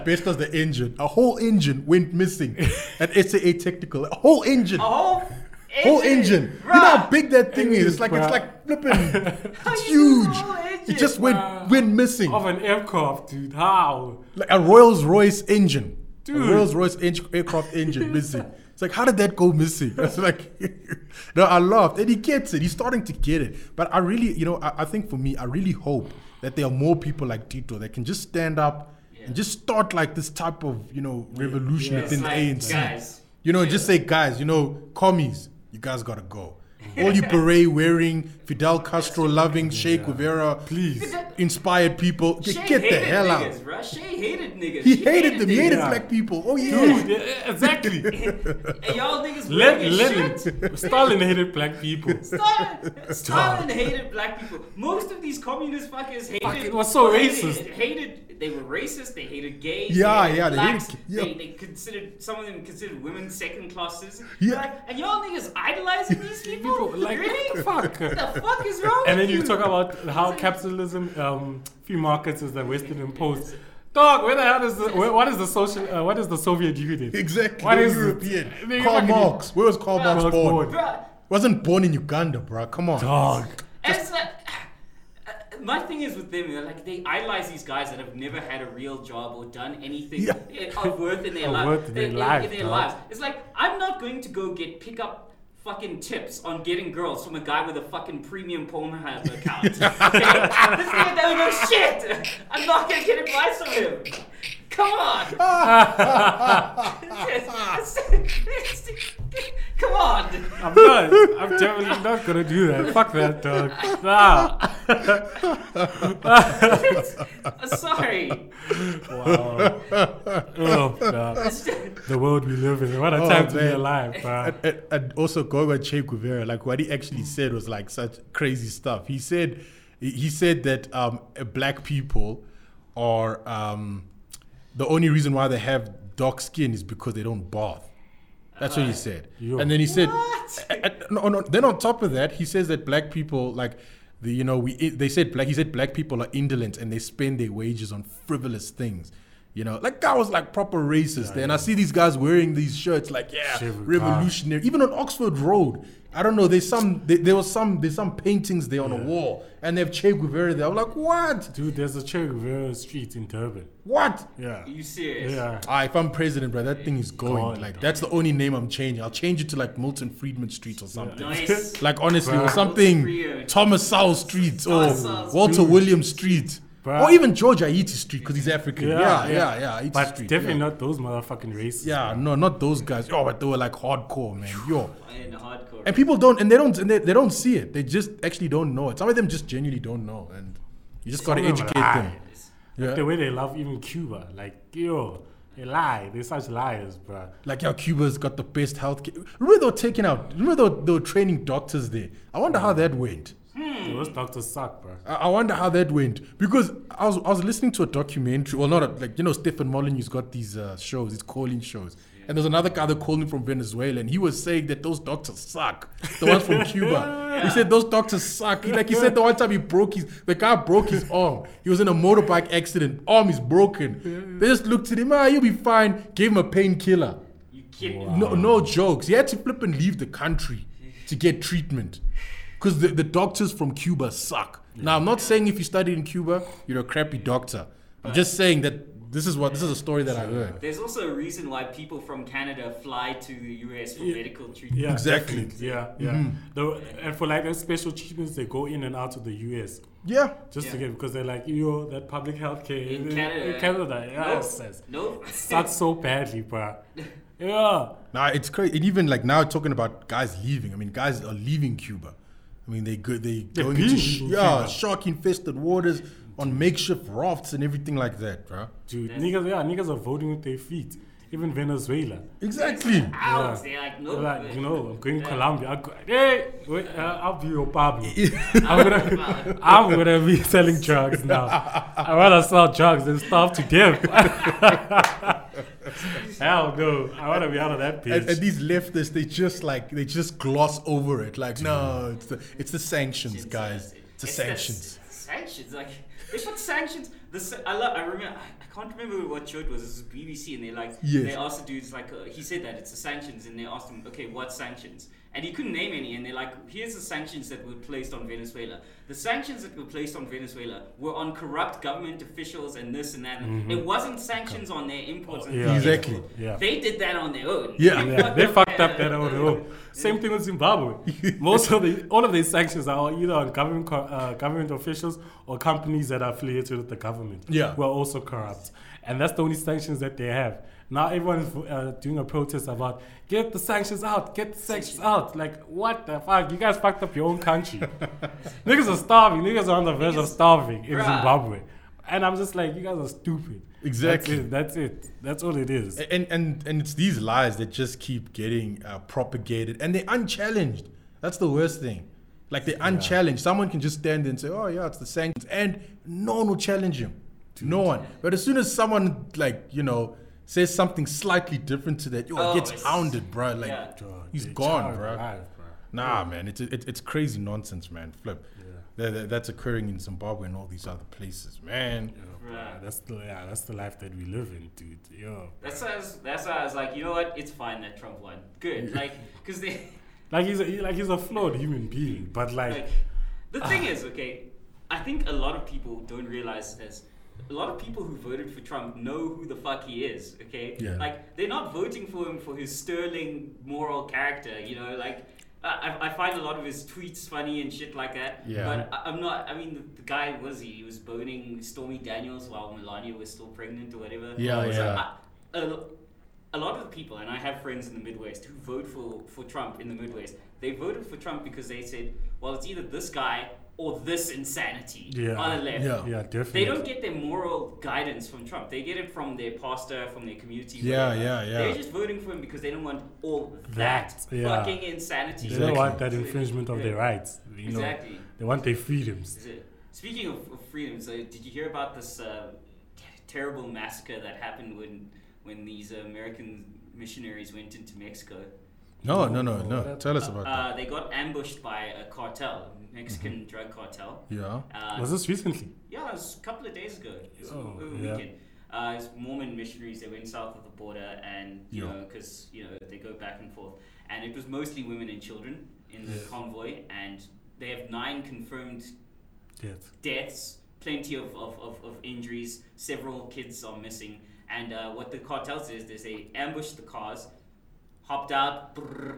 Speaker 1: because the engine, a whole engine went missing at SAA Technical. A whole engine,
Speaker 3: a whole engine.
Speaker 1: whole engine. You know how
Speaker 3: Bruh.
Speaker 1: big that thing is. It's like
Speaker 2: Engine,
Speaker 1: it's
Speaker 2: bruh.
Speaker 1: like flipping. It's
Speaker 3: you lose
Speaker 1: huge.
Speaker 3: a whole engine,
Speaker 1: It just went
Speaker 2: bruh.
Speaker 1: went missing.
Speaker 2: of an aircraft, dude. How?
Speaker 1: Like a Rolls Royce engine. A
Speaker 2: Dude.
Speaker 1: Rolls Royce en- aircraft engine missing. It's like, how did that go missing? It's like, no, I laughed. And he gets it. He's starting to get it. But I really, you know, I, I think for me, I really hope that there are more people like Tito that can just stand up
Speaker 3: Yeah.
Speaker 1: and just start like this type of, you know, revolution
Speaker 2: Yeah.
Speaker 1: within
Speaker 3: It's
Speaker 1: the
Speaker 3: like,
Speaker 1: ANC.
Speaker 3: guys,
Speaker 1: you know, just say, guys, you know, commies, you guys got to go. All you beret wearing, Fidel Castro loving, Che Guevara, please inspired people.
Speaker 3: Shay
Speaker 1: Get, get the
Speaker 3: hated
Speaker 1: hell out.
Speaker 3: niggas, bruh. Shay hated niggas.
Speaker 1: He
Speaker 3: She
Speaker 1: hated them. He hated
Speaker 3: niggas.
Speaker 2: Yeah.
Speaker 1: black people. Oh yeah.
Speaker 2: Dude, yeah, exactly.
Speaker 3: And y'all niggas
Speaker 2: Let,
Speaker 3: broke as shit.
Speaker 2: let Stalin hated black people.
Speaker 3: Stalin, Stalin hated black people. Most of these communist fuckers hated.
Speaker 2: Fuck, it was so racist.
Speaker 3: Hated, hated. They were racist. They hated gays.
Speaker 1: Yeah,
Speaker 3: they hated
Speaker 1: yeah, they hated
Speaker 3: blacks,
Speaker 1: ki- yeah.
Speaker 3: They, they considered some of them considered women second class citizens.
Speaker 1: Yeah.
Speaker 3: Like, and y'all niggas idolizing these people.
Speaker 2: People like
Speaker 3: really?
Speaker 2: what the fuck.
Speaker 3: the fuck is wrong?
Speaker 2: And
Speaker 3: with
Speaker 2: then you talk about how capitalism, um, free markets is the Western imposed. Dog, where the hell is the where, what is the social uh, what is the Soviet Union?
Speaker 1: Exactly.
Speaker 2: What
Speaker 1: What
Speaker 2: is
Speaker 1: is
Speaker 2: it?
Speaker 1: European?
Speaker 2: They
Speaker 1: Karl
Speaker 2: fucking-
Speaker 1: Marx. Where was Karl Marx
Speaker 2: Marx
Speaker 1: born?
Speaker 2: born.
Speaker 3: Bruh,
Speaker 1: Wasn't born in Uganda, bruh. Come on.
Speaker 2: Dog.
Speaker 3: And it's like, uh, my thing is with them, they're like they idolize these guys that have never had a real job or done anything eh,
Speaker 1: Yeah.
Speaker 3: of worth in their
Speaker 2: Of
Speaker 3: life. Eh,
Speaker 2: worth in their
Speaker 3: in,
Speaker 2: life,
Speaker 3: their
Speaker 2: dog.
Speaker 3: lives. It's like I'm not going to go get pick up fucking tips on getting girls from a guy with a fucking premium Pornhub account. okay? this guy don't know "Oh, shit. I'm not gonna get advice from him. Come on. Come on.
Speaker 2: I'm not. I'm definitely not gonna do that. Fuck that dog. Ah. Nah.
Speaker 3: Sorry.
Speaker 2: Wow. Oh, nah. The world we live in. What a
Speaker 1: Oh,
Speaker 2: time to be
Speaker 1: man.
Speaker 2: alive, bro.
Speaker 1: And- and, and also going with Che Guevara, like what he actually said was like such crazy stuff. He said, he- he said that um, uh, black people are um, the only reason why they have dark skin is because they don't bath. That's what he said.
Speaker 2: Yo.
Speaker 1: And then he said,
Speaker 3: What?
Speaker 1: and- and- no, no. Then on top of that, he says that black people like. The, you know, we they said black. He said black people are indolent and they spend their wages on frivolous things. You know, like I was like proper racist. and I see these guys wearing these shirts, like yeah,
Speaker 2: Shit, we
Speaker 1: revolutionary. Even on Oxford Road, I don't know. There's some there, there was some there's some paintings there on a wall, and they have Che Guevara there. I'm like, what?
Speaker 2: Dude, there's a Che Guevara street in Durban.
Speaker 1: What?
Speaker 2: Yeah.
Speaker 3: Are you serious?
Speaker 2: Yeah.
Speaker 1: Ah, if I'm president, bro, that thing is going.
Speaker 2: Gone,
Speaker 1: like
Speaker 2: dog.
Speaker 1: that's the only name I'm changing. I'll change it to like Milton Friedman Street or something.
Speaker 3: Nice.
Speaker 1: Like honestly, or
Speaker 2: Bruh.
Speaker 1: something
Speaker 3: Weird.
Speaker 1: Thomas Sowell Street or
Speaker 3: Thomas Sowell
Speaker 1: Walter
Speaker 2: Street.
Speaker 1: Williams Street
Speaker 2: Bruh.
Speaker 1: or even George Aiti Street because he's African. Yeah, yeah, yeah. Aiti
Speaker 2: But
Speaker 1: Street,
Speaker 2: definitely
Speaker 1: yeah.
Speaker 2: not those motherfucking racists.
Speaker 1: Yeah, no, not those guys. Oh, but they were like hardcore, man. Yo,
Speaker 3: And hardcore.
Speaker 1: and people don't, and they don't, and they, they don't see it. They just actually don't know it. Some of them just genuinely don't know, and you just gotta
Speaker 2: Some of them
Speaker 1: educate
Speaker 2: lie.
Speaker 1: them. Yeah.
Speaker 2: The way they love even Cuba, like yo, they lie. They're such liars, bro.
Speaker 1: Like how Cuba's got the best healthcare. Remember they were taking out. Remember they were, they were training doctors there. I wonder
Speaker 2: Mm.
Speaker 1: how that went.
Speaker 3: Hmm.
Speaker 2: Those doctors suck, bro.
Speaker 1: I I wonder how that went because I was I was listening to a documentary. Well, not a, like you know Stephen Molyneux's got these uh, shows, these calling shows, and there's another guy that called in from Venezuela, and he was saying that those doctors suck. The ones from Cuba. He said those doctors suck. He, like he said the one time he broke his the guy broke his arm. He was in a motorbike accident. Arm is broken. They just looked at him. Ah, you'll be fine. Gave him a painkiller.
Speaker 3: You kidding me?
Speaker 1: No, no jokes. He had to flip and leave the country to get treatment because the, the doctors from Cuba suck. Now, I'm not saying if you studied in Cuba, you're a crappy doctor. I'm just saying that this is what this is a story that I heard.
Speaker 3: There's also a reason why people from Canada fly to the US for medical treatment.
Speaker 2: Yeah,
Speaker 1: Exactly. Mm-hmm.
Speaker 2: definitely. Yeah, yeah. Though- and for like those special treatments, they go in and out of the U.S.
Speaker 1: Yeah,
Speaker 2: just to
Speaker 3: Yeah.
Speaker 2: get because they're like yo, that public health care
Speaker 3: In Canada.
Speaker 2: in Canada, yeah,
Speaker 3: No.
Speaker 2: it says.
Speaker 3: No.
Speaker 2: sucks so badly, bro. Yeah,
Speaker 1: now it's crazy. And even like now talking about guys leaving. I mean, guys are leaving Cuba. I mean, they go they
Speaker 2: They're
Speaker 1: going into
Speaker 2: being
Speaker 1: sh-
Speaker 2: in
Speaker 1: yeah
Speaker 2: Cuba.
Speaker 1: shark infested waters on makeshift rafts and everything like that, bro.
Speaker 2: dude, niggas, yeah, niggas are voting with their feet. Even Venezuela.
Speaker 1: Exactly.
Speaker 3: Out. They're like, no.
Speaker 2: They're like, you know, I'm going
Speaker 3: Yeah.
Speaker 2: to Colombia. I go, hey, wait, uh, I'll be your Pablo. I'm gonna, I'm gonna be selling drugs now. I wanna sell drugs than starve to death. Hell no, I wanna be out of that
Speaker 1: And, and
Speaker 2: bitch.
Speaker 1: these leftists, they just like they just gloss over it. Like, no, it's the it's the sanctions,
Speaker 3: uh,
Speaker 1: guys. It's the sanctions.
Speaker 3: sanctions. Like, they put sanctions. The, sa- I, love, I remember. I- I can't remember what show it was. It was BBC, and they like
Speaker 1: Yes.
Speaker 3: they asked the dudes like uh, he said that it's the sanctions, and they asked him, okay, what sanctions? And he couldn't name any, and they're like, here's the sanctions that were placed on Venezuela. The sanctions that were placed on Venezuela were on corrupt government officials and this and that. It wasn't sanctions on their imports. and
Speaker 2: Mm-hmm. Yeah.
Speaker 3: their
Speaker 1: Exactly.
Speaker 3: exports.
Speaker 2: Yeah.
Speaker 3: They did that on their own.
Speaker 1: Yeah.
Speaker 2: Yeah, they fucked up that own rule. Same thing with Zimbabwe. Most of the all of these sanctions are either on government co- uh, government officials or companies that are affiliated with the government.
Speaker 1: Yeah.
Speaker 2: who are also corrupt, and that's the only sanctions that they have. Now everyone is uh, doing a protest about get the sanctions out, get the sanctions out. Like what the fuck? You guys fucked up your own country. niggas are starving. Niggas are on the verge of
Speaker 3: Niggas-
Speaker 2: starving in
Speaker 3: Bruh.
Speaker 2: Zimbabwe, and I'm just like, you guys are stupid.
Speaker 1: Exactly.
Speaker 2: That's it. That's, it. that's all it is.
Speaker 1: And and and it's these lies that just keep getting uh, propagated, and they're unchallenged. That's the worst thing. Like they're unchallenged. Someone can just stand there and say, "Oh yeah, it's the sanctions," and no one will challenge him. No one. But as soon as someone like you know says something slightly different to that, yo,
Speaker 3: Oh,
Speaker 1: it gets
Speaker 3: it's-
Speaker 1: hounded, bro. Like
Speaker 3: yeah.
Speaker 1: he's
Speaker 2: They
Speaker 1: gone,
Speaker 2: charge
Speaker 1: bro.
Speaker 2: life, bruh.
Speaker 1: Nah, man, it's it, it's crazy nonsense, man. Flip. That, that- that's occurring in Zimbabwe and all these other places, man.
Speaker 3: Bruh.
Speaker 2: That's the yeah, that's the life that we live in, dude. Yo.
Speaker 3: That's why I was, that's why I was like, you know what? It's fine that Trump won. Good. Like, because they.
Speaker 2: Like he's a, he- like he's a flawed human being, but like
Speaker 3: like the thing is okay i think a lot of people don't realize this a lot of people who voted for trump know who the fuck he is okay
Speaker 1: Yeah.
Speaker 3: like they're not voting for him for his sterling moral character you know like I, I I find a lot of his tweets funny and shit like that.
Speaker 1: Yeah.
Speaker 3: But I, I'm not. I mean, the, the guy was he? He was boning Stormy Daniels while Melania was still pregnant or whatever.
Speaker 1: Yeah,
Speaker 3: So
Speaker 1: yeah.
Speaker 3: I- uh, a lo- a lot of the people, and I have friends in the Midwest who vote for, for Trump in the Midwest, they voted for Trump because they said, well, it's either this guy or this insanity
Speaker 2: Yeah,
Speaker 3: on the left.
Speaker 1: yeah.
Speaker 2: yeah, definitely.
Speaker 3: They don't get their moral guidance from Trump. They get it from their pastor, from their community.
Speaker 1: Yeah,
Speaker 3: whatever.
Speaker 1: yeah, yeah.
Speaker 3: They're just voting for him because they don't want all that,
Speaker 2: That, yeah.
Speaker 3: fucking insanity.
Speaker 2: They don't want that
Speaker 3: So-
Speaker 2: infringement of
Speaker 3: yeah.
Speaker 2: their rights. You know,
Speaker 3: Exactly.
Speaker 2: they want their freedoms.
Speaker 3: Is it- Speaking of, of freedoms, uh, did you hear about this uh, t- terrible massacre that happened when when these uh, American missionaries went into Mexico?
Speaker 1: No, no, no, no.
Speaker 2: That-
Speaker 1: Tell us about that. Mm-hmm.
Speaker 3: Uh, they got ambushed by a cartel, Mexican drug cartel.
Speaker 1: Yeah.
Speaker 3: Uh,
Speaker 2: Was this recently?
Speaker 3: yeah, it was a couple of days ago. It was
Speaker 2: Oh,
Speaker 3: over the
Speaker 2: yeah.
Speaker 3: weekend. Uh, it's Mormon missionaries. They went south of the border, and you
Speaker 1: Yeah.
Speaker 3: know, because you know they go back and forth, and it was mostly women and children in the
Speaker 2: Yeah.
Speaker 3: convoy, and they have nine confirmed
Speaker 2: Yes.
Speaker 3: deaths, plenty of, of, of, of injuries, several kids are missing. And uh, what the cartel says is they ambushed the cars, hopped out, brrr,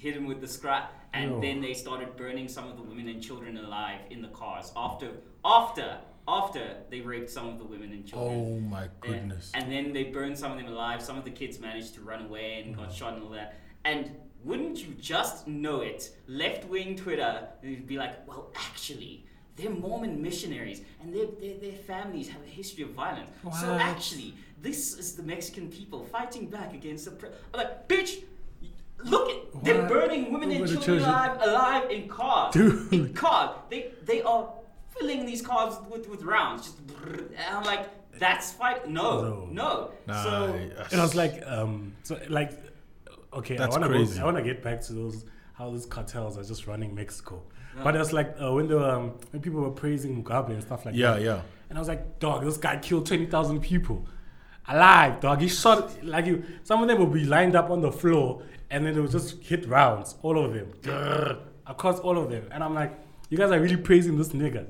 Speaker 3: hit them with the scrap, and
Speaker 2: Yo.
Speaker 3: then they started burning some of the women and children alive in the cars after after after they raped some of the women and children.
Speaker 1: Oh my
Speaker 3: Yeah.
Speaker 1: goodness.
Speaker 3: And then they burned some of them alive. Some of the kids managed to run away and
Speaker 2: Mm-hmm.
Speaker 3: got shot and all that. And wouldn't you just know it? Left wing Twitter would be like, well, actually, they're Mormon missionaries and their, their, their families have a history of violence. So
Speaker 2: What?
Speaker 3: actually, this is the Mexican people fighting back against the. Pre- I'm like, bitch! Look at they're
Speaker 2: What?
Speaker 3: burning women and
Speaker 2: Women and children.
Speaker 3: children, alive, alive in cars.
Speaker 2: Dude.
Speaker 3: In cars, they they are filling these cars with, with rounds. Just brrr. and I'm like, that's fight. No,
Speaker 2: No.
Speaker 3: no.
Speaker 1: Nah,
Speaker 3: so
Speaker 1: yes.
Speaker 2: And I was like, um, so like, okay,
Speaker 1: That's
Speaker 2: I want to
Speaker 1: crazy.
Speaker 2: go, I want to get back to those how those cartels are just running Mexico. But it's like uh, when the um, when people were praising Mugabe and stuff like
Speaker 1: yeah,
Speaker 2: that.
Speaker 1: yeah.
Speaker 2: And I was like, dog, this guy killed 20,000 people. Alive, dog. He shot, like, you, some of them would be lined up on the floor and then they would just hit rounds, all of them. Grrr, across all of them. And I'm like, you guys are really praising this nigga.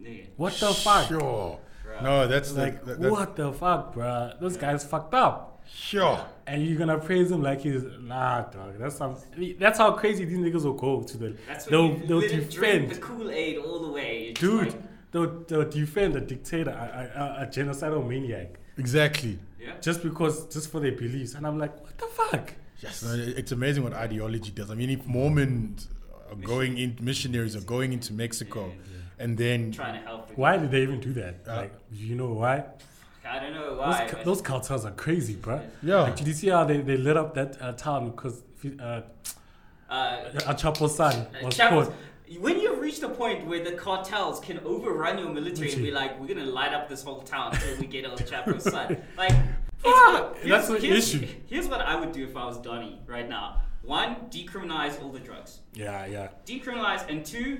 Speaker 3: yeah.
Speaker 2: What the fuck?
Speaker 1: Sure. No, that's
Speaker 2: Like,
Speaker 1: like that, that,
Speaker 2: what the fuck, bruh? This guy's fucked up.
Speaker 1: sure.
Speaker 2: And you're gonna praise him like he's nah, dog. That's some. I mean, that's how crazy these niggas will go to the.
Speaker 3: That's when
Speaker 2: they'll
Speaker 3: you
Speaker 2: they'll
Speaker 3: let it drink
Speaker 2: defend,
Speaker 3: the Kool Aid all the way. It's
Speaker 2: dude.
Speaker 3: like-
Speaker 2: they'll, they'll defend a dictator, a, a, a genocidal maniac.
Speaker 1: Exactly.
Speaker 3: yeah.
Speaker 2: just because just for their beliefs and i'm like what the fuck
Speaker 1: Yes. No, it- it's amazing what ideology does. I mean, if Mormons are going in, missionaries are going into Mexico, and then
Speaker 3: Trying to help. the-
Speaker 2: why did they even do that
Speaker 1: Uh,
Speaker 2: like you know why
Speaker 3: I don't know
Speaker 2: those,
Speaker 3: why.
Speaker 2: ca-
Speaker 3: but
Speaker 2: those cartels are crazy bro
Speaker 1: Yeah.
Speaker 2: like, did you see how they, they lit up that uh, town because uh,
Speaker 3: uh,
Speaker 2: a chapo's son
Speaker 3: uh,
Speaker 2: was
Speaker 3: chaps,
Speaker 2: caught
Speaker 3: when you reach the point where the cartels can overrun your military and
Speaker 2: Military.
Speaker 3: be like, we're gonna light up this whole town until we get El Chapo's son, like,
Speaker 2: Fuck!
Speaker 3: it's-
Speaker 2: Ah, That's the
Speaker 3: here's-
Speaker 2: issue.
Speaker 3: Here's what I would do if I was Donnie right now. One, decriminalize all the drugs.
Speaker 2: yeah yeah
Speaker 3: decriminalize, and 2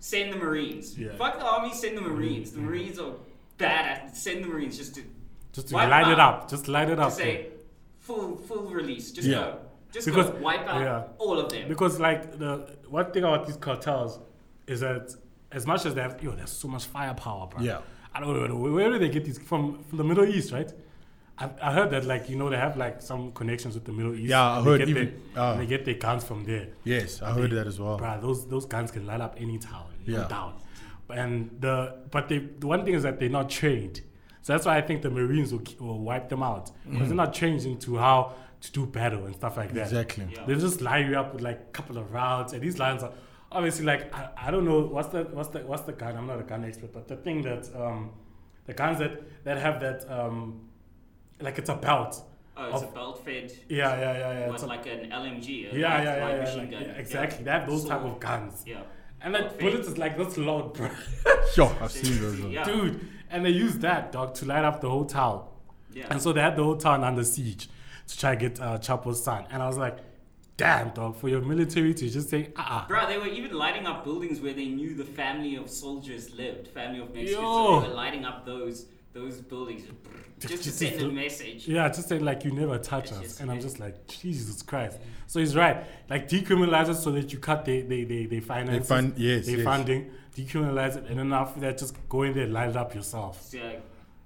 Speaker 3: send the Marines.
Speaker 2: Mm-hmm. Yeah. Mm-hmm.
Speaker 3: Fuck the army, send the Marines. The Marines are bad at send the Marines just to
Speaker 2: just to
Speaker 3: Wipe
Speaker 2: light it
Speaker 3: out.
Speaker 2: up just light it
Speaker 3: to
Speaker 2: up
Speaker 3: say full full release. Just
Speaker 1: Yeah.
Speaker 3: go. Just
Speaker 2: Because-
Speaker 3: go. Wipe out
Speaker 2: yeah.
Speaker 3: all of them.
Speaker 2: because like the one thing about these cartels is that as much as they have, yo, there's so much firepower, bro.
Speaker 1: Yeah.
Speaker 2: I don't know where, where do they get these from? From the Middle East, right? I, I heard that like you know they have like some connections with the Middle East.
Speaker 1: Yeah, I
Speaker 2: and
Speaker 1: heard
Speaker 2: they get
Speaker 1: even-
Speaker 2: their,
Speaker 1: uh,
Speaker 2: and they get their guns from there.
Speaker 1: Yes, I heard
Speaker 2: They-
Speaker 1: that as well.
Speaker 2: Bruh, those those guns can light up any town, no
Speaker 1: Yeah.
Speaker 2: doubt. And the but they the one thing is that they're not trained, so that's why I think the Marines will, ki- will wipe them out because they're not trained into how to do battle and stuff like that.
Speaker 1: Exactly.
Speaker 3: Yeah.
Speaker 2: They just line you up with like a couple of rounds, and these lines are obviously like I, I don't know what's the what's the what's the gun. I'm not a gun expert, but the thing that um, the guns that that have that um, like it's a belt.
Speaker 3: Oh, it's
Speaker 2: Of-
Speaker 3: a belt fed,
Speaker 2: Yeah, yeah, yeah, yeah.
Speaker 3: what,
Speaker 2: It's a-
Speaker 3: like an LMG, a
Speaker 2: yeah,
Speaker 3: light,
Speaker 2: yeah,
Speaker 3: light
Speaker 2: yeah, yeah,
Speaker 3: machine
Speaker 2: like,
Speaker 3: gun.
Speaker 2: yeah,
Speaker 3: Yeah.
Speaker 2: exactly. They have those type
Speaker 3: So-
Speaker 2: of guns.
Speaker 3: Yeah.
Speaker 2: And that
Speaker 3: Okay.
Speaker 2: bullet is like that's loud, bro.
Speaker 1: Sure, I've seen those.
Speaker 3: Yeah.
Speaker 2: Dude, and they used that dog to light up the whole town.
Speaker 3: Yeah.
Speaker 2: And so they had the whole town under siege to try to get uh, Chapo's son. And I was like, damn, dog, for your military to just say, ah, uh
Speaker 3: Bro, they were even lighting up buildings where they knew the family of soldiers lived, family of Mexicans.
Speaker 2: Yo.
Speaker 3: So they were lighting up those those buildings just to
Speaker 2: Just
Speaker 3: send
Speaker 2: to-
Speaker 3: a message.
Speaker 2: yeah, just saying like you never touch
Speaker 3: It's
Speaker 2: us.
Speaker 3: just
Speaker 2: And I'm
Speaker 3: me.
Speaker 2: just like, Jesus Christ. So he's right. Like decriminalize it so that you cut their they, they, they finances,
Speaker 1: fund- yes,
Speaker 2: their
Speaker 1: yes.
Speaker 2: funding, decriminalize it, and then after that, just go in there, light it up yourself.
Speaker 3: So, like,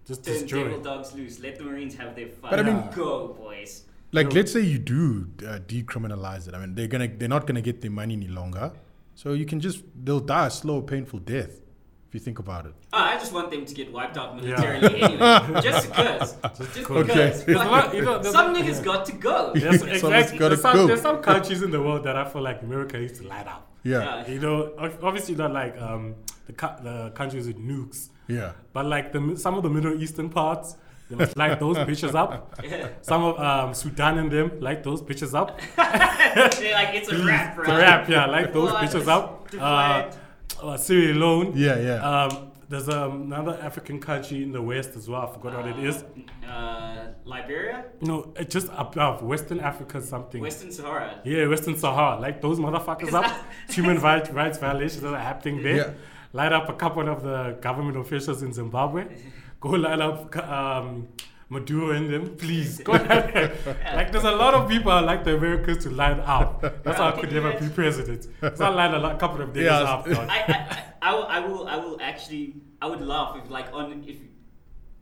Speaker 2: Just
Speaker 3: uh, turn
Speaker 2: destroy
Speaker 3: devil
Speaker 2: it.
Speaker 3: dogs loose. Let the Marines have their fun.
Speaker 1: But I
Speaker 2: mean-
Speaker 3: go boys.
Speaker 1: Like, let's say you do uh, decriminalize it. I mean, they're gonna, they're not gonna get their money any longer, so you can just, they'll die a slow, painful death, if you think about it.
Speaker 3: Oh, I just want them to get wiped out militarily anyway, just because, just
Speaker 2: because.
Speaker 3: because.
Speaker 1: Okay.
Speaker 2: There's a lot- you know,
Speaker 3: Fuck,
Speaker 2: there's
Speaker 3: Some
Speaker 2: a-
Speaker 3: niggas got to go.
Speaker 2: There's,
Speaker 1: Someone's
Speaker 2: exactly.
Speaker 1: gotta
Speaker 2: There's, some,
Speaker 1: go.
Speaker 2: there's some countries in the world that I feel like America used to light up.
Speaker 1: Yeah,
Speaker 2: You know, ob- obviously not like um, the cou- the countries with nukes,
Speaker 1: yeah,
Speaker 2: but like the mi- some of the Middle Eastern parts, they must light those bitches up. Some of um, Sudan and them light those bitches up.
Speaker 3: They're like it's a wrap, bro.
Speaker 2: The rap, yeah, light those
Speaker 3: What?
Speaker 2: bitches up. Uh,
Speaker 3: Divide.
Speaker 2: uh, Syria alone.
Speaker 1: yeah, yeah.
Speaker 3: Uh,
Speaker 2: Um, there's um, another African country in the West as well. I forgot what it is.
Speaker 3: Uh, Liberia,
Speaker 2: No, it just above Western Africa something.
Speaker 3: Western Sahara.
Speaker 2: Yeah, Western Sahara, like those motherfuckers up. Human rights, rights violations that are happening there.
Speaker 1: Yeah.
Speaker 2: Light up a couple of the government officials in Zimbabwe. Go light up um, Maduro in them, please. Go light like there's a lot of people I like the Americans to light up. That's how I could never be president. So I light a lot- couple of days
Speaker 1: Yeah, I
Speaker 2: up.
Speaker 1: was-
Speaker 2: dog.
Speaker 3: I, I, I, I will- I will I will actually I would laugh if like on if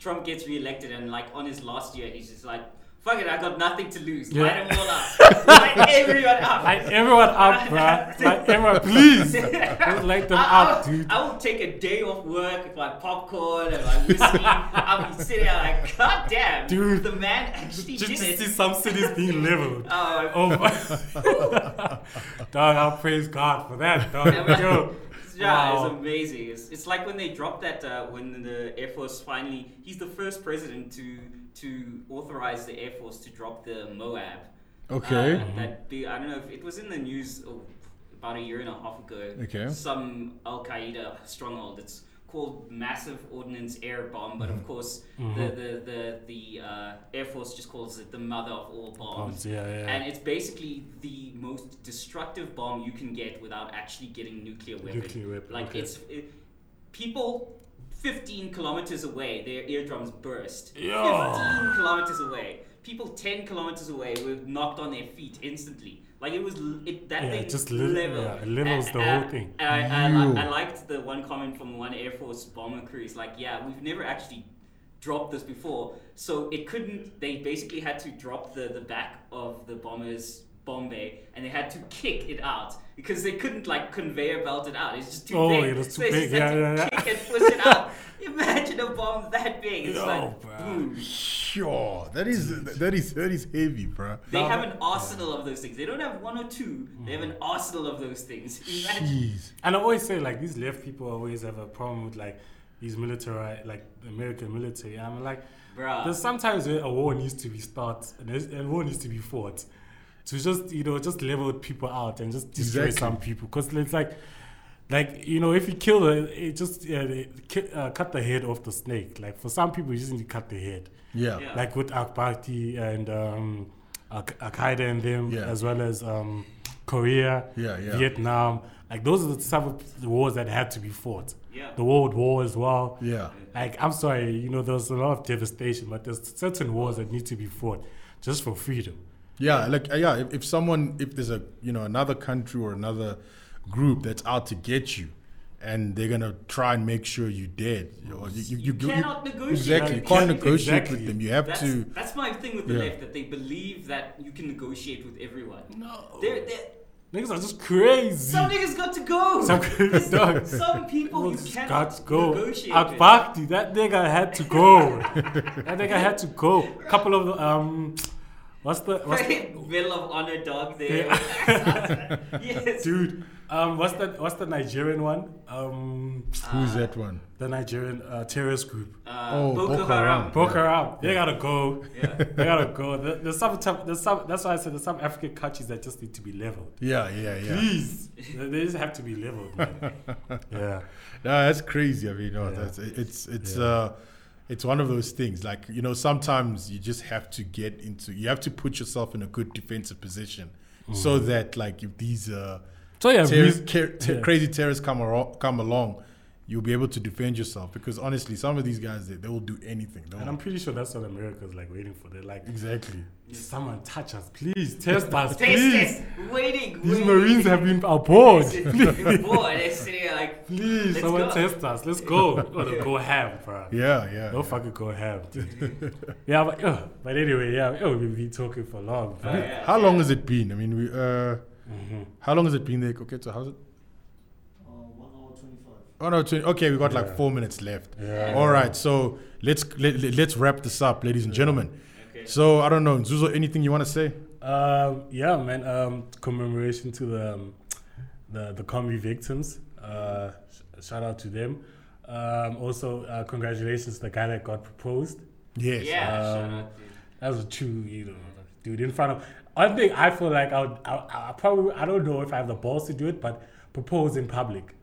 Speaker 3: Trump gets reelected and like on his last year he's just like fuck it I got nothing to lose
Speaker 2: Yeah.
Speaker 3: light them all up light everyone up
Speaker 2: Light everyone up, bruh. Light everyone, please. Just light them
Speaker 3: I,
Speaker 2: up,
Speaker 3: I will,
Speaker 2: dude.
Speaker 3: I will take a day off work with my popcorn and my whiskey I'll be sitting there like god damn
Speaker 2: Dude.
Speaker 3: the man actually
Speaker 2: Just to
Speaker 3: did it
Speaker 2: see some cities being leveled.
Speaker 3: Oh,
Speaker 2: Oh my dog, I praise God for that, dog.
Speaker 3: Yeah, but-
Speaker 2: Yo,
Speaker 3: Yeah,
Speaker 2: wow.
Speaker 3: it's amazing. It's, it's like when they dropped that uh, when the Air Force finally. He's the first president to to authorize the Air Force to drop the Moab.
Speaker 1: Okay. Mm-hmm.
Speaker 3: Uh, that big, I don't know if it was in the news oh, about a year and a half ago.
Speaker 1: Okay.
Speaker 3: Some Al Qaeda stronghold. It's called massive ordnance air bomb, but
Speaker 1: Mm-hmm.
Speaker 3: of course the the the, the uh, Air Force just calls it the mother of all bombs.
Speaker 2: Bombs, yeah, yeah, yeah.
Speaker 3: And it's basically the most destructive bomb you can get without actually getting nuclear weapon.
Speaker 2: Nuclear weapon,
Speaker 3: Like
Speaker 2: okay.
Speaker 3: it's it, people 15 kilometers away, their eardrums burst.
Speaker 2: Yeah.
Speaker 3: 15 kilometers away. People 10 kilometers away were knocked on their feet instantly. Like it was l- it, that
Speaker 2: Yeah,
Speaker 3: thing
Speaker 2: it just lit-
Speaker 3: leveled.
Speaker 2: yeah, it levels
Speaker 3: And-
Speaker 2: the
Speaker 3: and-
Speaker 2: whole thing.
Speaker 3: And I, I, li-
Speaker 1: Yo.
Speaker 3: I liked the one comment from one Air Force bomber crew. It's like, yeah, we've never actually dropped this before, so it couldn't. They basically had to drop the the back of the bomber's bomb bay, and they had to kick it out because they couldn't like conveyor belt it out. It's just too
Speaker 2: Oh,
Speaker 3: big.
Speaker 2: it was too
Speaker 3: So they
Speaker 2: big.
Speaker 3: just had
Speaker 2: Yeah,
Speaker 3: to
Speaker 2: yeah, yeah.
Speaker 3: kick it, push it out. Imagine a bomb that big. It's
Speaker 2: Yo,
Speaker 3: like,
Speaker 2: bruh.
Speaker 3: boom.
Speaker 1: Sure, that is that is that is heavy, bro.
Speaker 3: They
Speaker 2: Now
Speaker 3: have
Speaker 2: that- Mm.
Speaker 3: an arsenal of those things. They don't have one or two. They have an arsenal of those things. Imagine.
Speaker 1: Jeez.
Speaker 2: And I always say like these left people always have a problem with like these military like the American military. And I'm like
Speaker 3: Bruh.
Speaker 2: there's sometimes where a war needs to be started and there's- a war needs to be fought. To just you know, just level people out and just destroy
Speaker 1: Exactly.
Speaker 2: some people. Because it's like like you know, if you kill the, it just uh, they ki- uh, cut the head off the snake. Like for some people, you just need to cut the head.
Speaker 1: Yeah.
Speaker 3: Yeah.
Speaker 2: like with Akbati and um, Al Qaeda and them,
Speaker 1: Yeah.
Speaker 2: as well as um, Korea,
Speaker 1: Yeah, yeah.
Speaker 2: Vietnam. Like those are the type of wars that had to be fought.
Speaker 3: Yeah.
Speaker 2: The World War as well.
Speaker 1: Yeah.
Speaker 2: Like I'm sorry, you know, there's a lot of devastation, but there's certain wars that need to be fought just for freedom.
Speaker 1: Yeah, like uh, yeah, if, if someone if there's a you know another country or another group that's out to get you, and they're gonna try and make sure you're dead. You, know, you, you,
Speaker 3: You cannot negotiate
Speaker 1: Exactly, you
Speaker 3: with
Speaker 1: can't
Speaker 3: them.
Speaker 1: negotiate
Speaker 2: Exactly.
Speaker 1: with them. You have
Speaker 3: That's,
Speaker 1: to.
Speaker 3: that's my thing with the
Speaker 1: Yeah.
Speaker 3: left that they believe that you can negotiate with everyone.
Speaker 2: No.
Speaker 3: They're, they're,
Speaker 2: Niggas are just crazy.
Speaker 3: some niggas got to go.
Speaker 2: Mm. Some
Speaker 3: It's-
Speaker 2: dog.
Speaker 3: some people you
Speaker 2: Niggas
Speaker 3: cannot
Speaker 2: got to go.
Speaker 3: negotiate. with.
Speaker 2: Akbakti, that nigga had to go. that nigga had to go. couple of um, what's the what's the,
Speaker 3: Middle of honor dog there. yes.
Speaker 2: dude? Um, what's the what's the Nigerian one? Um,
Speaker 1: Who's that one?
Speaker 2: the Nigerian uh, terrorist group.
Speaker 3: Uh,
Speaker 1: Oh,
Speaker 3: Boko,
Speaker 1: Boko
Speaker 3: Haram.
Speaker 1: Haram.
Speaker 2: Boko Haram. They gotta go.
Speaker 3: Yeah.
Speaker 2: They gotta go. There- There's some, type- there's some. That's why I said there's some African countries that just need to be leveled.
Speaker 1: Yeah, yeah, yeah.
Speaker 2: Please, they they just have to be leveled. Man. yeah.
Speaker 1: No, that's crazy. I mean, no,
Speaker 2: Yeah.
Speaker 1: that's it's it's
Speaker 2: Yeah.
Speaker 1: uh, it's one of those things. Like you know, sometimes you just have to get into. You have to put yourself in a good defensive position, so that like if these uh,
Speaker 2: So Mm. yeah,
Speaker 1: terrorist, ca- ter-
Speaker 2: yeah.
Speaker 1: crazy terrorists come aro- come along, you'll be able to defend yourself. Because honestly, some of these guys they, they will do anything. They'll,
Speaker 2: and I'm pretty sure that's what America's like waiting for. They're like,
Speaker 1: exactly.
Speaker 2: someone touch us, please test us,
Speaker 3: Taste
Speaker 2: please.
Speaker 3: this. Waiting.
Speaker 2: These
Speaker 3: waiting.
Speaker 2: Marines have been aboard.
Speaker 3: It's bored. They're sitting there like,
Speaker 2: Please,
Speaker 3: Let's
Speaker 2: someone
Speaker 3: go.
Speaker 2: test us. Let's go. We're gonna go ham, bro.
Speaker 1: Yeah, yeah.
Speaker 2: No fucking go ham. dude. yeah, but, uh, but anyway, yeah, uh, we've been talking for long.
Speaker 3: Oh,
Speaker 2: bruh.
Speaker 3: yeah,
Speaker 1: How
Speaker 3: yeah.
Speaker 1: long has it been? I mean, we. Uh,
Speaker 2: Mhm.
Speaker 1: how long has it been there? Okay, so how's it?
Speaker 4: Uh, one hour twenty-five.
Speaker 1: Oh no, twen- okay, we got
Speaker 2: Yeah.
Speaker 1: like four minutes left.
Speaker 2: Yeah.
Speaker 1: All right, so let's let, let- let's wrap this up, ladies and gentlemen.
Speaker 3: Okay.
Speaker 1: So I don't know, Zuzo, anything you want to say?
Speaker 2: Um, yeah, man. Um, commemoration to the um, the the comedy victims. Uh, sh- shout out to them. Um, also, uh, congratulations to the guy that got proposed.
Speaker 1: Yes.
Speaker 2: Um,
Speaker 3: Yeah. shout out to
Speaker 2: That was a true, you know, dude. In front of one thing, I feel like I, would, I, I probably I don't know if I have the balls to do it, but propose in public.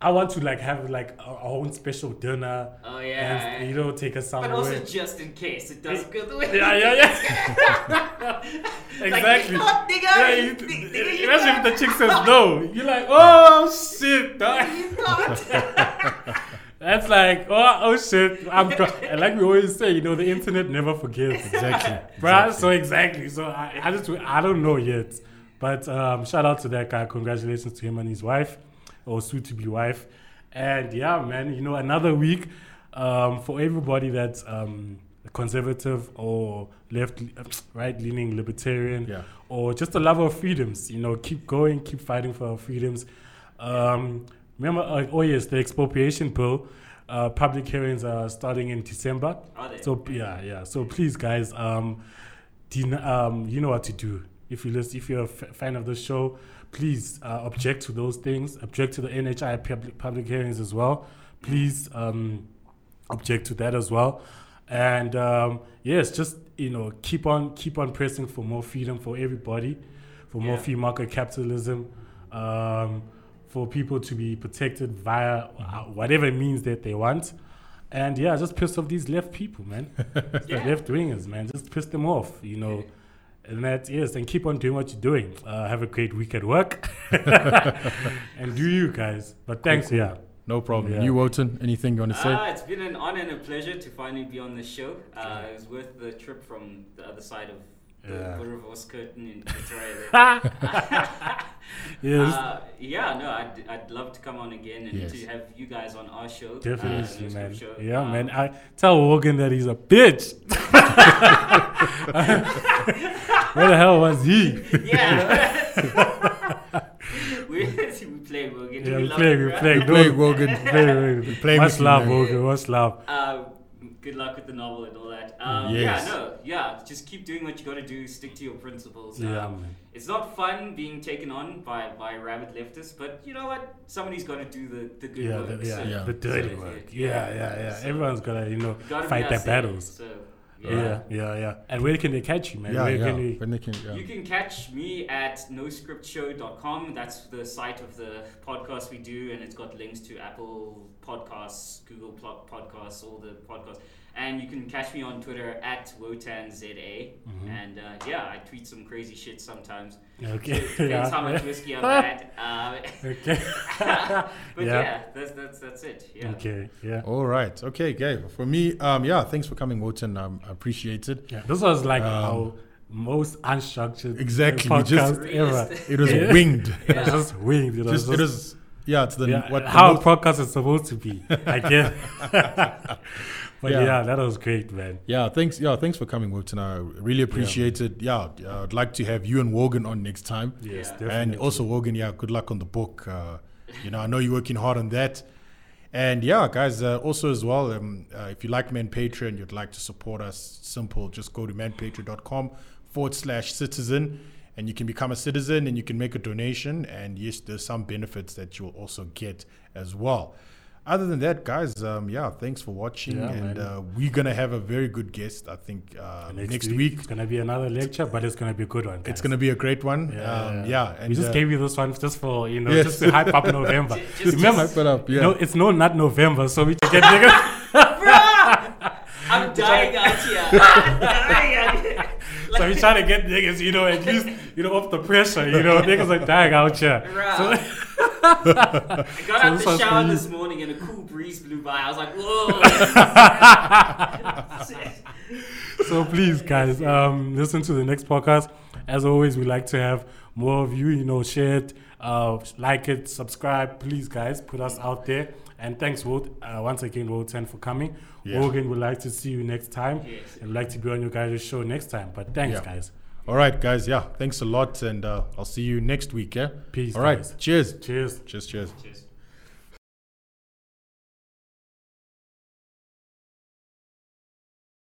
Speaker 2: I want to like have like our own special dinner.
Speaker 3: Oh, yeah.
Speaker 2: and, you know, take us
Speaker 3: But
Speaker 2: somewhere.
Speaker 3: also just in case it doesn't go the way.
Speaker 2: yeah, yeah, yeah. exactly.
Speaker 3: Like, you
Speaker 2: Yeah,
Speaker 3: can't,
Speaker 2: you, eh,
Speaker 3: nigga. Nigga, you
Speaker 2: imagine if
Speaker 3: can't.
Speaker 2: the chick says no. You're like, oh shit. dog."
Speaker 3: You can't.
Speaker 2: That's like, oh, oh shit. I'm dr-" and like we always say, you know, the internet never forgives.
Speaker 1: Exactly.
Speaker 2: Bruh, so exactly. So I, I just I don't know yet. But um, shout out to that guy. Congratulations to him and his wife, or soon to be wife. And yeah, man, you know, another week um, for everybody that's um, conservative or left, right leaning libertarian,
Speaker 1: Yeah.
Speaker 2: or just a lover of freedoms. You know, keep going, keep fighting for our freedoms. Um, remember, uh, oh yes, the expropriation bill. Uh, public hearings are starting in December.
Speaker 3: Are they?
Speaker 2: So yeah, yeah. So please, guys, um, den- um, you know what to do. If you listen, if you're a f- fan of the show, please uh, object to those things. Object to the NHI public, public hearings as well. Please um, object to that as well. And um, yes, just you know, keep on keep on pressing for more freedom for everybody, for more
Speaker 3: Yeah.
Speaker 2: free market capitalism, um, for people to be protected via uh, whatever means that they want. And yeah, just piss off these left people, man. It's
Speaker 3: Yeah.
Speaker 2: The left wingers, man. Just piss them off, you know. And that's yes, and keep on doing what you're doing. Uh, have a great week at work, and do you guys. But thanks, yeah.
Speaker 1: No problem.
Speaker 2: Yeah.
Speaker 1: You, Wotan, anything you want to say?
Speaker 3: Ah, it's been an honor and a pleasure to finally be on the show. Uh, it was worth the trip from the other side of the
Speaker 2: Yeah.
Speaker 3: Boulevard's curtain in Pretoria. there.
Speaker 2: yes,
Speaker 3: Uh, yeah, no, I'd, I'd love to come on again and
Speaker 1: Yes.
Speaker 3: to have you guys on our show. uh,
Speaker 2: definitely,
Speaker 3: Noob Scoop
Speaker 2: man.
Speaker 3: show.
Speaker 2: Yeah,
Speaker 3: Um,
Speaker 2: man. I tell Wogan that he's a bitch. Where the hell was he?
Speaker 3: Yeah. we, we play Wogan.
Speaker 2: Yeah,
Speaker 3: we
Speaker 2: we
Speaker 3: love
Speaker 2: play,
Speaker 3: you,
Speaker 2: we
Speaker 3: bruh.
Speaker 2: play.
Speaker 1: Play, Wogan.
Speaker 2: Play, play,
Speaker 1: Play
Speaker 2: Much
Speaker 1: with me,
Speaker 2: love,
Speaker 1: man.
Speaker 2: Wogan. Much love.
Speaker 3: Uh, good luck with the novel and all that. Um,
Speaker 1: Yes.
Speaker 3: Yeah, no, yeah. Just keep doing what you got to do. Stick to your principles.
Speaker 2: Yeah,
Speaker 3: Um,
Speaker 2: man.
Speaker 3: it's not fun being taken on by, by rabid leftists, but you know what? Somebody's got to do the, the good
Speaker 2: Yeah,
Speaker 3: work.
Speaker 2: the, yeah,
Speaker 3: so
Speaker 1: Yeah.
Speaker 2: the dirty
Speaker 3: So-
Speaker 2: work. Yeah, yeah, yeah.
Speaker 3: So-
Speaker 2: Everyone's gotta, you know,
Speaker 3: you gotta be
Speaker 2: fight their
Speaker 3: us, eh?
Speaker 2: battles.
Speaker 3: So, yeah.
Speaker 2: Yeah, yeah, yeah. And where can they catch you, man?
Speaker 1: yeah,
Speaker 2: where
Speaker 1: yeah.
Speaker 2: can we?
Speaker 1: When they can- yeah.
Speaker 3: You can catch me at noscriptshow.com. That's the site of the podcast we do, and it's got links to Apple Podcasts, Google Plo- Podcasts, all the podcasts. And you can catch me on Twitter at WotanZA.
Speaker 2: Mm-hmm.
Speaker 3: And uh, yeah, I tweet some crazy shit sometimes.
Speaker 2: Okay.
Speaker 3: Depends how much
Speaker 2: yeah.
Speaker 3: whiskey I've had. Uh,
Speaker 2: Okay.
Speaker 3: but
Speaker 2: Yeah.
Speaker 3: yeah, that's, that's, that's it. Yeah.
Speaker 2: Okay. Yeah.
Speaker 1: All right. Okay, okay. For me, um, yeah, thanks for coming, Wotan. Um, I appreciate it.
Speaker 2: Yeah. This was like
Speaker 1: Um,
Speaker 2: our most unstructured
Speaker 1: Exactly, we
Speaker 2: podcast
Speaker 1: just-
Speaker 2: ever.
Speaker 1: It was
Speaker 2: Yeah.
Speaker 1: winged.
Speaker 2: It was just winged. It was
Speaker 1: Just,
Speaker 2: just,
Speaker 1: it was yeah, it's the
Speaker 2: yeah,
Speaker 1: what the
Speaker 2: how
Speaker 1: most-
Speaker 2: a podcast is supposed to be, I guess. but
Speaker 1: Yeah.
Speaker 2: yeah. that was great, man.
Speaker 1: Yeah, thanks. Yeah, thanks for coming, Wilton. I really appreciate it. Yeah, uh, I'd like to have you and Wogan on next time.
Speaker 2: Yes,
Speaker 3: Yeah.
Speaker 2: definitely.
Speaker 1: And also, Wogan, yeah, good luck on the book. Uh, you know, I know you're working hard on that. And yeah, guys, uh, also as well, um, uh, if you like Man Patreon, you'd like to support us, simple, just go to manpatreon.com forward slash citizen and you can become a citizen and you can make a donation. And yes, there's some benefits that you'll also get as well. Other than that, guys, um, yeah, thanks for watching.
Speaker 2: Yeah,
Speaker 1: and
Speaker 2: man.
Speaker 1: uh, we're going to have a very good guest, I think, uh, next, week.
Speaker 2: it's gonna be another lecture, but it's gonna be a good one.
Speaker 1: It's
Speaker 2: guys.
Speaker 1: going to be a great one. Yeah.
Speaker 2: Yeah,
Speaker 1: Um, yeah and
Speaker 2: we just
Speaker 1: uh,
Speaker 2: gave you this one just for you know,
Speaker 1: Yes.
Speaker 2: just to hype up November.
Speaker 3: Ju- just-
Speaker 2: Remember,
Speaker 3: just-
Speaker 1: Put up, yeah.
Speaker 2: no, it's no, not November, so we can get bigger.
Speaker 3: I'm dying out here. I'm dying out here.
Speaker 2: so we try to get niggas, you know, at least you know, off the pressure, you know, niggas are dying out here.
Speaker 3: Bruh.
Speaker 2: So,
Speaker 3: I got
Speaker 2: So
Speaker 3: out
Speaker 2: this
Speaker 3: the
Speaker 2: one's for
Speaker 3: shower
Speaker 2: you.
Speaker 3: this morning and a cool breeze blew by. I was like, whoa.
Speaker 2: so please, guys, um, listen to the next podcast. As always, we like to have more of you. You know, share it, uh, like it, subscribe, please, guys. Put us out there. And thanks, Wolt, uh, once again, Wotan, for coming.
Speaker 1: Yeah.
Speaker 2: Wogan would like to see you next time,
Speaker 3: Yes.
Speaker 2: and would like to be on your guys' show next time. But thanks,
Speaker 1: Yeah.
Speaker 2: guys.
Speaker 1: All right, guys. Yeah, thanks a lot, and uh, I'll see you next week. Yeah,
Speaker 2: Peace,
Speaker 1: All right,
Speaker 2: guys.
Speaker 1: cheers.
Speaker 2: Cheers.
Speaker 1: Cheers. Cheers.
Speaker 3: Cheers.